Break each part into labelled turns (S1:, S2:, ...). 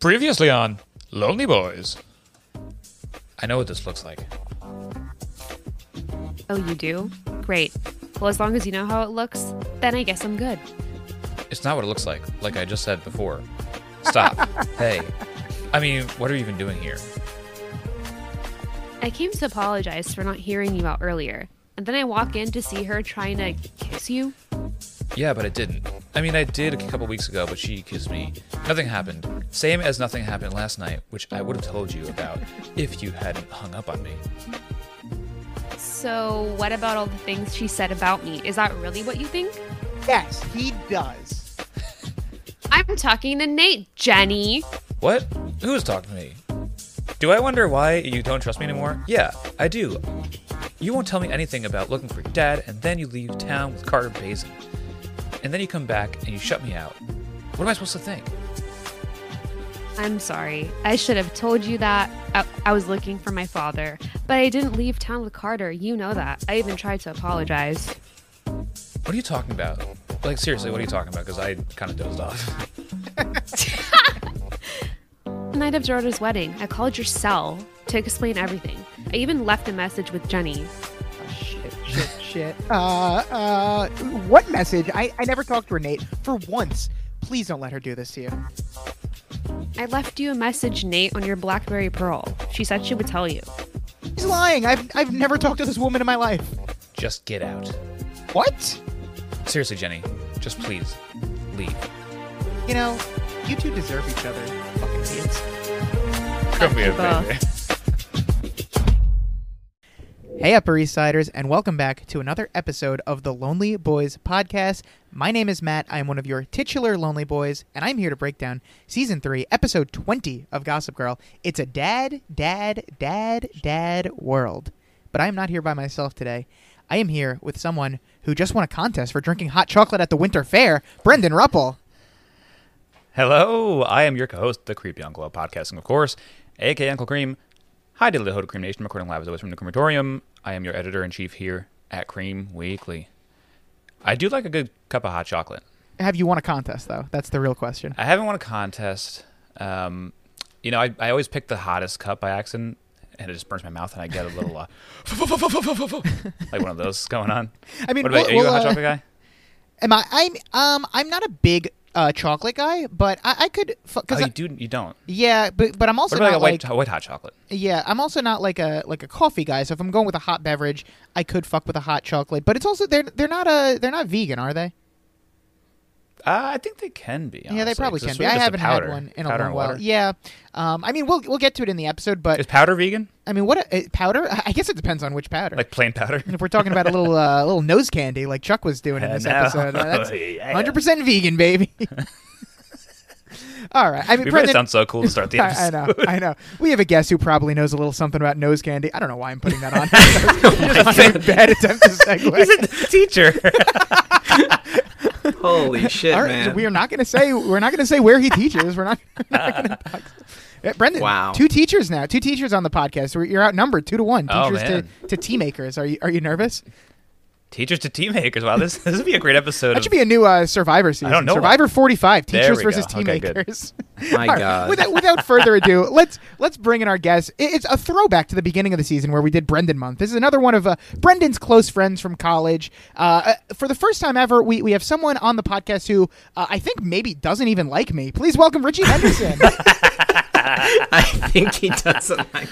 S1: Previously on Lonely Boys. I know what this looks like.
S2: Oh, you do? Great. Well, as long as you know how it looks, then I guess I'm good.
S1: It's not what it looks like, like I just said before. Stop. hey. I mean, what are you even doing here?
S2: I came to apologize for not hearing you out earlier, and then I walk in to see her trying to kiss you.
S1: Yeah, but it didn't. I mean, I did a couple weeks ago, but she kissed me. Nothing happened. Same as nothing happened last night, which I would have told you about if you hadn't hung up on me.
S2: So, what about all the things she said about me? Is that really what you think?
S3: Yes, he does.
S2: I'm talking to Nate, Jenny.
S1: What? Who is talking to me? Do I wonder why you don't trust me anymore? Yeah, I do. You won't tell me anything about looking for your dad, and then you leave town with Carter Basin. And then you come back and you shut me out. What am I supposed to think?
S2: I'm sorry. I should have told you that. I, I was looking for my father, but I didn't leave town with Carter. You know that. I even tried to apologize.
S1: What are you talking about? Like, seriously, what are you talking about? Because I kind of dozed off.
S2: The night of Gerardo's wedding, I called your cell to explain everything. I even left a message with Jenny.
S3: Oh, shit, shit, shit. Uh, uh, what message? I, I never talked to her, Nate. For once, please don't let her do this to you.
S2: I left you a message, Nate, on your Blackberry Pearl. She said she would tell you.
S3: She's lying. I've, I've never talked to this woman in my life.
S1: Just get out.
S3: What?
S1: Seriously, Jenny, just please leave.
S3: You know, you two deserve each other. Fucking idiots.
S1: Come
S2: here, baby.
S3: Hey, Upper East Siders, and welcome back to another episode of the Lonely Boys podcast. My name is Matt. I am one of your titular Lonely Boys, and I'm here to break down season three, episode 20 of Gossip Girl. It's a dad, dad, dad, dad world. But I am not here by myself today. I am here with someone who just won a contest for drinking hot chocolate at the Winter Fair, Brendan Ruppel.
S1: Hello, I am your co-host, the creepy uncle of podcasting, of course, aka Uncle Cream. Hi, diddly ho to Cream Nation, recording live as always from the crematorium. I am your editor in chief here at Cream Weekly. I do like a good cup of hot chocolate.
S3: Have you won a contest, though? That's the real question.
S1: I haven't won a contest. Um, you know, I, I always pick the hottest cup by accident, and it just burns my mouth, and I get a little uh, like one of those going on.
S3: I mean,
S1: what about
S3: we'll-
S1: are you a
S3: we'll,
S1: hot
S3: uh,
S1: chocolate guy?
S3: Am I? I'm um I'm not a big uh chocolate guy, but I, I could
S1: Oh,
S3: because
S1: you do, you don't.
S3: yeah, but but I'm also
S1: What about like a
S3: not
S1: white,
S3: like,
S1: white hot chocolate?
S3: yeah, I'm also not like a like a coffee guy. So if I'm going with a hot beverage, I could fuck with a hot chocolate. But it's also they're they're not a they're not vegan, are they?
S1: Uh, I think they can be.
S3: yeah, they
S1: honestly,
S3: probably
S1: 'cause
S3: can
S1: it's
S3: be.
S1: really
S3: I
S1: just a
S3: haven't
S1: powder,
S3: had one in a
S1: powder
S3: long
S1: and
S3: while.
S1: water.
S3: Yeah, um, I mean we'll we'll get to it in the episode, but
S1: Is powder vegan?
S3: I mean what a, uh, powder? I guess it depends on which powder.
S1: Like plain powder?
S3: And if we're talking about a little uh, little nose candy like Chuck was doing in this
S1: Hello.
S3: episode, uh, that's
S1: Yeah.
S3: 100% vegan, baby. All right. I mean,
S1: We made it
S3: Brendan,
S1: sound so cool to start the
S3: I,
S1: episode.
S3: I know, I know. We have a guest who probably knows a little something about nose candy. I don't know why I'm putting that on. Just a bad attempt to segue.
S1: He's a teacher.
S4: Holy shit,
S3: All right,
S4: man!
S3: we are not going to say we're not going to say where he teaches. We're not. We're not gonna talk- Yeah, Brendan,
S4: Wow.
S3: two teachers now, two teachers on the podcast. We're- You're outnumbered two to one.
S1: Oh,
S3: Teachers
S1: man.
S3: to, to tea makers. Are you are you nervous?
S1: Teachers to team makers. Wow, this this would be a great episode.
S3: That
S1: Of,
S3: should be a new uh, Survivor season.
S1: know.
S3: Survivor 45,
S1: There
S3: teachers
S1: we
S3: versus
S1: go.
S3: team
S1: Okay, good.
S3: makers.
S4: My
S3: All right,
S4: God.
S3: Without, without further ado, let's let's bring in our guest. It- It's a throwback to the beginning of the season where we did Brendan month. This is another one of uh, Brendan's close friends from college. Uh, uh, for the first time ever, we, we have someone on the podcast who uh, I think maybe doesn't even like me. Please welcome Richie Henderson.
S4: I think he doesn't. Like...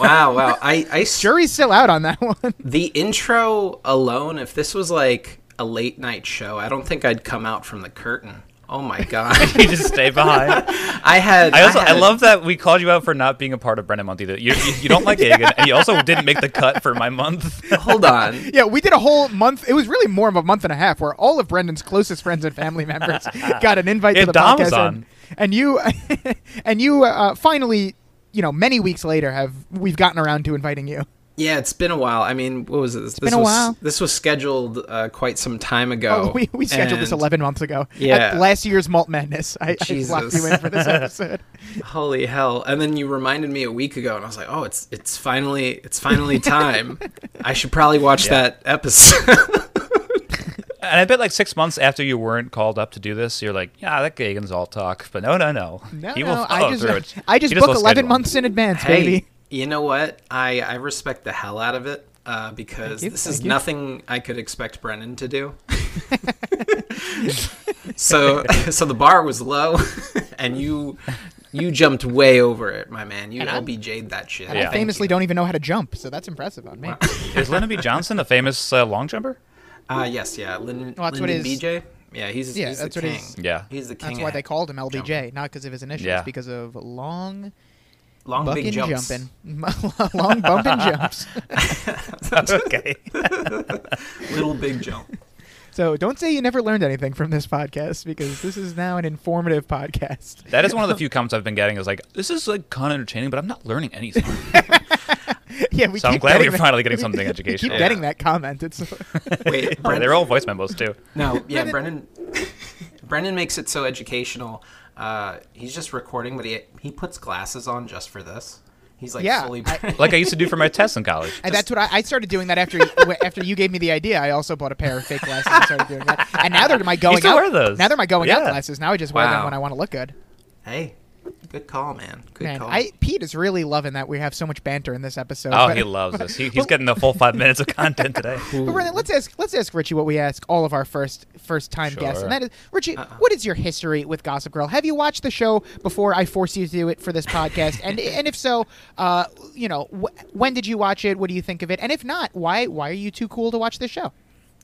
S4: Wow, wow. I, I s-
S3: Jury's still out on that one.
S4: the intro alone. If this was like a late night show, I don't think I'd come out from the curtain. Oh my God!
S1: you just stay behind.
S4: I had.
S1: I also I
S4: had-
S1: love that we called you out for not being a part of Brennan Month either. You, you, you don't like Gagan, and you also didn't make the cut for my month.
S4: Hold on.
S3: yeah, we did a whole month. It was really more of a month and a half where all of Brendan's closest friends and family members got an invite
S1: Yeah,
S3: to the
S1: Dom was
S3: podcast.
S1: on.
S3: And, and you, and you uh, finally, you know, many weeks later, have we've gotten around to inviting you.
S4: Yeah, it's been a while. I mean, what was it? This
S3: been a
S4: was,
S3: while.
S4: This was scheduled uh, quite some time ago.
S3: Oh, we, we scheduled this
S4: and-
S3: 11 months ago.
S4: Yeah.
S3: At last year's Malt Madness. I, I locked
S4: Jesus.
S3: you in for this episode.
S4: Holy hell! And then you reminded me a week ago, and I was like, "Oh, it's it's finally it's finally time. I should probably watch that episode."
S1: And I bet like six months after you weren't called up to do this, you're like, yeah, that Gagan's all talk. But no, no, no.
S3: No,
S1: he
S3: no,
S1: will follow
S3: I just,
S1: through. it.
S3: I just
S1: He
S3: book
S1: will
S3: 11
S1: schedule.
S3: months in advance,
S4: Hey,
S3: baby.
S4: you know what? I, I respect the hell out of it uh, because
S3: you,
S4: this is
S3: thank you.
S4: nothing I could expect Brennan to do. so so the bar was low, and you you jumped way over it, my man. You
S3: And I'm-
S4: LBJ'd that shit.
S3: And
S1: Yeah.
S3: I
S4: Thank
S3: famously
S4: you.
S3: don't even know how to jump, so that's impressive on me.
S1: Is Lyndon B. Johnson a famous uh, long jumper?
S4: Uh, yes, yeah. Lin,
S3: Well, that's what
S4: Lyndon
S3: his-
S4: BJ. Yeah, he's
S3: Yeah,
S4: he's
S3: that's
S4: the
S3: what
S4: king.
S3: his-
S1: Yeah.
S4: he's the king.
S3: That's why
S4: at
S3: they called him LBJ, not because of his initials,
S1: Yeah.
S3: because of long
S4: long
S3: bucking
S4: big jumps.
S3: jumping, long bumping jumps.
S1: okay.
S4: Little big jump.
S3: So don't say you never learned anything from this podcast, because this is now an informative podcast.
S1: That is one of the few comments I've been getting is like, this is like kind of entertaining, but I'm not learning anything.
S3: yeah, we
S1: So I'm
S3: keep
S1: glad
S3: getting
S1: we're
S3: that-
S1: finally getting something
S3: We keep
S1: educational.
S3: getting that comment. It's
S4: Wait,
S1: Yeah,
S4: Brennan,
S1: they're all voice memos too.
S4: No, yeah, Brennan. Brennan makes it so educational. Uh, he's just recording, but he he puts glasses on just for this. He's like
S3: Yeah,
S4: fully.
S3: I-
S1: Like I used to do for my tests in college.
S3: And that's what I, I started doing that after you- after you gave me the idea. I also bought a pair of fake glasses and started doing that. And now they're my going
S1: still
S3: out.
S1: wear those.
S3: Now they're my going out
S1: Yeah.
S3: glasses. Now I just wear them
S4: Wow.
S3: when I want to look good.
S4: hey, good call, man. Good
S3: Man,
S4: call.
S3: I Pete is really loving that we have so much banter in this episode.
S1: Oh,
S3: but,
S1: he loves this. He, he's getting the full five minutes of content today.
S3: but Brendan, let's ask let's ask Richie what we ask all of our first first time guests,
S1: Sure. Uh-uh.
S3: and that is Richie. What is your history with Gossip Girl? Have you watched the show before I force you to do it for this podcast? and and if so, uh, you know, wh- when did you watch it? What do you think of it? And if not, why why are you too cool to watch this show?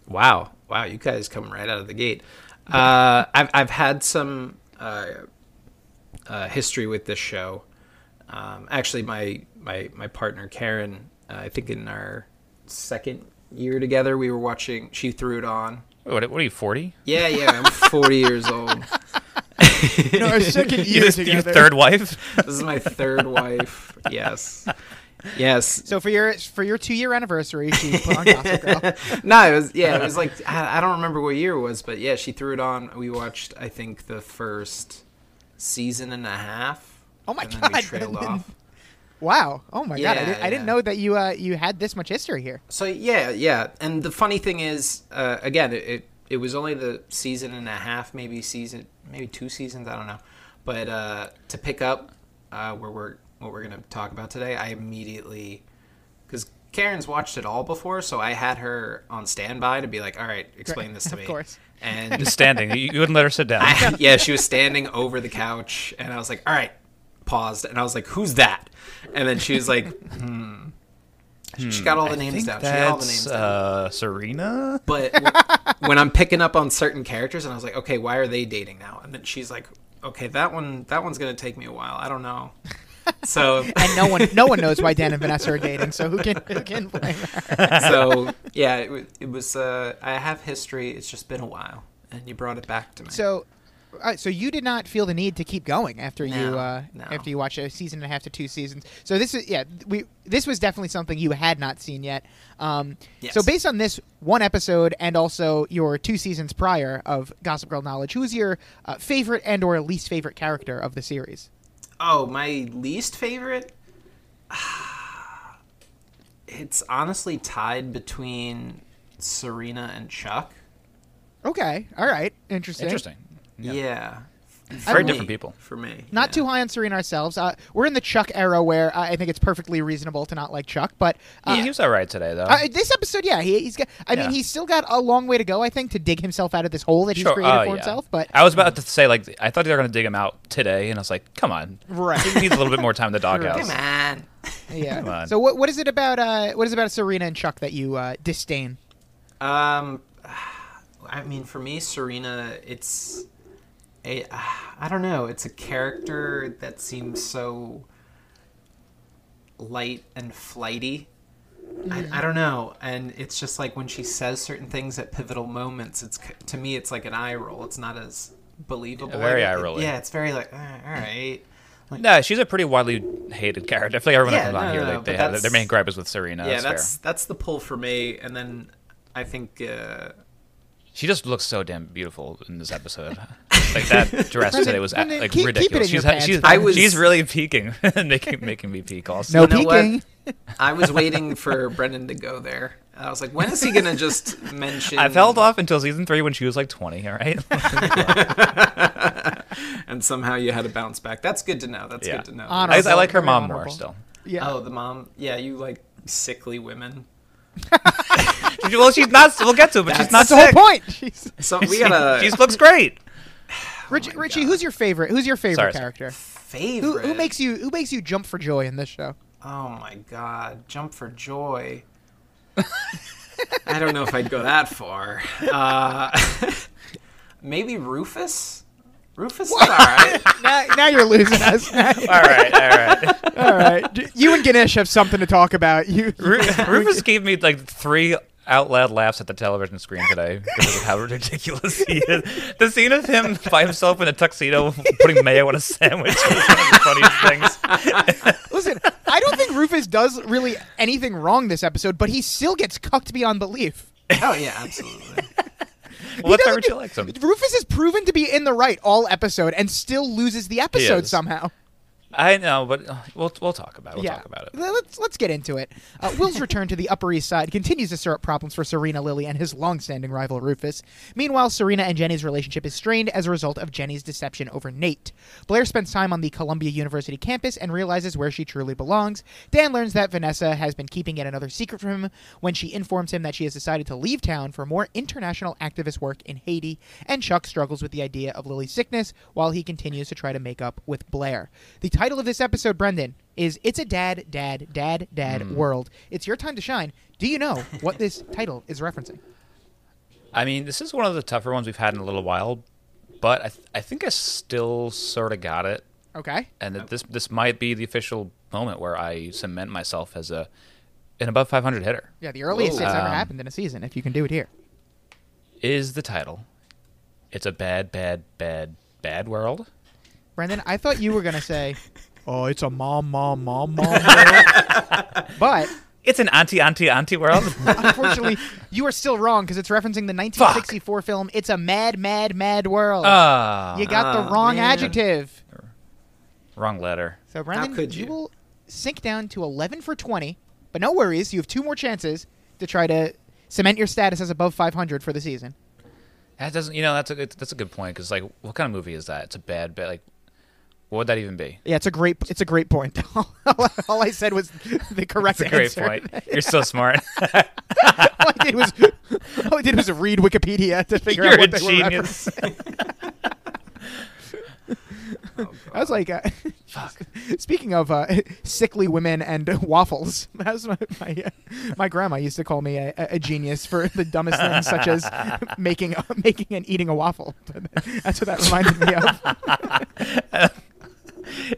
S4: Wow, wow, you guys come right out of the gate. Uh, I've I've had some uh, uh, history with this show. Um, actually, my my my partner Karen, uh, I think in our second year together, we were watching. She threw it on.
S1: What, what are you, 40?
S4: Yeah, yeah, I'm 40 years old.
S3: No, our second
S1: You, you third wife?
S4: This is my third wife. Yes. Yes.
S3: So for your for your two year anniversary, she put on Gossip Girl.
S4: No, it was yeah, it was like I, I don't remember what year it was, but yeah, she threw it on. We watched I think the first season and a half.
S3: Oh my
S4: and Then we
S3: God,
S4: trailed
S3: Brendan.
S4: off.
S3: Wow! Oh my god, I,
S4: Yeah,
S3: did, I didn't
S4: yeah.
S3: know that you uh, you had this much history here.
S4: So yeah, yeah. And the funny thing is uh, again, it, it it was only the season and a half, maybe season maybe two seasons, I don't know. But uh, to pick up uh, where we're what we're going to talk about today, I immediately because Karen's watched it all before, so I had her on standby to be like, "All right, explain this to
S3: Of
S4: me."
S3: course.
S4: And
S1: Just standing. You, you wouldn't let her sit down.
S4: I- yeah, she was standing over the couch, and I was like, "All right," paused, and I was like, "Who's that?" And then she was like, "Hmm." She- She got all the
S1: Hmm. I
S4: names
S1: think
S4: down. She got all the names
S1: that's
S4: down.
S1: uh, Serena.
S4: But w- when I'm picking up on certain characters, and I was like, "Okay, why are they dating now?" And then she's like, "Okay, that one, that one's gonna take me a while. I don't know." So
S3: And no one no one knows why Dan and Vanessa are dating, so who can who can blame her?
S4: so yeah, it, wa- it was. Uh, I have history. It's just been a while, and you brought it back to me.
S3: So, uh, so you did not feel the need to keep going after you
S4: No,
S3: uh,
S4: no.
S3: after you watched a season and a half to two seasons. So this is yeah we this was definitely something you had not seen yet. Um, So
S4: Yes.
S3: based on this one episode and also your two seasons prior of Gossip Girl knowledge, who is your uh, favorite and or least favorite character of the series?
S4: Oh, my least favorite? It's honestly tied between Serena and Chuck.
S3: Okay, all right, interesting.
S1: Interesting.
S4: Yeah.
S1: Yeah.
S4: For
S1: Very different
S4: me-
S1: people.
S4: For me.
S3: Not
S4: yeah.
S3: too high on Serena ourselves. Uh, we're in the Chuck era where uh, I think it's perfectly reasonable to not like Chuck, but uh,
S1: Yeah, he was all right today, though.
S3: Uh, this episode, yeah, he, he's got. I
S1: Yeah.
S3: mean, he's still got a long way to go, I think, to dig himself out of this hole that he's created
S1: oh,
S3: for
S1: yeah.
S3: himself. But
S1: I was about to say, like, I thought they were going to dig him out today, and I was like, come on.
S3: Right.
S1: He needs a little bit more time in the doghouse.
S4: Come on.
S3: yeah.
S1: Come on.
S3: So what what is it about? Uh, what is it about Serena and Chuck that you uh, disdain?
S4: Um, I mean, for me, Serena, it's a, I don't know. It's a character that seems so light and flighty. I, I don't know, and it's just like when she says certain things at pivotal moments. It's c- to me, it's like an eye roll. It's not as believable.
S1: very
S4: It-
S1: eye Mm.
S4: it-
S1: rolly.
S4: Yeah, it's very like uh, all right. Like,
S1: No, she's a pretty widely hated character. I feel like everyone that
S4: Yeah,
S1: comes on
S4: no,
S1: here,
S4: no,
S1: they,
S4: no,
S1: they
S4: but
S1: have, their
S4: that's-
S1: main gripe is with Serena.
S4: yeah,
S1: that's, fair.
S4: that's that's the pull for me. And then I think uh,
S1: She just looks so damn beautiful in this episode. like that dress today was uh,
S3: Brendan,
S1: like
S3: keep- keep it
S1: ridiculous.
S3: in your
S1: she's,
S3: pants,
S1: she's,
S3: Brendan.
S4: I was-
S1: she's really peeking, making making me peek. Also,
S3: No
S4: You know what?
S3: peeking.
S4: I was waiting for Brendan to go there. I was like, when is he gonna just mention?
S1: I held off until season three when she was like 20, all right?
S4: and somehow you had to bounce back. That's good to know. That's
S1: Yeah.
S4: good to know.
S3: Honor-
S1: I, I like her
S3: Very
S1: mom more
S3: honorable.
S1: still.
S3: Yeah.
S4: Oh, the mom. Yeah, you like sickly women.
S1: She- Well, she's not, we'll get to it, but she's not
S3: That's
S4: That's
S3: the whole
S1: sick.
S3: point. Jeez.
S4: So we gotta.
S1: She looks great.
S3: Richie,
S4: my
S3: Richie
S4: God.
S3: who's your favorite? Who's your favorite
S1: Sorry, sorry.
S3: character?
S4: favorite.
S3: Who, who makes you who makes you jump for joy in this show?
S4: Oh my god, jump for joy. I don't know if I'd go that far. Uh, maybe Rufus? Rufus is alright.
S3: now, now you're losing us. Now you-
S1: All right, all right.
S3: all right, J- you and Ganesh have something to talk about. You,
S1: Ru- Rufus gave me like three out loud laughs at the television screen today because of how ridiculous he is. The scene of him by himself in a tuxedo putting mayo on a sandwich was one of the funniest things.
S3: listen, I don't think Rufus does really anything wrong this episode, but he still gets cucked beyond belief.
S4: Oh yeah, absolutely.
S1: Well, that's why
S3: doesn't
S1: Richie
S3: do-
S1: likes him.
S3: Rufus is proven to be in the right all episode and still loses the episode
S1: is.
S3: somehow.
S1: I know, but uh, we'll we'll talk about it. We'll
S3: yeah,
S1: talk about it.
S3: Well, Let's let's get into it. Uh, Will's return to the Upper East Side continues to stir up problems for Serena, Lily, and his long-standing rival Rufus. Meanwhile, Serena and Jenny's relationship is strained as a result of Jenny's deception over Nate. Blair spends time on the Columbia University campus and realizes where she truly belongs. Dan learns that Vanessa has been keeping yet another secret from him when she informs him that she has decided to leave town for more international activist work in Haiti. And Chuck struggles with the idea of Lily's sickness while he continues to try to make up with Blair. The title of this episode, Brendan, is It's a Dad, Dad, Dad, Dad
S4: Hmm.
S3: World. It's your time to shine. Do you know what this title is referencing?
S1: I mean, this is one of the tougher ones we've had in a little while, but I th- I think I still sort of got it,
S3: Okay.
S1: and that this this might be the official moment where I cement myself as a an above 500 hitter.
S3: Yeah, the earliest
S4: Whoa.
S3: it's ever
S1: Um,
S3: happened in a season, if you can do it here.
S1: Is the title? It's a bad, bad, bad, bad world.
S3: Brendan, I thought you were going to say, Oh, it's a mom, mom, mom, mom. world." but
S1: It's an anti, anti, anti world.
S3: unfortunately, you are still wrong because it's referencing the 1964 film It's a Mad, Mad, Mad World.
S1: Ah,
S3: you got
S4: Ah,
S3: the wrong
S4: Oh. man.
S3: adjective.
S1: wrong letter.
S3: So, Brendan,
S4: could
S3: you?
S4: you?
S3: will sink down to 11 for 20, but no worries. You have two more chances to try to cement your status as above 500 for the season.
S1: That doesn't, you know, that's a good, that's a good point because like, what kind of movie is that? It's a bad, bad. Like, what would that even be?
S3: Yeah, it's a great it's a great point. all, I said was the correct
S1: It's a great
S3: answer.
S1: point. You're so smart.
S3: all I did was all I did was read Wikipedia to figure
S1: You're
S3: out
S1: a
S3: what they were
S1: genius.
S3: referencing.
S4: Oh,
S3: I was
S4: God.
S3: like, uh, Speaking of uh, sickly women and waffles, that was my my, uh, my grandma used to call me a, a genius for the dumbest things, such as making making and eating a waffle. That's what that reminded me of.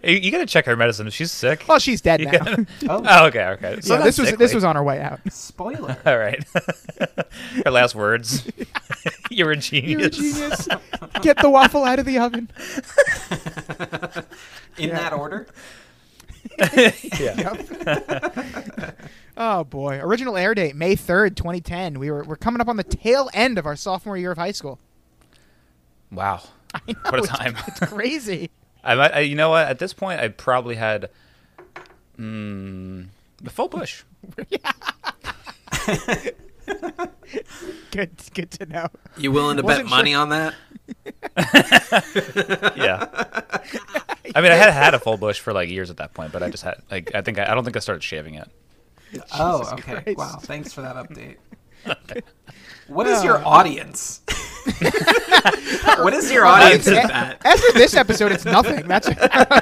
S1: you, you gotta check her medicine. She's sick.
S3: Well, she's dead
S1: You
S3: now.
S1: gotta-
S4: Oh.
S1: oh, okay, okay. So
S3: yeah, this was
S1: that's
S3: this
S1: sickly.
S3: was on our way out.
S4: spoiler.
S1: All right. her last words. You're a genius.
S3: You're a genius. Get the waffle out of the oven.
S4: In
S3: Yeah.
S4: that order?
S1: yeah.
S3: Yep. oh boy! Original air date May third, twenty ten. We were we're coming up on the tail end of our sophomore year of high school.
S1: Wow.
S3: I know,
S1: What a
S3: it's-
S1: time.
S3: It's, crazy.
S1: I, might, I you know what? At this point, I probably had mm, the full push.
S3: Good, good to know.
S4: You willing to
S3: Wasn't
S4: bet money on that?
S1: yeah. I mean, I had had a full bush for like years at that point, but I just had like I think I, I don't think I started shaving it.
S4: oh, okay.
S3: Christ.
S4: Wow. Thanks for that update. What
S3: Uh.
S4: is your audience? what is your audience at that?
S3: As for this episode, it's nothing. That's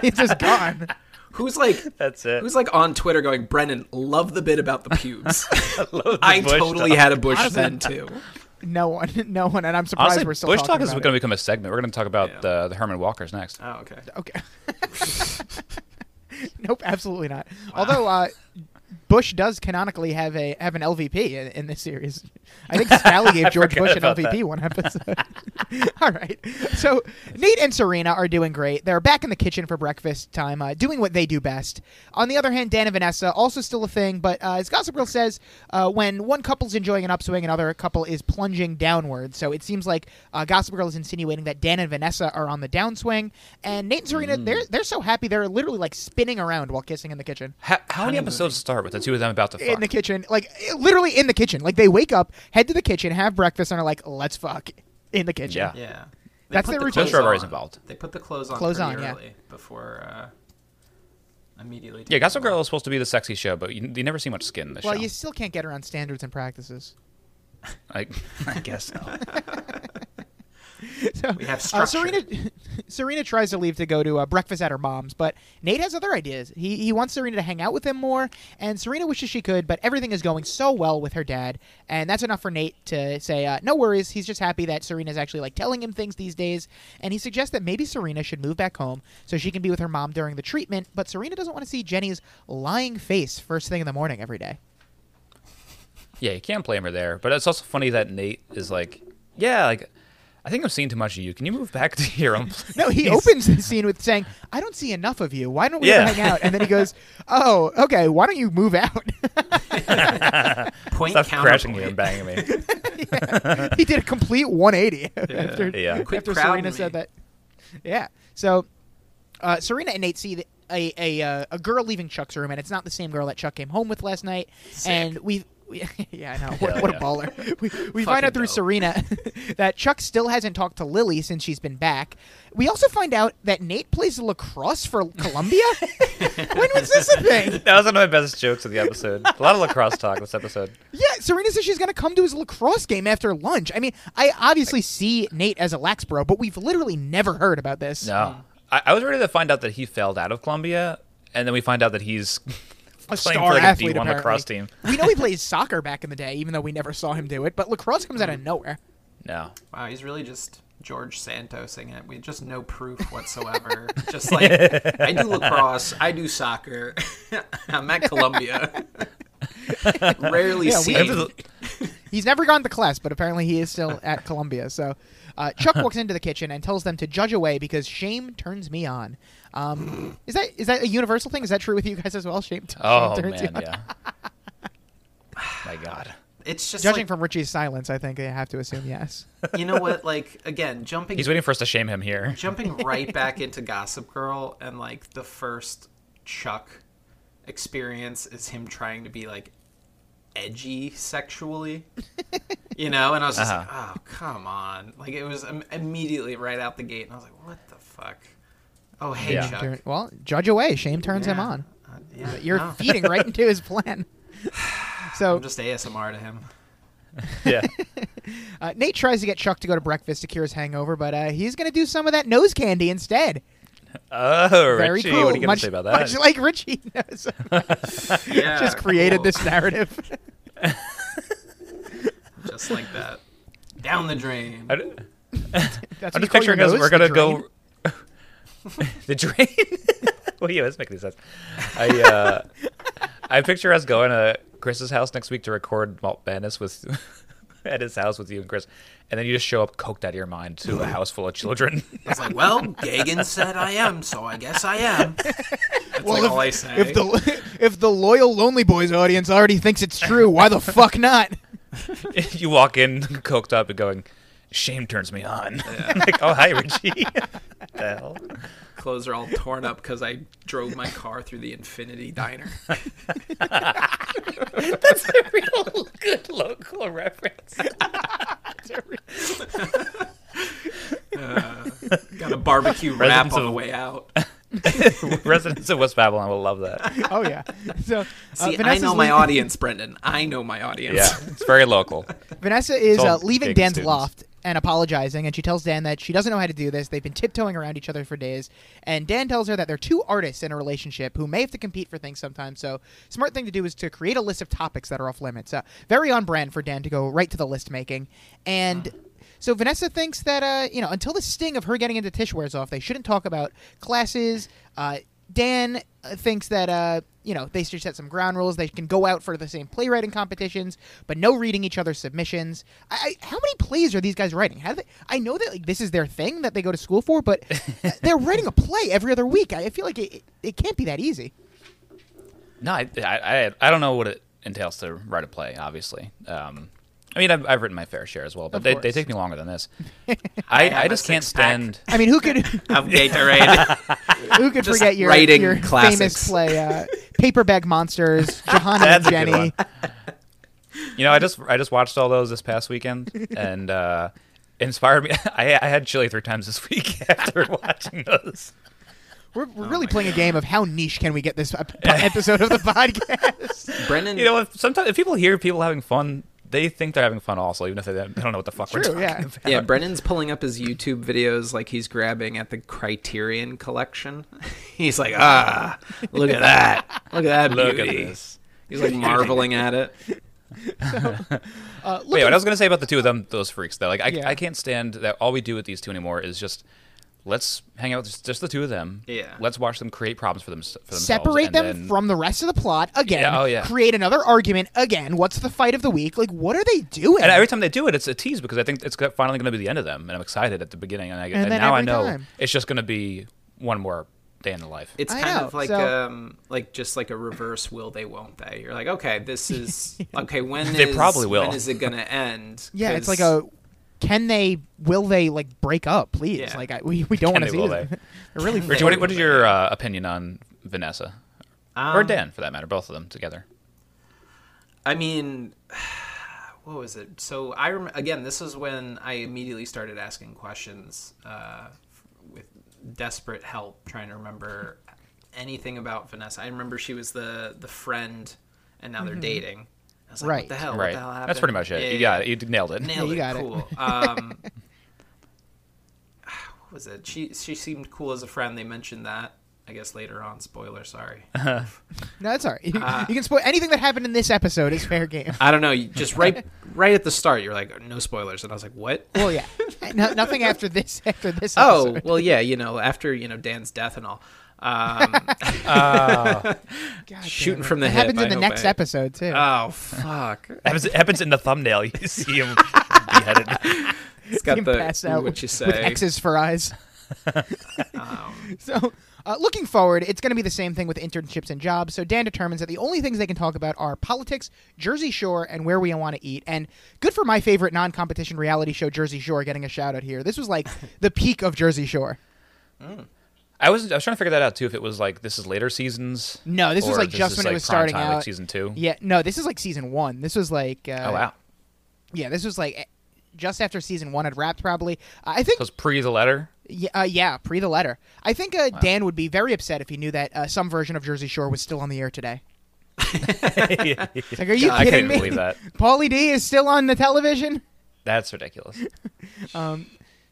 S3: it's just gone.
S4: Who's like
S1: That's it.
S4: Who's like on Twitter going, Brennan, love the bit about the pubes. I
S1: bush
S4: totally
S1: talk.
S4: had a bush then too.
S3: No one, no one, and I'm surprised
S1: Honestly,
S3: we're still
S1: bush
S3: talking
S1: talk is
S3: about
S1: going to become a segment. We're going to talk about
S4: Yeah.
S1: the, the Herman Walkers next.
S4: Oh, okay.
S3: it. Okay. nope, absolutely not. Although uh, Bush does canonically have a have an LVP in, in this series. I think Sally gave George
S1: forgot
S3: Bush an
S1: about
S3: LVP one episode. All right. So Nate and Serena are doing great. They're back in the kitchen for breakfast time, uh, doing what they do best. On the other hand, Dan and Vanessa also still a thing, but uh, as Gossip Girl says, uh, when one couple's enjoying an upswing, another couple is plunging downward. So it seems like uh, Gossip Girl is insinuating that Dan and Vanessa are on the downswing, and
S1: Mm.
S3: Nate and Serena they're they're so happy they're literally like spinning around while kissing in the kitchen.
S1: How, how many
S4: Honeymooning.
S1: episodes start with a the two of them about to fuck.
S3: in the kitchen, like literally in the kitchen. Like they wake up, head to the kitchen, have breakfast, and are like, "Let's fuck" in the kitchen.
S1: Yeah.
S4: Yeah. They
S3: That's
S4: put
S3: their
S4: the
S3: routine.
S4: clothes
S1: Those are always
S4: on.
S1: involved.
S4: They put the clothes on
S3: Clothes
S4: pretty
S3: on, yeah.
S4: early before uh, immediately.
S1: yeah,
S4: taking
S1: Gossip
S4: them
S1: Girl
S4: off.
S1: is supposed to be the sexy show, but you, you never see much skin in this
S3: Well,
S1: show.
S3: you still can't get around standards and practices.
S1: I, I guess so.
S3: So,
S4: We have
S3: uh,
S4: structure.
S3: Serena, Serena tries to leave to go to uh, breakfast at her mom's, but Nate has other ideas. He, he wants Serena to hang out with him more, and Serena wishes she could, but everything is going so well with her dad, and that's enough for Nate to say, uh, no worries. He's just happy that Serena's actually like telling him things these days, and he suggests that maybe Serena should move back home so she can be with her mom during the treatment, but Serena doesn't want to see Jenny's lying face first thing in the morning every day.
S1: Yeah, you can't blame her there. But it's also funny that Nate is like, yeah, like, I think I'm seeing too much of you. Can you move back to your own place?
S3: No, he opens the scene with saying, "I don't see enough of you. Why don't we
S1: Yeah.
S3: ever hang out?" And then he goes, "Oh, okay. Why don't you move out?"
S4: Point
S1: Stop crashing me
S4: counterpoint.
S1: and banging me.
S3: he did a complete 180 after,
S1: Yeah.
S3: after
S4: Quit
S3: Serena
S4: crowding me.
S3: said that. Yeah. So uh, Serena and Nate see the, a a uh, a girl leaving Chuck's room, and it's not the same girl that Chuck came home with last night. And we. we- Yeah, I know. What,
S1: Hell
S3: what
S1: yeah.
S3: a baller. We, we find out
S4: Fucking
S3: through
S4: dope.
S3: Serena that Chuck still hasn't talked to Lily since she's been back. We also find out that Nate plays lacrosse for Columbia. when was this a thing?
S1: That was one of my best jokes of the episode. A lot of lacrosse talk this episode.
S3: Yeah, Serena says she's going to come to his lacrosse game after lunch. I mean, I obviously see Nate as a lax bro, but we've literally never heard about this.
S1: No. I, I was ready to find out that he failed out of Columbia, and then we find out that he's
S3: A
S1: playing
S3: star
S1: for like
S3: athlete,
S1: a D1
S3: apparently.
S1: lacrosse team.
S3: we know he plays soccer back in the day, even though we never saw him do it. But lacrosse comes
S1: Mm.
S3: out of nowhere.
S1: No.
S4: Wow, he's really just George Santos singing it. We just no proof whatsoever. just like I do lacrosse, I do soccer. I'm at Columbia. Rarely
S3: Yeah, we-
S4: seen.
S1: After the-
S3: He's never gone to class, but apparently he is still at Columbia. So uh, Chuck walks into the kitchen and tells them to judge away because shame turns me on. Um, is that is that a universal thing? Is that true with you guys as well? Shame, shame
S1: oh,
S3: turns
S1: man,
S3: you on.
S1: yeah. My God.
S4: It's just
S3: Judging
S4: like,
S3: from Richie's silence, I think I have to assume yes.
S4: you know what? Like again, jumping
S1: He's waiting for us to shame him here.
S4: jumping right back into Gossip Girl and like the first Chuck experience is him trying to be like edgy sexually. You know, and I was just
S3: Uh-huh.
S4: like, "Oh, come on." Like it was im- immediately right out the gate and I was like, "What the fuck?" Oh, hey
S1: Yeah.
S4: Chuck.
S3: Turn- Well, judge away. Shame turns him
S4: Yeah.
S3: on.
S4: Uh, yeah,
S3: You're
S4: no,
S3: feeding right into his plan. So
S4: I'm just ASMR to him.
S1: Yeah.
S3: Uh, Nate tries to get Chuck to go to breakfast to cure his hangover, but uh, he's going to do some of that nose candy instead.
S1: Oh,
S3: Very
S1: Richie, what
S3: cool.
S1: are you going
S3: much,
S1: to say about
S3: Much
S1: that?
S3: like Richie knows,
S4: Yeah,
S3: just created
S4: cool.
S3: this narrative.
S4: just like that. Down the drain.
S1: I d-
S3: That's
S1: I'm
S3: what you
S1: just
S3: call your
S1: picturing us.
S3: nose,
S1: We're
S3: the
S1: gonna go
S3: drain?
S1: the drain. well, yeah, that's making sense. I uh, I picture us going to Chris's house next week to record Malt Madness with at his house with you and Chris, and then you just show up coked out of your mind to a house full of children.
S4: I was like, well, Gagan said I am, so I guess I am. That's like all I say.
S3: If the if the loyal Lonely Boys audience already thinks it's true, why the fuck not?
S1: you walk in coked up and going, "Shame turns me on." like, oh hi, Richie. the hell?
S4: clothes are all torn up because I drove my car through the Infinity Diner.
S1: That's a real good local reference.
S4: Got a barbecue wrap
S1: Residents
S4: on
S1: of-
S4: the way out.
S1: Residents of West Babylon will love that.
S3: Oh yeah. So uh,
S4: See, I
S3: Vanessa's
S4: know my
S3: leaving-
S4: audience, Brendan. I know my audience.
S1: Yeah, it's very local.
S3: Vanessa is
S1: all
S3: uh, leaving
S1: big
S3: Dan's
S1: students.
S3: loft and apologizing, and she tells Dan that she doesn't know how to do this. They've been tiptoeing around each other for days, and Dan tells her that they're two artists in a relationship who may have to compete for things sometimes. So, smart thing to do is to create a list of topics that are off limits. Uh, very on brand for Dan to go right to the list making, and. So Vanessa thinks that uh, you know until the sting of her getting into Tish wears off, they shouldn't talk about classes. Uh, Dan uh, thinks that uh, you know they should set some ground rules. They can go out for the same playwriting competitions, but no reading each other's submissions. I, I, how many plays are these guys writing? How do they, I know that like this is their thing that they go to school for, but uh, they're writing a play every other week. I, I feel like it, it, it can't be that easy.
S1: No, I, I, I- I don't know what it entails to write a play. Obviously, um, I mean, I've, I've written my fair share as well, but
S3: Of
S1: they, they
S3: course.
S1: take me longer than this. I,
S4: have
S1: I
S4: a
S1: just can't
S4: six-pack.
S1: stand.
S3: I mean, who could
S4: Of Gatorade.
S3: who could
S4: Just
S3: forget your,
S4: writing
S3: your
S4: classics.
S3: famous play uh, Paper Bag Monsters, Johanna and
S1: That's a good
S3: Jenny.
S1: You know, I just I just watched all those this past weekend and uh, inspired me. I, I had chili three times this week after watching those.
S3: We're, we're
S4: Oh
S3: really playing a game of how niche can we get this ep- episode of the podcast.
S4: Brennan,
S1: You know, if, sometimes if people hear people having fun, they think they're having fun also, even if they don't they don't know what the fuck we're
S3: True,
S1: talking
S3: yeah.
S1: about.
S4: yeah, Brennan's pulling up his YouTube videos like he's grabbing at the Criterion collection. he's like, ah, look at that, look at that
S1: Look at
S4: beauty.
S1: this.
S4: He's like marveling at it.
S3: Uh,
S1: But
S3: looking-
S1: yeah, what I was gonna say about the two of them, those freaks though, like I,
S3: Yeah.
S1: I can't stand that. All we do with these two anymore is just let's hang out with just, just the two of them.
S4: Yeah.
S1: Let's watch them create problems for, them, for themselves.
S3: separate
S1: and
S3: them
S1: then-
S3: from the rest of the plot again.
S1: Yeah, oh, yeah.
S3: Create another argument again. What's the fight of the week? Like, what are they doing?
S1: And every time they do it, it's a tease because I think it's finally going to be the end of them, and I'm excited at the beginning, and, I, and,
S3: then
S1: now I
S3: every
S1: know
S3: time.
S1: it's just going to be one more day in the life.
S4: It's
S3: I
S4: kind
S3: know,
S4: of like
S3: so-
S4: um like just like a reverse will they won't they. You're like, okay, this is okay, when
S1: They
S4: is-
S1: probably will.
S4: when is it gonna end?
S3: yeah, it's like
S4: 'Cause-
S3: a. Can they? Will they? Like break up, please?
S4: Yeah.
S3: Like I, we, we don't
S1: Can
S3: want
S1: they,
S3: to see
S1: will
S3: this.
S1: they?
S3: They're really.
S1: Richie, what, what is your uh, opinion on Vanessa or
S4: um,
S1: Dan, for that matter, both of them together?
S4: I mean, what was it? So I rem- again, this is when I immediately started asking questions uh, f- with desperate help, trying to remember anything about Vanessa. I remember she was the the friend, and now they're dating. I was like,
S3: Mm-hmm. Right.
S4: what the hell? What
S1: right,
S4: the hell happened?
S1: that's pretty much it.
S4: Yeah,
S1: you
S4: yeah,
S1: got it. You nailed it.
S4: Nailed
S3: you got it.
S4: it. Cool. Um, what was it? She she seemed cool as a friend. They mentioned that. I guess later on. Spoiler. Sorry.
S3: No, that's all right. You,
S4: Ah.
S3: you can spoil anything that happened in this episode is fair game.
S4: I don't know. You just right right at the start, you're like, no spoilers, and I was like, what?
S3: Well, yeah. No, nothing after this. After this.
S4: Oh
S3: episode.
S4: well, yeah, you know, after you know Dan's death and all, um,
S3: God
S4: shooting
S3: damn it.
S4: from the
S3: It
S4: hip.
S3: Ah. happens
S4: I
S3: in the
S4: hope
S3: next
S4: I-
S3: episode too.
S4: Oh fuck!
S1: happens, it happens in the thumbnail. You see him beheaded.
S4: It's got
S3: Him
S4: the
S3: pass
S4: ooh,
S3: out
S4: what you
S3: with
S4: say.
S3: X's for eyes.
S4: Um,
S3: So, uh, looking forward, it's going to be the same thing with internships and jobs. So, Dan determines that the only things they can talk about are politics, Jersey Shore, and where we want to eat. And good for my favorite non competition reality show, Jersey Shore, getting a shout out here. This was like the peak of Jersey Shore.
S1: I was I was trying to figure that out too. If it was like this is later seasons.
S3: No, this was,
S1: or
S3: like, just
S1: is,
S3: when it
S1: like,
S3: was
S1: prime
S3: starting
S1: time,
S3: out.
S1: like season two.
S4: Mm-hmm.
S3: Yeah, no, this is like season one. This was like. Uh,
S1: Oh wow,
S3: Yeah, this was like. eh, Just after season one had wrapped, probably. I think
S1: so it's pre the letter.
S3: Yeah, uh, yeah, pre the letter. I think uh, Dan would be very upset if he knew that uh, some version of Jersey Shore was still on the air today. It's like, are you
S1: I couldn't
S3: kidding me?
S1: believe that.
S3: Paulie D is still on the television.
S1: That's ridiculous.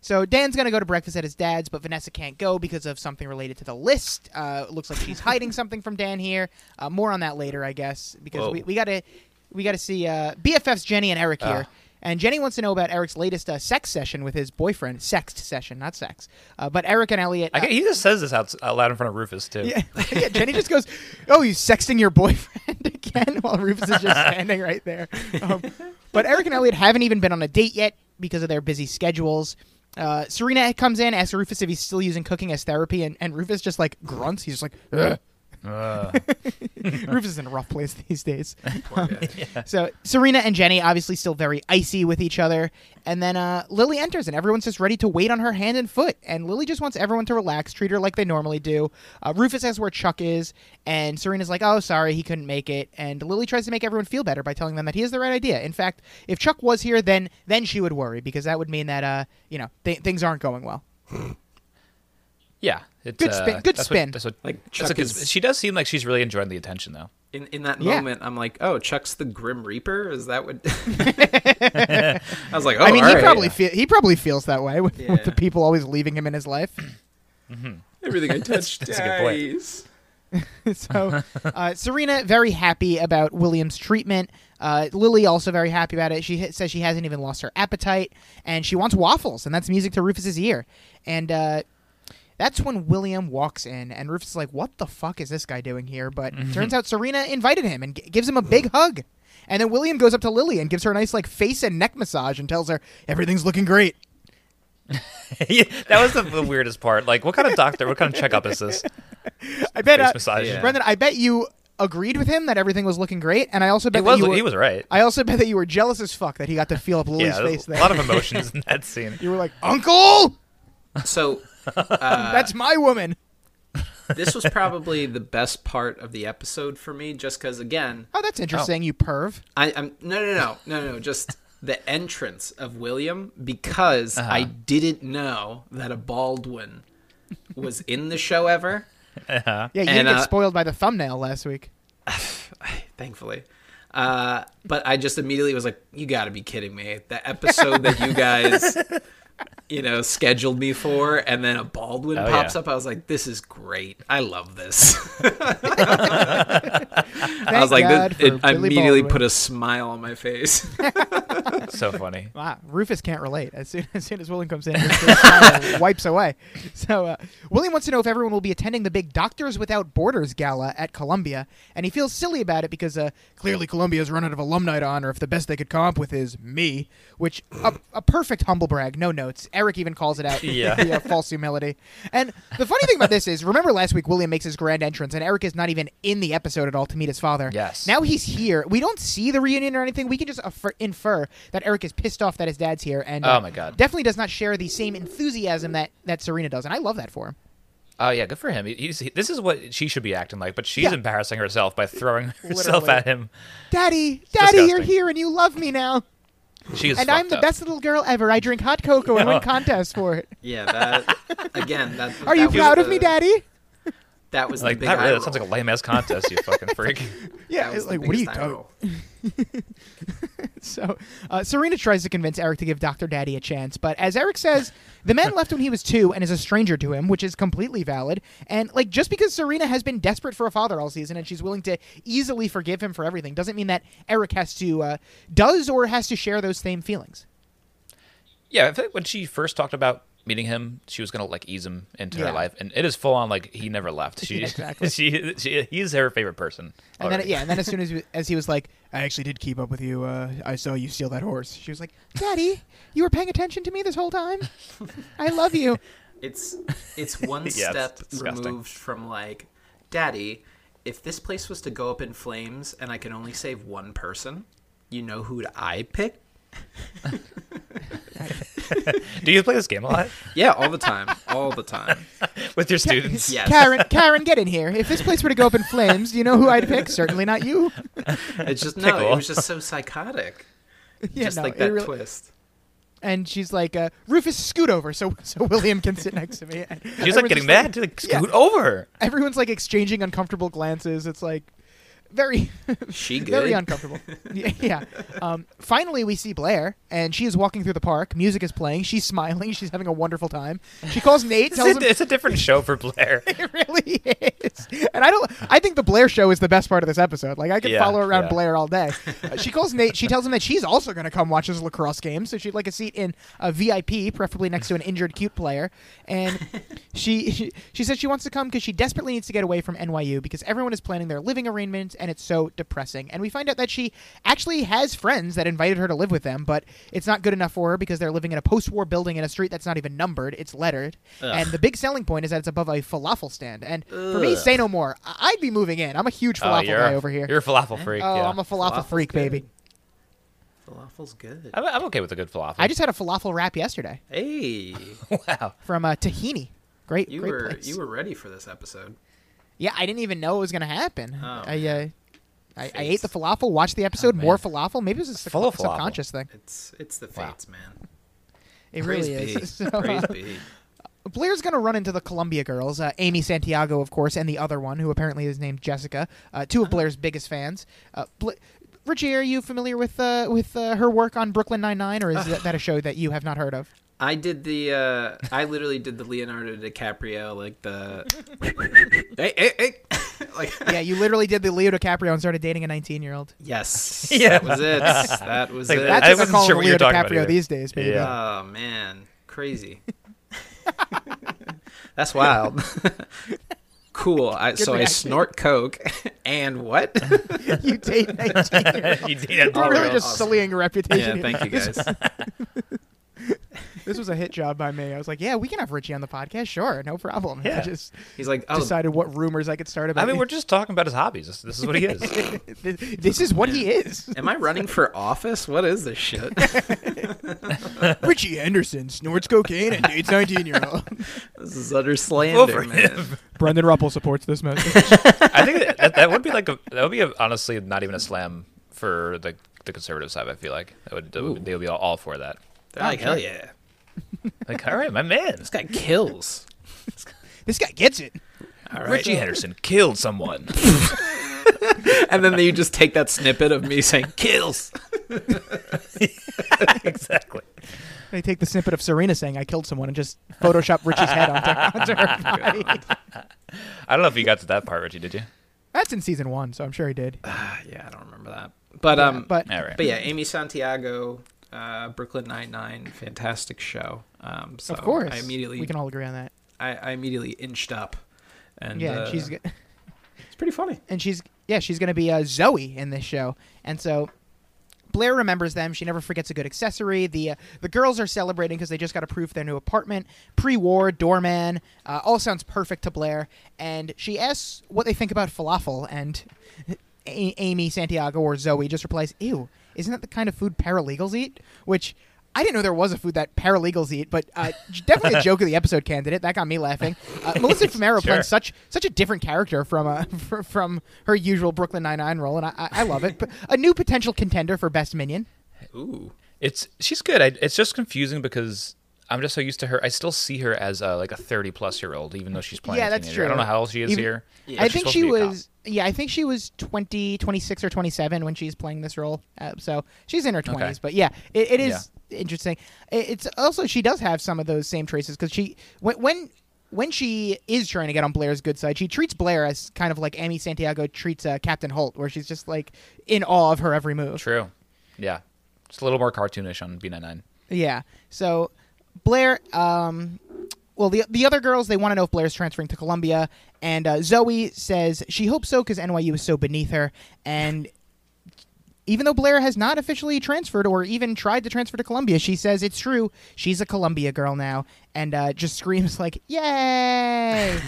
S3: So Dan's gonna go to breakfast at his dad's, but Vanessa can't go because of something related to the list. Uh, it looks like she's hiding something from Dan here. Uh, more on that later, I guess, because
S1: Whoa.
S3: we, we gotta we gotta see uh, BFFs Jenny and Eric here.
S1: Ah.
S3: and Jenny wants to know about Eric's latest uh, sex session with his boyfriend. Sexed session, not sex. Uh, but Eric and Elliot.
S1: I, get- he just says this out, out loud in front of Rufus too.
S3: Yeah, yeah, Jenny just goes, "Oh, you sexting your boyfriend again?" While Rufus is just standing right there. Um, but Eric and Elliot haven't even been on a date yet because of their busy schedules. Uh, Serena comes in, asks Rufus if he's still using cooking as therapy, and, and Rufus just like grunts. He's just like, "Ugh."
S1: Uh,
S3: Rufus is in a rough place these days.
S4: poor guy.
S3: So Serena and Jenny obviously still very icy with each other. And then uh, Lily enters, and everyone's just ready to wait on her hand and foot. And Lily just wants everyone to relax, treat her like they normally do. Uh, Rufus asks where Chuck is, and Serena's like, "Oh, sorry, he couldn't make it." And Lily tries to make everyone feel better by telling them that he has the right idea. In fact, if Chuck was here, then then she would worry because that would mean that uh, you know th- things aren't going well.
S1: yeah, it's,
S3: Good
S1: uh,
S3: spin- good
S1: that's
S3: spin.
S1: What, that's what,
S4: Like,
S1: that's
S4: Chuck
S1: a good
S4: is-
S1: spin. she does seem like she's really enjoying the attention though.
S4: In in that
S3: Yeah.
S4: moment, I'm like, oh, Chuck's the Grim Reaper. Is that what? I was like, oh,
S3: I mean,
S4: all
S3: he
S4: right.
S3: probably fe- he probably feels that way with,
S4: Yeah.
S3: with the people always leaving him in his life.
S4: everything I touched
S1: that's a good point.
S4: dies.
S3: so uh, Serena very happy about William's treatment. Uh, Lily also very happy about it. She ha- says she hasn't even lost her appetite, and she wants waffles, and that's music to Rufus's ear. And uh, that's when William walks in, and Rufus is like, "What the fuck is this guy doing here?" But
S1: Mm-hmm.
S3: turns out Serena invited him and g- gives him a big hug. And then William goes up to Lily and gives her a nice like face and neck massage and tells her everything's looking great.
S1: Yeah, that was the, the weirdest part. Like, what kind of doctor? What kind of checkup is this?
S3: I bet,
S1: Face
S3: uh,
S1: massage.
S4: Yeah.
S3: Brendan, I bet you agreed with him that everything was looking great, and I also bet
S1: He was.
S3: that you were,
S1: He was right.
S3: I also bet that you were jealous as fuck that he got to feel up Lily's
S1: yeah,
S3: face
S1: there's a
S3: there.
S1: lot of emotions in that scene.
S3: you were like, Uncle,
S4: So
S3: that's my woman.
S4: this was probably the best part of the episode for me, just because again,
S3: Oh, that's interesting. You perv.
S4: I, I'm no, no, no, no, no, no, just the entrance of William because I didn't know that a Baldwin was in the show ever.
S3: Yeah, you
S4: And,
S3: didn't get
S4: uh,
S3: spoiled by the thumbnail last week.
S4: thankfully. Uh, but I just immediately was like, "You got to be kidding me!" The episode that you guys, you know, scheduled me for, and then a Baldwin
S1: Oh,
S4: pops
S1: yeah.
S4: up. I was like, "This is great! I love this."
S3: Thank
S4: I was like,
S3: God
S4: this,
S3: for
S4: "It
S3: Billy
S4: immediately
S3: Baldwin.
S4: put a smile on my face."
S1: so funny.
S3: Wow, Rufus can't relate. As soon as, soon as William comes in, his first smile wipes away. So uh, William wants to know if everyone will be attending the big Doctors Without Borders gala at Columbia, and he feels silly about it because uh, clearly Columbia's run out of alumni to honor. If the best they could come up with is me, which a, a perfect humble brag, no notes. Eric even calls it out.
S1: Yeah.
S3: via false humility. And the funny thing about this is, remember last week William makes his grand entrance, and Eric is not even in the episode at all to meet his father.
S1: Yes.
S3: Now he's here. We don't see the reunion or anything. We can just affer- infer that Eric is pissed off that his dad's here, and uh,
S1: Oh my God.
S3: definitely does not share the same enthusiasm that that Serena does, and I love that for him.
S1: Oh yeah, good for him. He- He's, he- this is what she should be acting like, but she's
S3: Yeah.
S1: embarrassing herself by throwing herself
S3: Literally.
S1: at him.
S3: Daddy, Daddy, you're
S1: disgusting.
S3: here, and you love me now,
S1: She is
S3: and I'm
S1: fucked
S3: the
S1: up.
S3: best little girl ever. I drink hot cocoa and win contests for it.
S4: yeah, that again. That
S3: Are
S4: that
S3: you
S4: was
S3: proud of
S4: the-
S3: me, Daddy?
S4: That was
S1: Like
S4: the big
S1: that, really,
S4: eye
S1: that sounds like a
S4: roll.
S1: lame ass contest, you fucking freak.
S3: Yeah,
S4: That was
S3: it's
S4: the
S3: like what are you
S4: biggest
S3: doing?
S4: eye roll.
S3: So uh, Serena tries to convince Eric to give Dr. Daddy a chance, but as Eric says, the man left when he was two and is a stranger to him, which is completely valid. And like just because Serena has been desperate for a father all season and she's willing to easily forgive him for everything doesn't mean that Eric has to uh, does or has to share those same feelings.
S1: Yeah, I think when she first talked about meeting him, she was gonna like ease him into
S3: Yeah.
S1: her life, and it is full on like he never left. She,
S3: Yeah, exactly.
S1: she, she, he's her favorite person.
S3: And then
S1: already.
S3: yeah, and then as soon as as he was like, I actually did keep up with you. Uh, I saw you steal that horse. She was like, Daddy, you were paying attention to me this whole time. I love you.
S4: It's it's one
S1: it's
S4: step
S1: disgusting.
S4: removed from like, Daddy, if this place was to go up in flames and I can only save one person, you know who'd I pick?
S1: do you play this game a lot
S4: Yeah, all the time, all the time.
S1: with your students?
S4: Yes.
S3: Karen, Karen, get in here. If this place were to go up in flames, do you know who I'd pick? Certainly not you.
S4: It's just no,
S1: Pickle.
S4: it was just so psychotic.
S3: Yeah,
S4: just
S3: no,
S4: like
S3: it
S4: that
S3: really-
S4: twist.
S3: And she's like, uh, Rufus, scoot over so so William can sit next to me. And
S1: She's like
S3: everyone's
S1: getting
S3: just
S1: mad. She's like,
S3: Yeah.
S1: scoot over.
S3: Everyone's like exchanging uncomfortable glances. It's like very,
S4: She good.
S3: very uncomfortable. yeah. yeah. Um, finally, we see Blair, and she is walking through the park. Music is playing. She's smiling. She's having a wonderful time. She calls Nate.
S1: It's
S3: tells him
S1: a, it's a different show for Blair.
S3: It really is. And I don't. I think the Blair show is the best part of this episode. Like I could
S1: Yeah,
S3: follow around
S1: yeah.
S3: Blair all day. Uh, she calls Nate. She tells him that she's also going to come watch his lacrosse game, so she'd like a seat in a VIP, preferably next to an injured cute player. And she she, she says she wants to come because she desperately needs to get away from NYU because everyone is planning their living arrangements and it's so depressing. And we find out that she actually has friends that invited her to live with them, but it's not good enough for her because they're living in a post-war building in a street that's not even numbered; it's lettered. And the big selling point is that it's above a falafel stand. And for me, say no more. I- I'd be moving in. I'm a huge
S1: Oh,
S3: falafel
S1: you're,
S3: guy over here.
S1: You're a falafel freak.
S3: oh,
S1: yeah.
S3: I'm a falafel
S4: Falafel's
S3: freak,
S4: good.
S3: baby.
S4: Falafel's good.
S1: I'm, I'm okay with a good falafel.
S3: I just had a falafel wrap yesterday
S4: Hey,
S1: wow.
S3: from uh, Tahini. Great,
S4: you
S3: great
S4: were
S3: place.
S4: you were ready for this episode.
S3: Yeah, I didn't even know it was gonna happen.
S4: Oh,
S3: I, uh, I, I ate
S4: Fates.
S3: the falafel, watched the episode,
S1: man.
S3: more falafel. Maybe it was a sub-
S1: Full of falafel.
S3: subconscious thing.
S4: It's it's the
S1: Wow.
S4: fates, man.
S3: It
S4: Praise
S3: really
S4: be.
S3: is. So, uh,
S4: Praise be.
S3: Blair's gonna run into the Columbia girls, uh, Amy Santiago, of course, and the other one, who apparently is named Jessica. Uh, two of Blair's biggest fans. Uh, Bla- Richie, are you familiar with uh, with uh, her work on Brooklyn Nine Nine, or is that, that a show that you have not heard of?
S4: I did the uh I literally did the Leonardo DiCaprio like the hey, hey, hey. like
S3: Yeah, you literally did the Leo DiCaprio and started dating a nineteen year old.
S4: yes
S1: Yeah.
S4: that was it that was
S1: Like,
S4: it
S3: That's
S1: I
S3: what they're
S1: wasn't
S3: calling
S1: sure what you
S3: Leo
S1: were talking about
S3: DiCaprio
S1: either.
S3: these days, baby.
S1: Yeah.
S4: oh man crazy that's wild cool I, so I
S3: reaction.
S4: snort coke and what
S3: you date nineteen year olds.
S1: you did
S3: We're
S4: All
S3: really
S4: right,
S3: just
S4: awesome.
S3: sullying a reputation.
S4: yeah
S3: here.
S4: thank you guys
S3: This was a hit job by me. I was like, yeah, we can have Richie on the podcast. Sure, no problem. I
S1: Yeah.
S3: just
S4: he's like oh
S3: decided what rumors I could start about.
S1: I mean, we're just talking about his hobbies. This, this is what he is.
S3: this is what he is.
S4: am I running for office what is this shit
S3: Richie Henderson snorts cocaine and dates 19 year old.
S4: This is utter slander,
S1: for
S4: man.
S3: Brendan Ruppel supports this message.
S1: I think that, that would be like a that would be a, honestly not even a slam for the the conservative side. I feel like that would, that would they would be all, all for that.
S4: They're like, hell yeah.
S1: Like, all right, my man,
S4: This guy kills.
S3: this guy gets it.
S4: All right.
S1: Richie Henderson killed someone.
S4: And then you just take that snippet of me saying, kills.
S1: exactly.
S3: They take the snippet of Serena saying "I killed someone" and just Photoshop Richie's head onto, onto her body.
S1: I don't know if you got to that part, Richie. Did you?
S3: That's in season one, so I'm sure he did.
S4: Ah, yeah, I don't remember that. But, um,
S3: But
S1: All right.
S4: But yeah, Amy Santiago, uh, Brooklyn Nine Nine, fantastic show. Um, so
S3: of course,
S4: I immediately,
S3: we can all agree on that.
S4: I, I immediately inched up, and
S3: yeah,
S4: uh,
S3: and she's g-
S4: it's pretty funny.
S3: and she's yeah she's gonna be uh, Zoe in this show, and so Blair remembers them. She never forgets a good accessory. The uh, the girls are celebrating because they just got approved their new apartment. Pre-war doorman, uh, all sounds perfect to Blair. And she asks what they think about falafel, and a- Amy Santiago or Zoe just replies, "Ew, isn't that the kind of food paralegals eat?" Which I didn't know there was a food that paralegals eat, but uh, definitely a joke of the episode candidate. That got me laughing. Uh, Melissa Fumero
S1: Sure.
S3: playing such such a different character from uh, fr- from her usual Brooklyn Nine Nine role, and I, I I love it. But a new potential contender for best minion.
S4: Ooh,
S1: It's she's good. I, it's just confusing because I'm just so used to her. I still see her as uh, like a 30 plus year old, even though she's playing.
S3: Yeah,
S1: a
S3: that's
S1: teenager. I don't
S3: true.
S1: know how old she is
S3: Even-
S1: here. but
S3: I
S1: she's
S3: think
S1: supposed
S3: she
S1: to be a cop.
S3: was. Yeah, I think she was 20, 26 or 27 when she's playing this role. Uh, so she's in her 20s. But yeah, it, it is interesting. It, it's also, she does have some of those same traces because she, when, when, when she is trying to get on Blair's good side, she treats Blair as kind of like Amy Santiago treats uh, Captain Holt, where she's just like in awe of her every move.
S1: True. Yeah. It's a little more cartoonish on B99.
S3: Yeah. So Blair, um, well, the the other girls they want to know if Blair's transferring to Columbia, and uh, Zoe says she hopes so because NYU is so beneath her, and. Even though Blair has not officially transferred or even tried to transfer to Columbia, she says it's true. She's a Columbia girl now, and uh, just screams like "Yay!"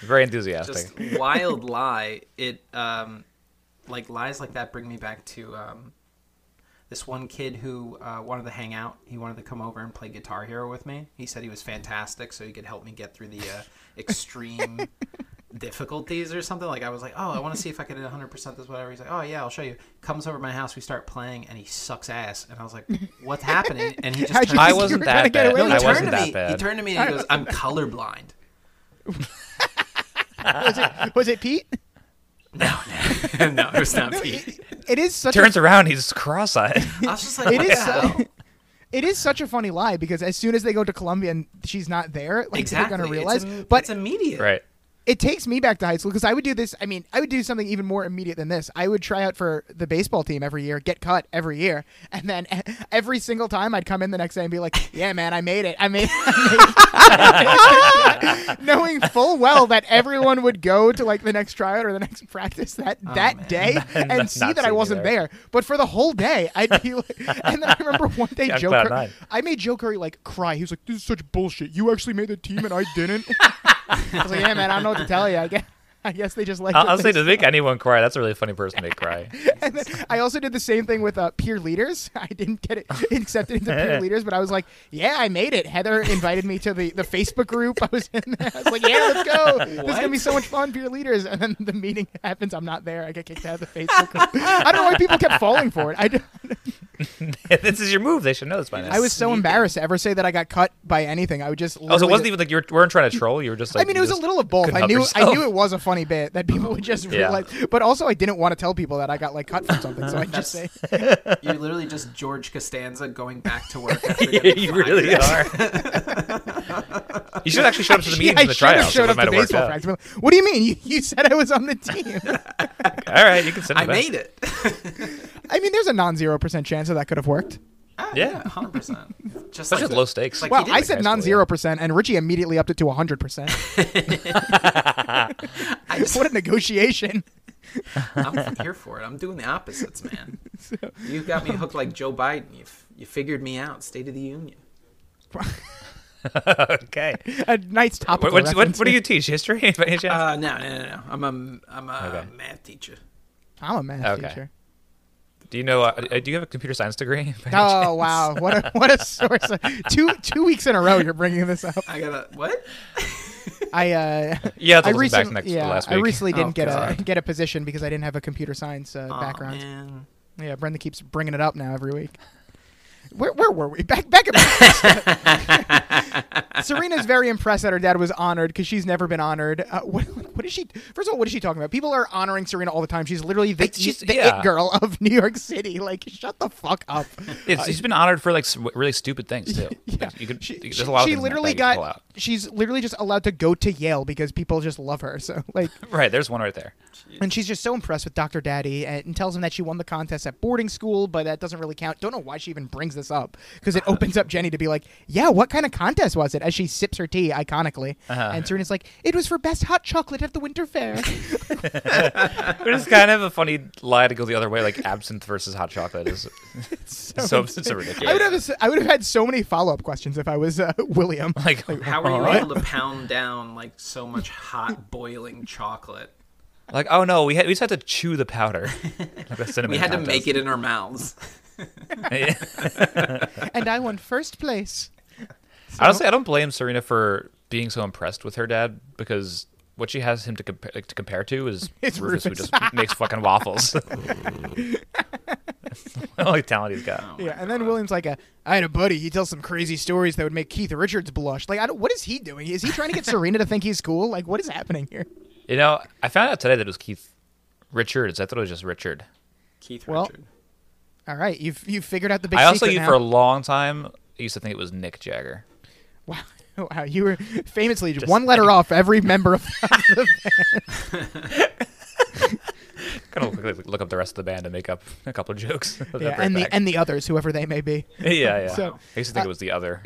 S1: Very enthusiastic.
S4: just wild lie. It um, like lies like that bring me back to um, this one kid who uh, wanted to hang out. He wanted to come over and play Guitar Hero with me. He said he was fantastic, so he could help me get through the uh, extreme difficulties or something. Like I was like, oh, I want to see if I can 100 percent this whatever. He's like, oh yeah, I'll show you. Comes over to my house, we start playing, and he sucks ass. And I was like, what's happening? And he just
S3: How'd you
S4: turned-
S1: I
S3: You
S1: wasn't
S3: were trying to
S1: that
S3: get
S1: bad.
S3: away
S1: I
S3: with it.
S4: he turned
S1: wasn't
S4: to
S1: that
S4: me. He
S1: bad.
S4: turned to me and he goes, I'm colorblind.
S3: was it was it Pete?
S4: No, no, no, it was not me.
S3: It is such a
S1: Turns around, he's cross-eyed.
S4: I was just like,
S3: It
S4: what
S3: is
S4: the hell?
S3: so, it is such a funny lie because as soon as they go to Columbia and she's not there, like
S4: exactly.
S3: they're gonna
S4: It's
S3: realize.
S4: im-
S3: but
S4: it's immediate.
S1: right.
S3: it takes me back to high school because I would do this. I mean, I would do something even more immediate than this. I would try out for the baseball team every year, get cut every year, and then e- every single time I'd come in the next day and be like, "Yeah, man, I made it. I made." I made it." Knowing full well that everyone would go to like the next tryout or the next practice that that
S4: man.
S3: day and
S1: Oh, Not-
S3: see
S1: not
S3: that I
S1: seeing you
S3: wasn't
S1: there.
S3: there. But for the whole day, I'd be like, and then I remember one day
S1: Yeah,
S3: Joe
S1: cloud
S3: Cur-
S1: nine.
S3: I made Joe Curry like cry. He was like, "This is such bullshit. You actually made the team and I didn't." I was like, "Yeah, man, I don't know what to tell you. I guess, I guess they just like."
S1: I'll,
S3: it
S1: I'll say
S3: this-
S1: to make anyone cry, that's a really funny person to make cry.
S3: and then I also did the same thing with uh, peer leaders. I didn't get it accepted into peer leaders, but I was like, "Yeah, I made it." Heather invited me to the, the Facebook group. I was in there. I was like, "Yeah, let's go. This is gonna be so much fun, peer leaders." And then the meeting happens. I'm not there. I get kicked out of the Facebook group. I don't know why people kept falling for it. I, d-
S1: this is your move. They should know this by now.
S3: I was so embarrassed to ever say that I got cut by anything. I would just.
S1: Oh, so it
S3: literally-
S1: wasn't even like you were, weren't trying to troll. You were just like.
S3: I mean, it
S1: you
S3: was a
S1: just
S3: little of both.
S1: couldn't
S3: I
S1: help
S3: knew I
S1: yourself.
S3: knew it was a funny bit that people would just
S1: Yeah.
S3: realize, but also I didn't want to tell people that I got like cut from something, so I just say,
S4: That's- You're literally just George Costanza going back to work. After
S1: Yeah, you really are. you should have actually showed up to the
S3: "Yeah,
S1: meetings
S3: I
S1: and the
S3: should have
S1: tryouts.
S3: showed
S1: It
S3: up
S1: might
S3: to
S1: have worked
S3: baseball
S1: out.
S3: practice." But What do you mean? You, you said I was on the team.
S1: All right, you can send
S4: I
S1: it back.
S4: made it.
S3: I mean, there's a non-zero percent chance that that could have worked.
S4: Ah,
S1: Yeah.
S4: hundred percent. Just
S1: Especially
S4: like
S1: with low stakes.
S4: like
S3: Wow,
S4: did
S3: I
S4: like
S3: said
S1: high school, yeah.
S3: non-zero percent, and Richie immediately upped it to 100. percent
S4: I just,
S3: What a negotiation!
S4: I'm here for it. I'm doing the opposites, man. you got me hooked like Joe Biden. You f- you figured me out. State of the Union.
S1: okay.
S3: A nice topical
S1: What, what, what,
S3: reference.
S1: what do you teach? History? By any
S3: Uh,
S1: chance?
S4: Uh, no, no, no, no. I'm a I'm a
S1: Okay.
S4: math teacher.
S3: I'm a math
S1: Okay.
S3: teacher.
S1: Do you know? Uh, uh, do you have a computer science degree? by any
S3: Oh
S1: chance?
S3: wow, what a what a source! Of, two two weeks in a row, you're bringing this up.
S4: I gotta what?
S3: I uh,
S1: Yeah, it's
S3: I
S1: all listen back to
S3: recent-
S1: next- to
S3: yeah,
S1: last
S3: I
S1: week.
S3: recently didn't
S4: Oh,
S3: get a
S4: God.
S3: get a position because I didn't have a computer science uh,
S4: Aw,
S3: background.
S4: man.
S3: Yeah, Brenda keeps bringing it up now every week. Where, where were we? Back back up. Serena's very impressed that her dad was honored because she's never been honored. Uh, what, what is she? First of all, what is she talking about? People are honoring Serena all the time. She's literally the, e,
S1: It's just-
S3: the
S1: yeah.
S3: it girl of New York City. Like, shut the fuck up.
S1: It's, he's been honored for like s- really stupid things too.
S3: Yeah,
S1: you could,
S3: she,
S1: there's
S3: she-
S1: a lot.
S3: she
S1: of things in that
S3: literally
S1: bag you could
S3: got.
S1: pull out.
S3: She's literally just allowed to go to Yale because people just love her. So like,
S1: right. There's one right there.
S3: and she's just so impressed with Dr. Daddy and, and tells him that she won the contest at boarding school, but that doesn't really count. Don't know why she even brings this up because it opens up Jenny to be like, "Yeah, what kind of contest was it?" As she sips her tea, iconically,
S1: Uh-huh.
S3: and Serena's like, "It was for best hot chocolate at the winter fair."
S1: But it's kind of a funny lie to go the other way. Like absinthe versus hot chocolate is so it's so ridiculous.
S3: I would have, s- I would have had so many follow up questions if I was uh, William.
S1: like,
S4: How were you
S1: what?
S4: able to pound down like so much hot boiling chocolate?
S1: Like, oh no, we had, we just had to chew the powder. Like a cinnamon
S4: We had to make it in our mouths.
S1: it.
S3: and I won first place.
S1: Honestly, I don't blame Serena for being so impressed with her dad because what she has him to compare like, to compare to is
S3: It's
S1: Rufus, who
S3: Rufus.
S1: just makes fucking waffles. the only talent he's got.
S3: Yeah, and then William's like, a, I had a buddy. He tells some crazy stories that would make Keith Richards blush. Like, I don't, what is he doing? Is he trying to get Serena to think he's cool? Like, what is happening here?
S1: You know, I found out today that it was Keith Richards. I thought it was just Richard.
S4: Keith
S3: Well,
S4: Richard.
S3: All right, you've you've figured out the big
S1: I also,
S3: secret
S1: used
S3: now.
S1: for a long time, I used to think it was Nick Jagger.
S3: wow, wow, you were famously one letter off every member of.
S1: Kind of quickly look up the rest of the band and make up a couple of jokes. I'll be
S3: yeah,
S1: right
S3: and
S1: back.
S3: the and the others, whoever they may be.
S1: yeah, yeah.
S3: So- uh,
S1: I used to think it was the other.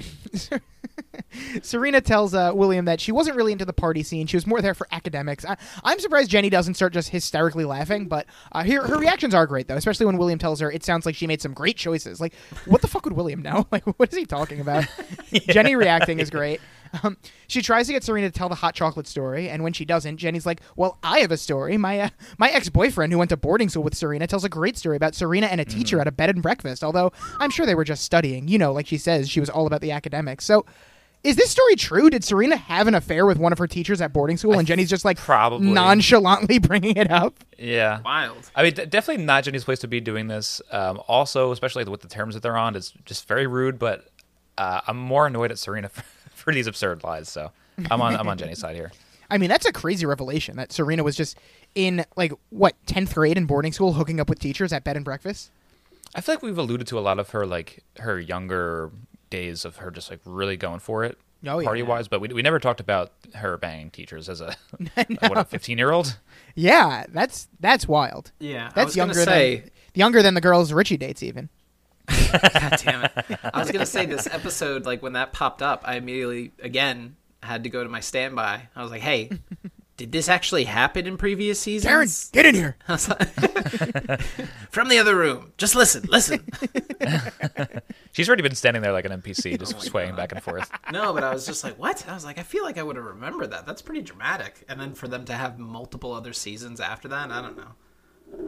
S3: Serena tells uh, William that she wasn't really into the party scene. She was more there for academics. I, I'm surprised Jenny doesn't start just hysterically laughing, but uh, her, her reactions are great, though, especially when William tells her it sounds like she made some great choices. Like, what the fuck would William know? Like, what is he talking about? Jenny reacting is great. Um, she tries to get Serena to tell the hot chocolate story, and when she doesn't, Jenny's like, "Well, I have a story. My uh, my ex boyfriend who went to boarding school with Serena tells a great story about Serena and a teacher at a bed and breakfast. Although I'm sure they were just studying. You know, like she says, she was all about the academics. So." Is this story true? Did Serena have an affair with one of her teachers at boarding school, and Jenny's just like
S1: probably.
S3: nonchalantly bringing it up?
S1: Yeah.
S4: Wild.
S1: I mean, d- definitely not Jenny's place to be doing this. Um, also, especially with the terms that they're on, it's just very rude. But uh, I'm more annoyed at Serena for, for these absurd lies. So I'm on I'm on Jenny's side here.
S3: I mean, that's a crazy revelation that Serena was just in like what tenth grade in boarding school, hooking up with teachers at bed and breakfast.
S1: I feel like we've alluded to a lot of her like her younger days of her just like really going for it,
S3: Oh, yeah.
S1: party wise. But we, we never talked about her banging teachers as a what a 15 year old.
S3: Yeah, that's that's wild.
S4: Yeah, I
S3: that's
S4: was gonna
S3: younger
S4: say-
S3: than younger than the girls Richie dates even.
S4: God damn it. I was gonna say this episode, like when that popped up, I immediately again had to go to my standby. I was like, hey, did this actually happen in previous seasons?
S3: get in here.
S4: I was like- From the other room. Just listen, listen.
S1: She's already been standing there like an NPC, just swaying back and forth.
S4: No, but I was just like, what? I was like, I feel like I would have remembered that. That's pretty dramatic. And then for them to have multiple other seasons after that, I don't know.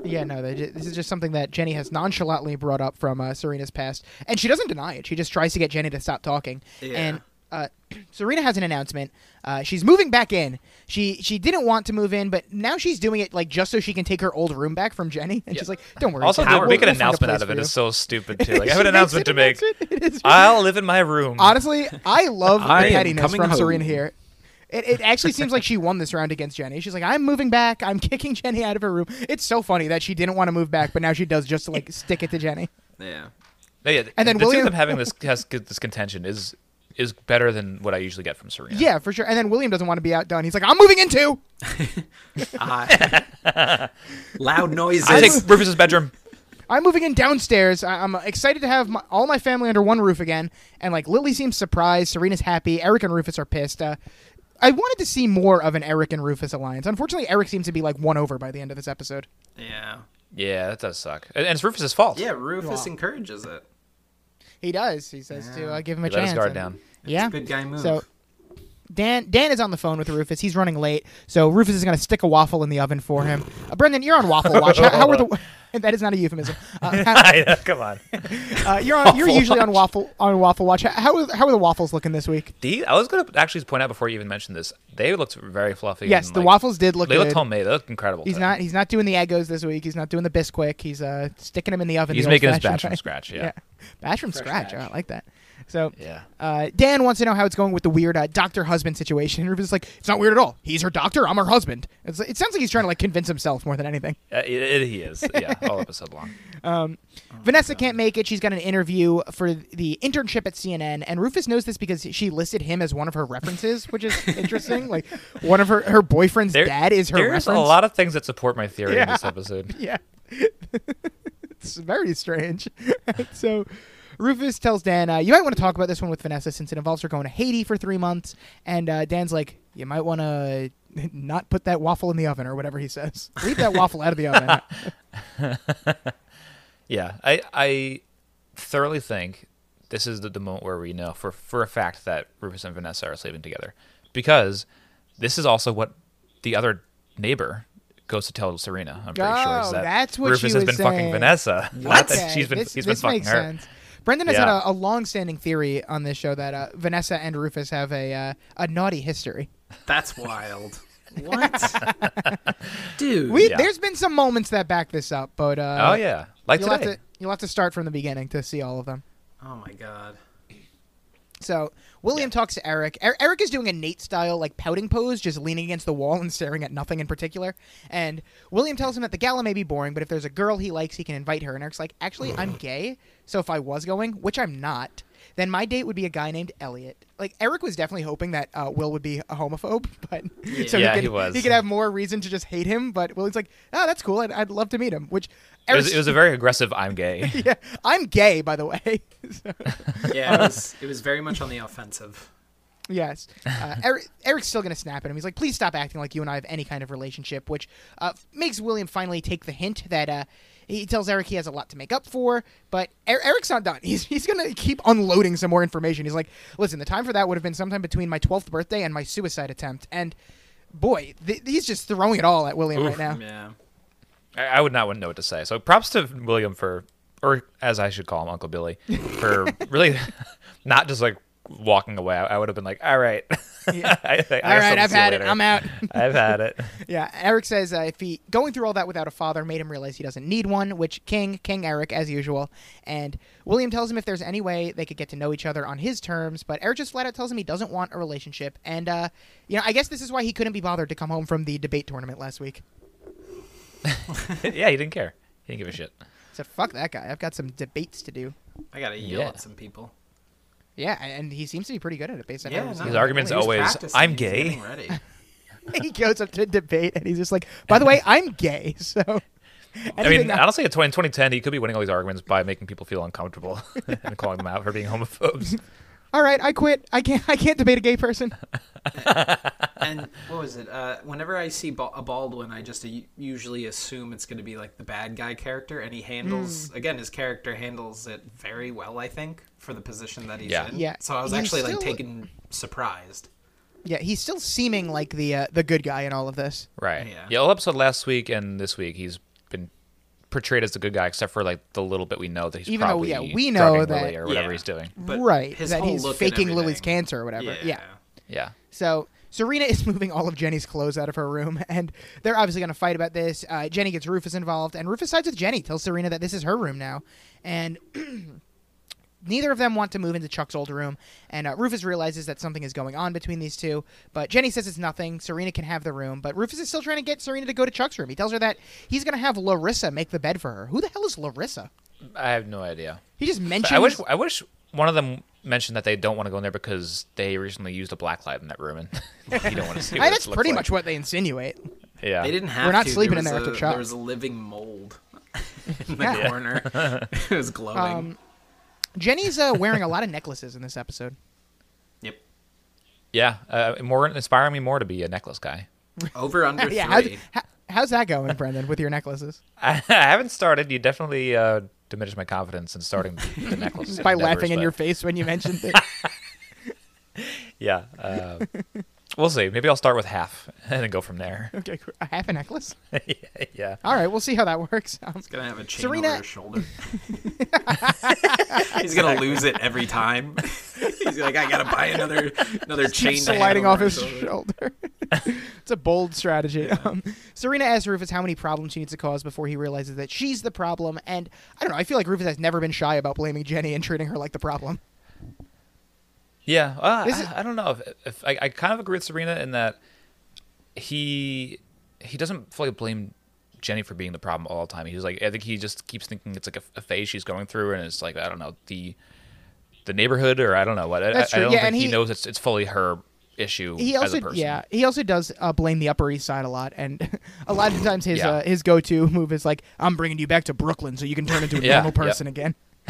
S3: Yeah, no, they, ju- this is just something that Jenny has nonchalantly brought up from uh, Serena's past, and she doesn't deny it. She just tries to get Jenny to stop talking.
S4: Yeah.
S3: And uh, Serena has an announcement. Uh, she's moving back in. She she didn't want to move in, but now she's doing it like just so she can take her old room back from Jenny. And she's like, "Don't worry."
S1: Also,
S3: Kat,
S1: to
S3: we'll-
S1: make an
S3: we'll find a
S1: announcement
S3: place
S1: out of
S3: for
S1: it
S3: you."
S1: is so stupid too. Like I have
S3: She
S1: an
S3: makes
S1: announcement to make.
S3: announcement. It is
S1: I'll live in my room.
S3: Honestly, I love
S4: I
S3: the
S4: am
S3: pettiness
S4: coming
S3: from
S4: home.
S3: Serena here. It, it actually seems like she won this round against Jenny. She's like, I'm moving back. I'm kicking Jenny out of her room. It's so funny that she didn't want to move back, but now she does just to like stick it to Jenny.
S4: Yeah.
S1: No, yeah,
S3: And then
S1: the two
S3: William-
S1: of them having this has, this contention is is better than what I usually get from Serena.
S3: Yeah, for sure. And then William doesn't want to be outdone. He's like, I'm moving in too.
S4: I- loud noises.
S1: I take Rufus's bedroom.
S3: I'm moving in downstairs. I- I'm excited to have my- all my family under one roof again. And like Lily seems surprised. Serena's happy. Eric and Rufus are pissed. Uh, I wanted to see more of an Eric and Rufus alliance. Unfortunately, Eric seems to be like won over by the end of this episode.
S4: yeah.
S1: Yeah, that does suck, and, and it's Rufus's fault.
S4: Yeah, Rufus
S3: Wow.
S4: encourages it.
S3: He does. He says to uh, give him a
S1: He let
S3: chance.
S1: his guard
S3: and-
S1: down.
S3: Yeah.
S4: Good guy move.
S3: So Dan Dan is on the phone with Rufus. He's running late, so Rufus is going to stick a waffle in the oven for him. Uh, Brendan, you're on waffle watch. How, how were the that is not a euphemism. Uh, how-
S1: I know, Come on.
S3: uh, you're on,
S1: Waffle
S3: you're usually on waffle on waffle watch. How- How are, how are the waffles looking this week?
S1: These, I was going to actually point out before you even mentioned this, they looked very fluffy.
S3: Yes,
S1: and,
S3: the
S1: like,
S3: waffles did look
S1: They
S3: good.
S1: looked homemade. They looked incredible.
S3: He's
S1: today.
S3: not he's not doing the egos this week. He's not doing the Bisquick. He's uh sticking them in the oven.
S1: He's
S3: the
S1: making his
S3: old-fashioned
S1: batch from
S3: way.
S1: scratch, yeah.
S3: batch from
S4: Fresh
S3: scratch.
S4: batch.
S3: Oh, I like that. So
S1: Yeah.
S3: Uh, Dan wants to know how it's going with the weird uh, doctor husband situation. And Ruben's like, it's not weird at all. He's her doctor. I'm her husband. It's, like- it sounds like he's trying to like convince himself more than anything.
S1: Uh, it, it- he is. Yeah, all episode long. Oh,
S3: Vanessa can't make it. She's got an interview for the internship at CNN, and Rufus knows this because she listed him as one of her references, which is interesting. like one of her her boyfriend's
S1: There-
S3: dad is her
S1: There's
S3: reference.
S1: a lot of things that support my theory in
S3: Yeah.
S1: this episode.
S3: yeah. it's very strange. so Rufus tells Dan, uh, you might want to talk about this one with Vanessa since it involves her going to Haiti for three months. And uh, Dan's like, you might want to not put that waffle in the oven or whatever he says. Leave that waffle out of the oven.
S1: Yeah, I I thoroughly think this is the, the moment where we know for for a fact that Rufus and Vanessa are sleeping together because this is also what the other neighbor goes to tell Serena. I'm pretty sure is
S3: Oh,
S1: that
S3: that's what
S1: Rufus
S3: she
S1: has
S3: was
S1: been fucking
S3: saying.
S1: Vanessa. Not that
S3: Okay,
S1: she's been
S3: this,
S1: he's been
S3: this
S1: fucking
S3: makes
S1: her.
S3: sense. Brendan has
S1: Yeah.
S3: had a, a long-standing theory on this show that uh, Vanessa and Rufus have a uh, a naughty history.
S4: That's wild. What? Dude.
S3: We,
S1: Yeah.
S3: There's been some moments that back this up, but uh,
S1: Oh yeah, like
S3: you'll have
S1: today.
S3: to you'll have to start from the beginning to see all of them.
S4: oh my god.
S3: So William talks to Eric. Er- Eric is doing a Nate style like pouting pose, just leaning against the wall and staring at nothing in particular. And William tells him that the gala may be boring, but if there's a girl he likes, he can invite her. And Eric's like, actually, I'm gay, so if I was going, which I'm not, then my date would be a guy named Elliot. Like Eric was definitely hoping that uh, Will would be a homophobe, but so
S1: Yeah,
S3: he, could,
S1: he was.
S3: could have more reason to just hate him. But William's like, oh, that's cool. I'd, I'd love to meet him. Which
S1: It was,
S3: Eric's-
S1: it was a very aggressive. I'm gay.
S3: yeah, I'm gay, by the way. So-
S4: Yeah, it was, it was very much on the offensive.
S3: Yes. Uh, Eric, Eric's still going to snap at him. He's like, please stop acting like you and I have any kind of relationship, which uh, f- makes William finally take the hint that uh, he tells Eric he has a lot to make up for, but er- Eric's not done. He's, he's going to keep unloading some more information. He's like, listen, the time for that would have been sometime between my 12th birthday and my suicide attempt. And boy, th- he's just throwing it all at William right now.
S4: Yeah.
S1: I, I would not want to know what to say. So props to William for, or as I should call him, Uncle Billy, for really not just like walking away. I, I would have been like, all right,
S3: Yeah.
S1: I, I guess
S3: All right,
S1: I'll
S3: I've
S1: see you
S3: had it.
S1: later.
S3: I'm out.
S1: I've had it.
S3: Yeah, Eric says uh, if he going through all that without a father made him realize he doesn't need one, which King, King Eric as usual. And William tells him if there's any way they could get to know each other on his terms, but Eric just flat out tells him he doesn't want a relationship. And uh, you know, I guess this is why he couldn't be bothered to come home from the debate tournament last week.
S1: yeah, he didn't care. He didn't give a shit.
S3: He said, "Fuck that guy. I've got some debates to do."
S4: I gotta yell
S1: Yeah.
S4: at some people.
S3: Yeah, and he seems to be pretty good at it based on
S4: Yeah,
S3: everything.
S4: no,
S1: His argument's
S4: he was
S1: always,
S4: practicing,
S1: "I'm
S4: he's
S1: gay."
S4: getting ready.
S3: he goes up to debate and he's just like, "By the way, I'm gay." So
S1: I mean, honestly, in 20, 2010, he could be winning all these arguments by making people feel uncomfortable and calling them out for being homophobes.
S3: all right, I quit. I can't. I can't debate a gay person.
S4: and what was it? Uh, whenever I see ba- a Baldwin, I just uh, u- usually assume it's going to be like the bad guy character, and he handles again his character handles it very well. I think for the position that he's
S1: Yeah.
S4: in.
S3: Yeah,
S4: So I was
S3: he's
S4: actually like
S3: still-
S4: taken surprised.
S3: Yeah, he's still seeming like the uh, the good guy in all of this.
S1: Right.
S4: Yeah.
S1: Yeah. All episode last week and this week, he's been portrayed as the good guy, except for like the little bit we know that he's
S3: Even though,
S1: probably
S3: yeah, we
S1: drugging
S3: know that- Mm.
S1: Lily or whatever
S4: Yeah.
S1: he's doing.
S3: right,
S4: his
S3: that
S4: whole
S3: he's
S4: look and
S3: faking Lily's
S4: everything.
S3: cancer or whatever. Yeah.
S1: Yeah.
S3: So Serena is moving all of Jenny's clothes out of her room, and they're obviously going to fight about this. Uh, Jenny gets Rufus involved, and Rufus sides with Jenny, tells Serena that this is her room now, and. Neither of them want to move into Chuck's old room, and uh, Rufus realizes that something is going on between these two. But Jenny says it's nothing. Serena can have the room, but Rufus is still trying to get Serena to go to Chuck's room. He tells her that he's going to have Larissa make the bed for her. Who the hell is Larissa?
S1: I have no idea.
S3: He just mentions.
S1: I wish I wish one of them mentioned that they don't want to go in there because they recently used a black light in that room, and you don't want to see. What
S3: I-
S1: this
S3: that's
S1: looks
S3: pretty
S1: like.
S3: much what they insinuate.
S1: Yeah,
S4: They didn't have.
S3: not
S4: to.
S3: sleeping in
S4: was
S3: there
S4: a,
S3: with the chop.
S4: There was a living mold in the
S3: Yeah. Um,
S4: corner. it was glowing.
S3: Jenny's uh, wearing a lot of necklaces in this episode.
S4: yep.
S1: Yeah, uh, more inspiring me more to be a necklace guy.
S4: Over under
S3: yeah, how's,
S4: three.
S3: how, how's that going, Brendan, with your necklaces?
S1: I, I haven't started. You definitely uh, diminished my confidence in starting the necklace
S3: By
S1: endeavors,
S3: laughing in
S1: but-
S3: your face when you mentioned it.
S1: Yeah. Uh, we'll see. Maybe I'll start with half and then go from there.
S3: Okay, cool. a half a necklace.
S1: yeah.
S3: All right, we'll see how that works. Um,
S4: He's gonna have a chain
S3: Serena-
S4: over his shoulder. He's gonna lose it every time. He's like, I gotta buy another another chain. to hand
S3: sliding
S4: over
S3: off
S4: my
S3: his
S4: shoulder."
S3: shoulder. it's a bold strategy. Um, Serena asks Rufus how many problems she needs to cause before he realizes that she's the problem. And I don't know. I feel like Rufus has never been shy about blaming Jenny and treating her like the problem.
S1: Yeah, uh,
S3: This is-
S1: I, I don't know if, if I, I kind of agree with Serena in that he he doesn't fully blame Jenny for being the problem all the time. He's like, I think he just keeps thinking it's like a, a phase she's going through, and it's like I don't know the the neighborhood or I don't know what. I-
S3: That's
S1: I, I
S3: true,
S1: don't
S3: yeah,
S1: think
S3: and
S1: he,
S3: he-
S1: knows it's it's fully her issue
S3: He
S1: as
S3: also,
S1: a person.
S3: yeah, he also does uh, blame the Upper East Side a lot, and a lot of times his
S1: Yeah.
S3: uh, his go to move is like, "I'm bringing you back to Brooklyn so you can turn into a
S1: Yeah,
S3: normal
S1: yep.
S3: person again,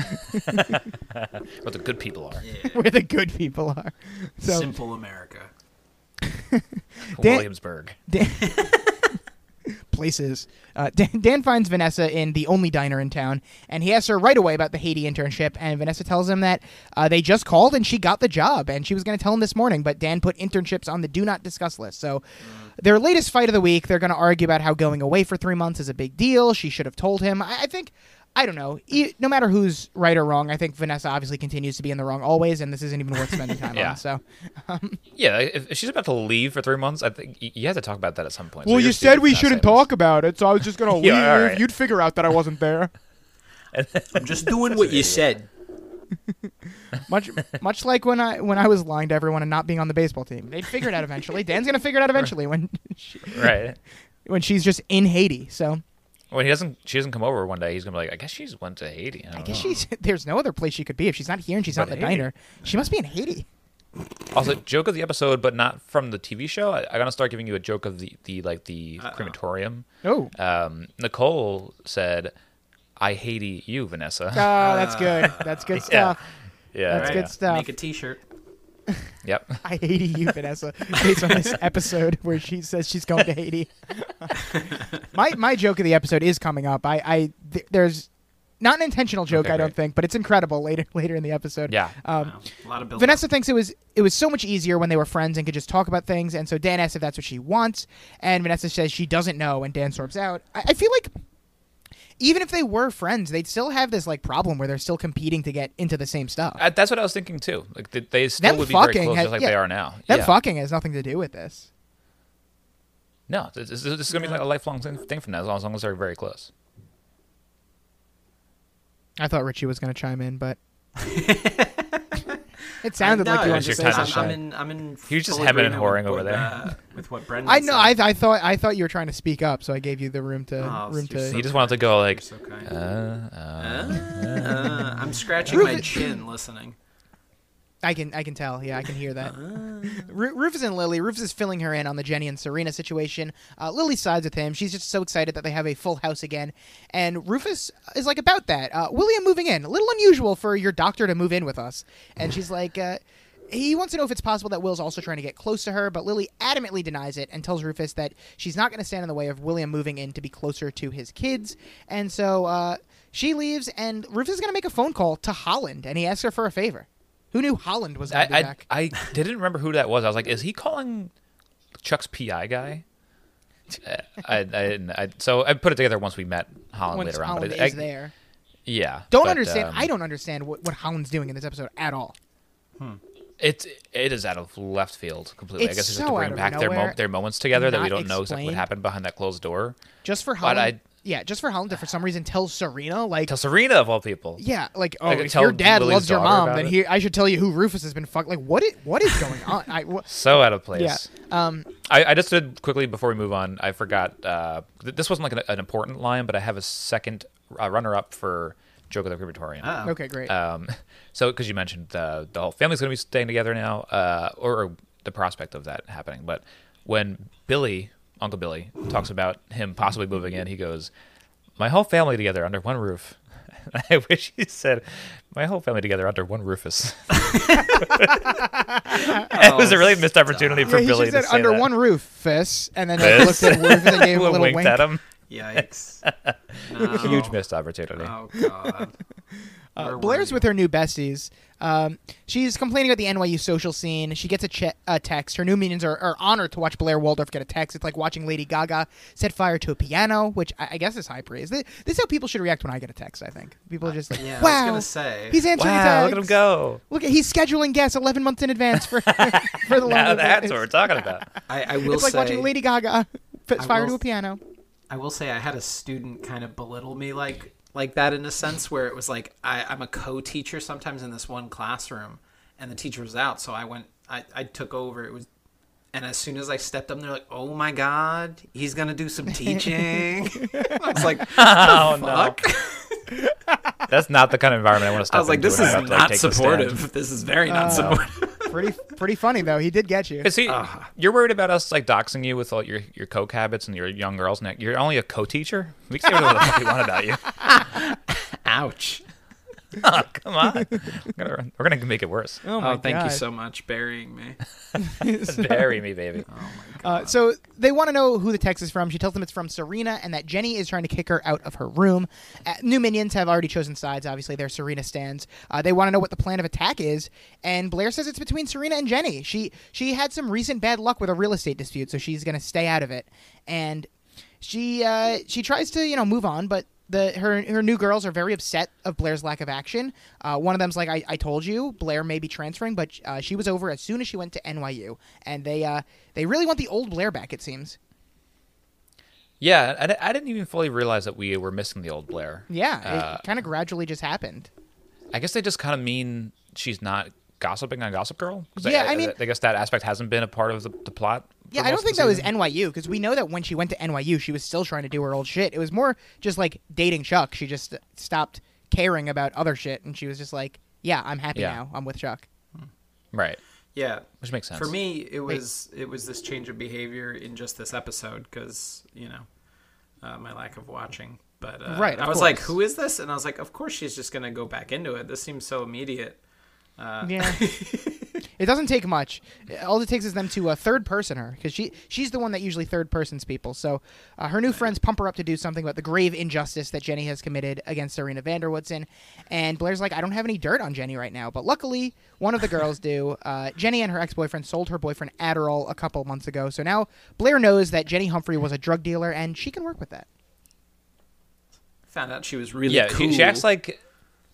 S1: what the good people are.
S3: where the good people are." So
S4: Simple America.
S3: Dan-
S1: Williamsburg.
S3: Dan- places. Uh, Dan, Dan finds Vanessa in the only diner in town, and he asks her right away about the Haiti internship. And Vanessa tells him that uh, they just called and she got the job, and she was going to tell him this morning. But Dan put internships on the do not discuss list. So their latest fight of the week, they're going to argue about how going away for three months is a big deal. She should have told him. I, I think. I don't know. E- no matter who's right or wrong, I think Vanessa obviously continues to be in the wrong always, and this isn't even worth spending time
S1: Yeah.
S3: on. So,
S1: Yeah, if, if she's about to leave for three months, I think y- you have to talk about that at some point. So
S3: Well,
S1: you're
S3: you said
S1: stupid
S3: we
S1: to not
S3: shouldn't
S1: say this.
S3: talk about it, so I was just gonna
S1: Yeah, all
S3: leave.
S1: right.
S3: You'd figure out that I wasn't there.
S4: I'm just doing what you said.
S3: Much, much like when I when I was lying to everyone and not being on the baseball team. They'd figure it out eventually. Dan's gonna figure it out eventually when she,
S1: Right.
S3: when she's just in Haiti. So
S1: When he doesn't, she doesn't come over one day. He's gonna be like, I guess she's went to Haiti. I,
S3: I
S1: don't
S3: guess
S1: know."
S3: she's there's no other place she could be if she's not here and she's not in
S1: Oh. But
S3: the
S1: Haiti.
S3: diner. She must be in Haiti.
S1: Also, joke of the episode, but not from the TV show. I, I'm gonna start giving you a joke of the, the like the
S3: Uh-uh.
S1: crematorium.
S3: Oh,
S1: Um, Nicole said, "I Haiti you, Vanessa."
S3: Ah, that's good. That's good
S1: Uh, yeah,
S3: stuff.
S1: yeah,
S3: That's
S1: yeah.
S3: good stuff.
S4: Make a T-shirt.
S1: Yep.
S3: I Haiti you, Vanessa, based on this episode where she says she's going to Haiti. my my joke of the episode is coming up. I I th- there's not an intentional joke,
S1: Okay,
S3: I don't
S1: great.
S3: think, but it's incredible later later in the episode.
S1: Yeah.
S3: Um,
S4: Wow. A lot of build
S3: Vanessa thinks it was it was so much easier when they were friends and could just talk about things, and so Dan asks if that's what she wants, and Vanessa says she doesn't know, and Dan sorts out. I, I feel like even if they were friends, they'd still have this like problem where they're still competing to get into the same stuff.
S1: I, Uh, that's what I was thinking too. Like they, they still
S3: Them
S1: would be very
S3: fucking
S1: close,
S3: has-
S1: just like
S3: yeah.
S1: they are now.
S3: Them
S1: yeah.
S3: fucking has nothing to do with this.
S1: No, this, this, this is gonna be like a lifelong thing, thing from now, as long, as long as they're very close.
S3: I thought Richie was going to chime in, but it sounded
S4: I- no,
S3: like you
S4: I-
S3: wanted to
S1: It's
S3: say
S1: your time
S4: I'm,
S1: to
S3: something.
S4: I'm
S1: shine.
S4: in. I'm in.
S1: He was just
S4: full
S1: hemming and hawing
S4: agreement with
S1: over
S4: what, uh, with what Brendan.
S3: I know. I,
S4: said.
S3: I thought I thought you were trying to speak up, so I gave you the room to
S4: Oh,
S3: room
S4: you're
S3: to.
S4: so
S1: He just wanted to go
S4: You're
S1: like,
S4: so kind.
S1: uh, uh, Oh.
S4: Uh, I'm scratching my
S3: Rufus-
S4: chin listening.
S3: I can I can tell. Yeah, I can hear that. Ru- Rufus and Lily. Rufus is filling her in on the Jenny and Serena situation. Uh, Lily sides with him. She's just so excited that they have a full house again. And Rufus is like about that. Uh, William moving in. A little unusual for your doctor to move in with us. And she's like. Uh, he wants to know if it's possible that Will's also trying to get close to her, but Lily adamantly denies it and tells Rufus that she's not going to stand in the way of William moving in to be closer to his kids. And so uh, she leaves, and Rufus is going to make a phone call to Holland, and he asks her for a favor. Who knew Holland was going to be
S1: I,
S3: back?
S1: I, I didn't remember who that was. I was like, is he calling Chuck's PI guy? Uh, I, I didn't. I, so I put it together once we met Holland
S3: Once
S1: later on.
S3: Holland
S1: but I,
S3: is
S1: I-
S3: there.
S1: Yeah.
S3: Don't
S1: but,
S3: understand.
S1: um,
S3: I don't understand what, what Holland's doing in this episode at all.
S1: It's it is out of left field completely. I
S3: It's
S1: guess it's just
S3: so
S1: to
S3: out
S1: bring
S3: of
S1: back their
S3: nowhere,
S1: mo- their moments together that we
S3: not
S1: don't know exactly what
S3: explained.
S1: happened behind that closed door.
S3: Just for Holland.
S1: I-
S3: yeah, just for Holland to for some reason tell Serena like
S1: Tell Serena of all people.
S3: yeah, like oh,
S1: Like,
S3: if
S1: tell
S3: your dad
S1: Lily's
S3: loves your
S1: daughter
S3: mom,
S1: about
S3: then
S1: it.
S3: he I should tell you who Rufus has been fucked. Like what is what is going on? I wha-
S1: So out of place.
S3: yeah. Um,
S1: I, I just did quickly before we move on. I forgot. Uh, th- this wasn't like an, an important line, but I have a second uh, runner up for joke of the crematorium.
S4: Uh-oh.
S3: okay, great.
S1: Um, so because you mentioned uh, the whole family's going to be staying together now, uh, or, or the prospect of that happening. But when Billy, Uncle Billy, talks about him possibly moving in, he goes, "My whole family together under one roof." I wish he said, "My whole family together under one Rufus." it was a really missed opportunity for
S3: Oh, yeah, he
S1: Billy
S3: should have
S1: to
S3: said
S1: say
S3: under
S1: that.
S3: one roof, Fis, and then
S1: Fis.
S3: like, looked at Rufus and gave him a
S1: Little
S3: little
S1: winked
S3: wink. Oh.
S1: at him.
S4: Yikes!
S1: Huge
S4: No.
S1: missed opportunity.
S4: Oh God. Where
S3: Uh,
S4: were
S3: Blair's
S4: you?
S3: with her new besties. Um, she's complaining about the NYU social scene. She gets a, che- a text. Her new minions are, are honored to watch Blair Waldorf get a text. It's like watching Lady Gaga set fire to a piano, which I, I guess is high praise. This, this is how people should react when I get a text. I think people are just like,
S4: Yeah,
S3: "Wow,
S4: I was gonna say.
S3: he's answering
S1: wow,
S3: texts.
S1: look at him go.
S3: Look at he's scheduling guests eleven months in advance for for the
S1: Now
S3: Lonely
S1: that's
S3: Boys.
S1: what we're talking about.
S4: I, I will
S3: It's like
S4: say.
S3: watching Lady Gaga set
S4: I
S3: fire
S4: will
S3: to a
S4: s-
S3: piano.
S4: I will say I had a student kind of belittle me like like that in a sense where it was like I, I'm a co-teacher sometimes in this one classroom, and the teacher was out, so I went I, I took over. It was, and as soon as I stepped up, they're like, "Oh my God, he's gonna do some teaching." I was like,
S1: Oh no,
S4: "Fuck."
S1: that's not the kind of environment I want to step
S4: I was like,
S1: into
S4: "This
S1: when I
S4: is
S1: have to, like,
S4: not
S1: take the stand." Oh.
S4: supportive. This is very not supportive."
S3: Pretty pretty funny though. He did get you.
S1: But See, you're worried about us like doxing you with all your your coke habits and your young girls. Nick, you're only a co-teacher. We can say whatever the fuck we want about you.
S4: Ouch.
S1: Oh, come on, we're gonna, we're gonna make it worse.
S4: Oh, thank you
S3: God.
S4: so much burying me.
S1: Bury me, baby.
S3: Uh, so they want to know who the text is from. She tells them it's from Serena and that Jenny is trying to kick her out of her room. Uh, new minions have already chosen sides. Obviously, they're Serena stands. Uh, they want to know what the plan of attack is, and Blair says it's between Serena and Jenny. She she had some recent bad luck with a real estate dispute, so she's going to stay out of it. And she uh, she tries to you know move on, but the her her new girls are very upset of Blair's lack of action. Uh, one of them's like, I, I told you, Blair may be transferring, but uh, she was over as soon as she went to NYU, and they uh, they really want the old Blair back. It seems.
S1: Yeah, I, di- I didn't even fully realize that we were missing the old Blair.
S3: Yeah,
S1: Uh,
S3: it kind of gradually just happened.
S1: I guess they just kind of mean she's not gossiping on Gossip Girl. 'Cause
S3: Yeah, I mean-
S1: I guess that aspect hasn't been a part of the, the plot. for
S3: Yeah,
S1: most
S3: I don't
S1: of
S3: think
S1: the
S3: that was
S1: season.
S3: NYU because we know that when she went to NYU, she was still trying to do her old shit. It was more just like dating Chuck. She just stopped caring about other shit, and she was just like, "Yeah, I'm happy
S1: Yeah.
S3: now. I'm with Chuck."
S1: right,
S4: Yeah,
S1: which makes sense.
S4: For me, it was it was this change of behavior in just this episode because you know uh, my lack of watching. But uh,
S3: Right,
S4: I
S3: of
S4: was like,
S3: course.
S4: "Who is this?" And I was like, "Of course, she's just gonna go back into it. This seems so immediate."
S3: Yeah. it doesn't take much. All it takes is them to uh, third person her because she she's the one that usually third persons people. So uh, her new friends pump her up to do something about the grave injustice that Jenny has committed against Serena Vanderwoodson. And Blair's like, I don't have any dirt on Jenny right now, but luckily one of the girls do. Uh, Jenny and her ex boyfriend sold her boyfriend Adderall a couple months ago, so now Blair knows that Jenny Humphrey was a drug dealer and she can work with that.
S4: Found out she was really
S1: yeah,
S4: cool.
S1: she, she acts like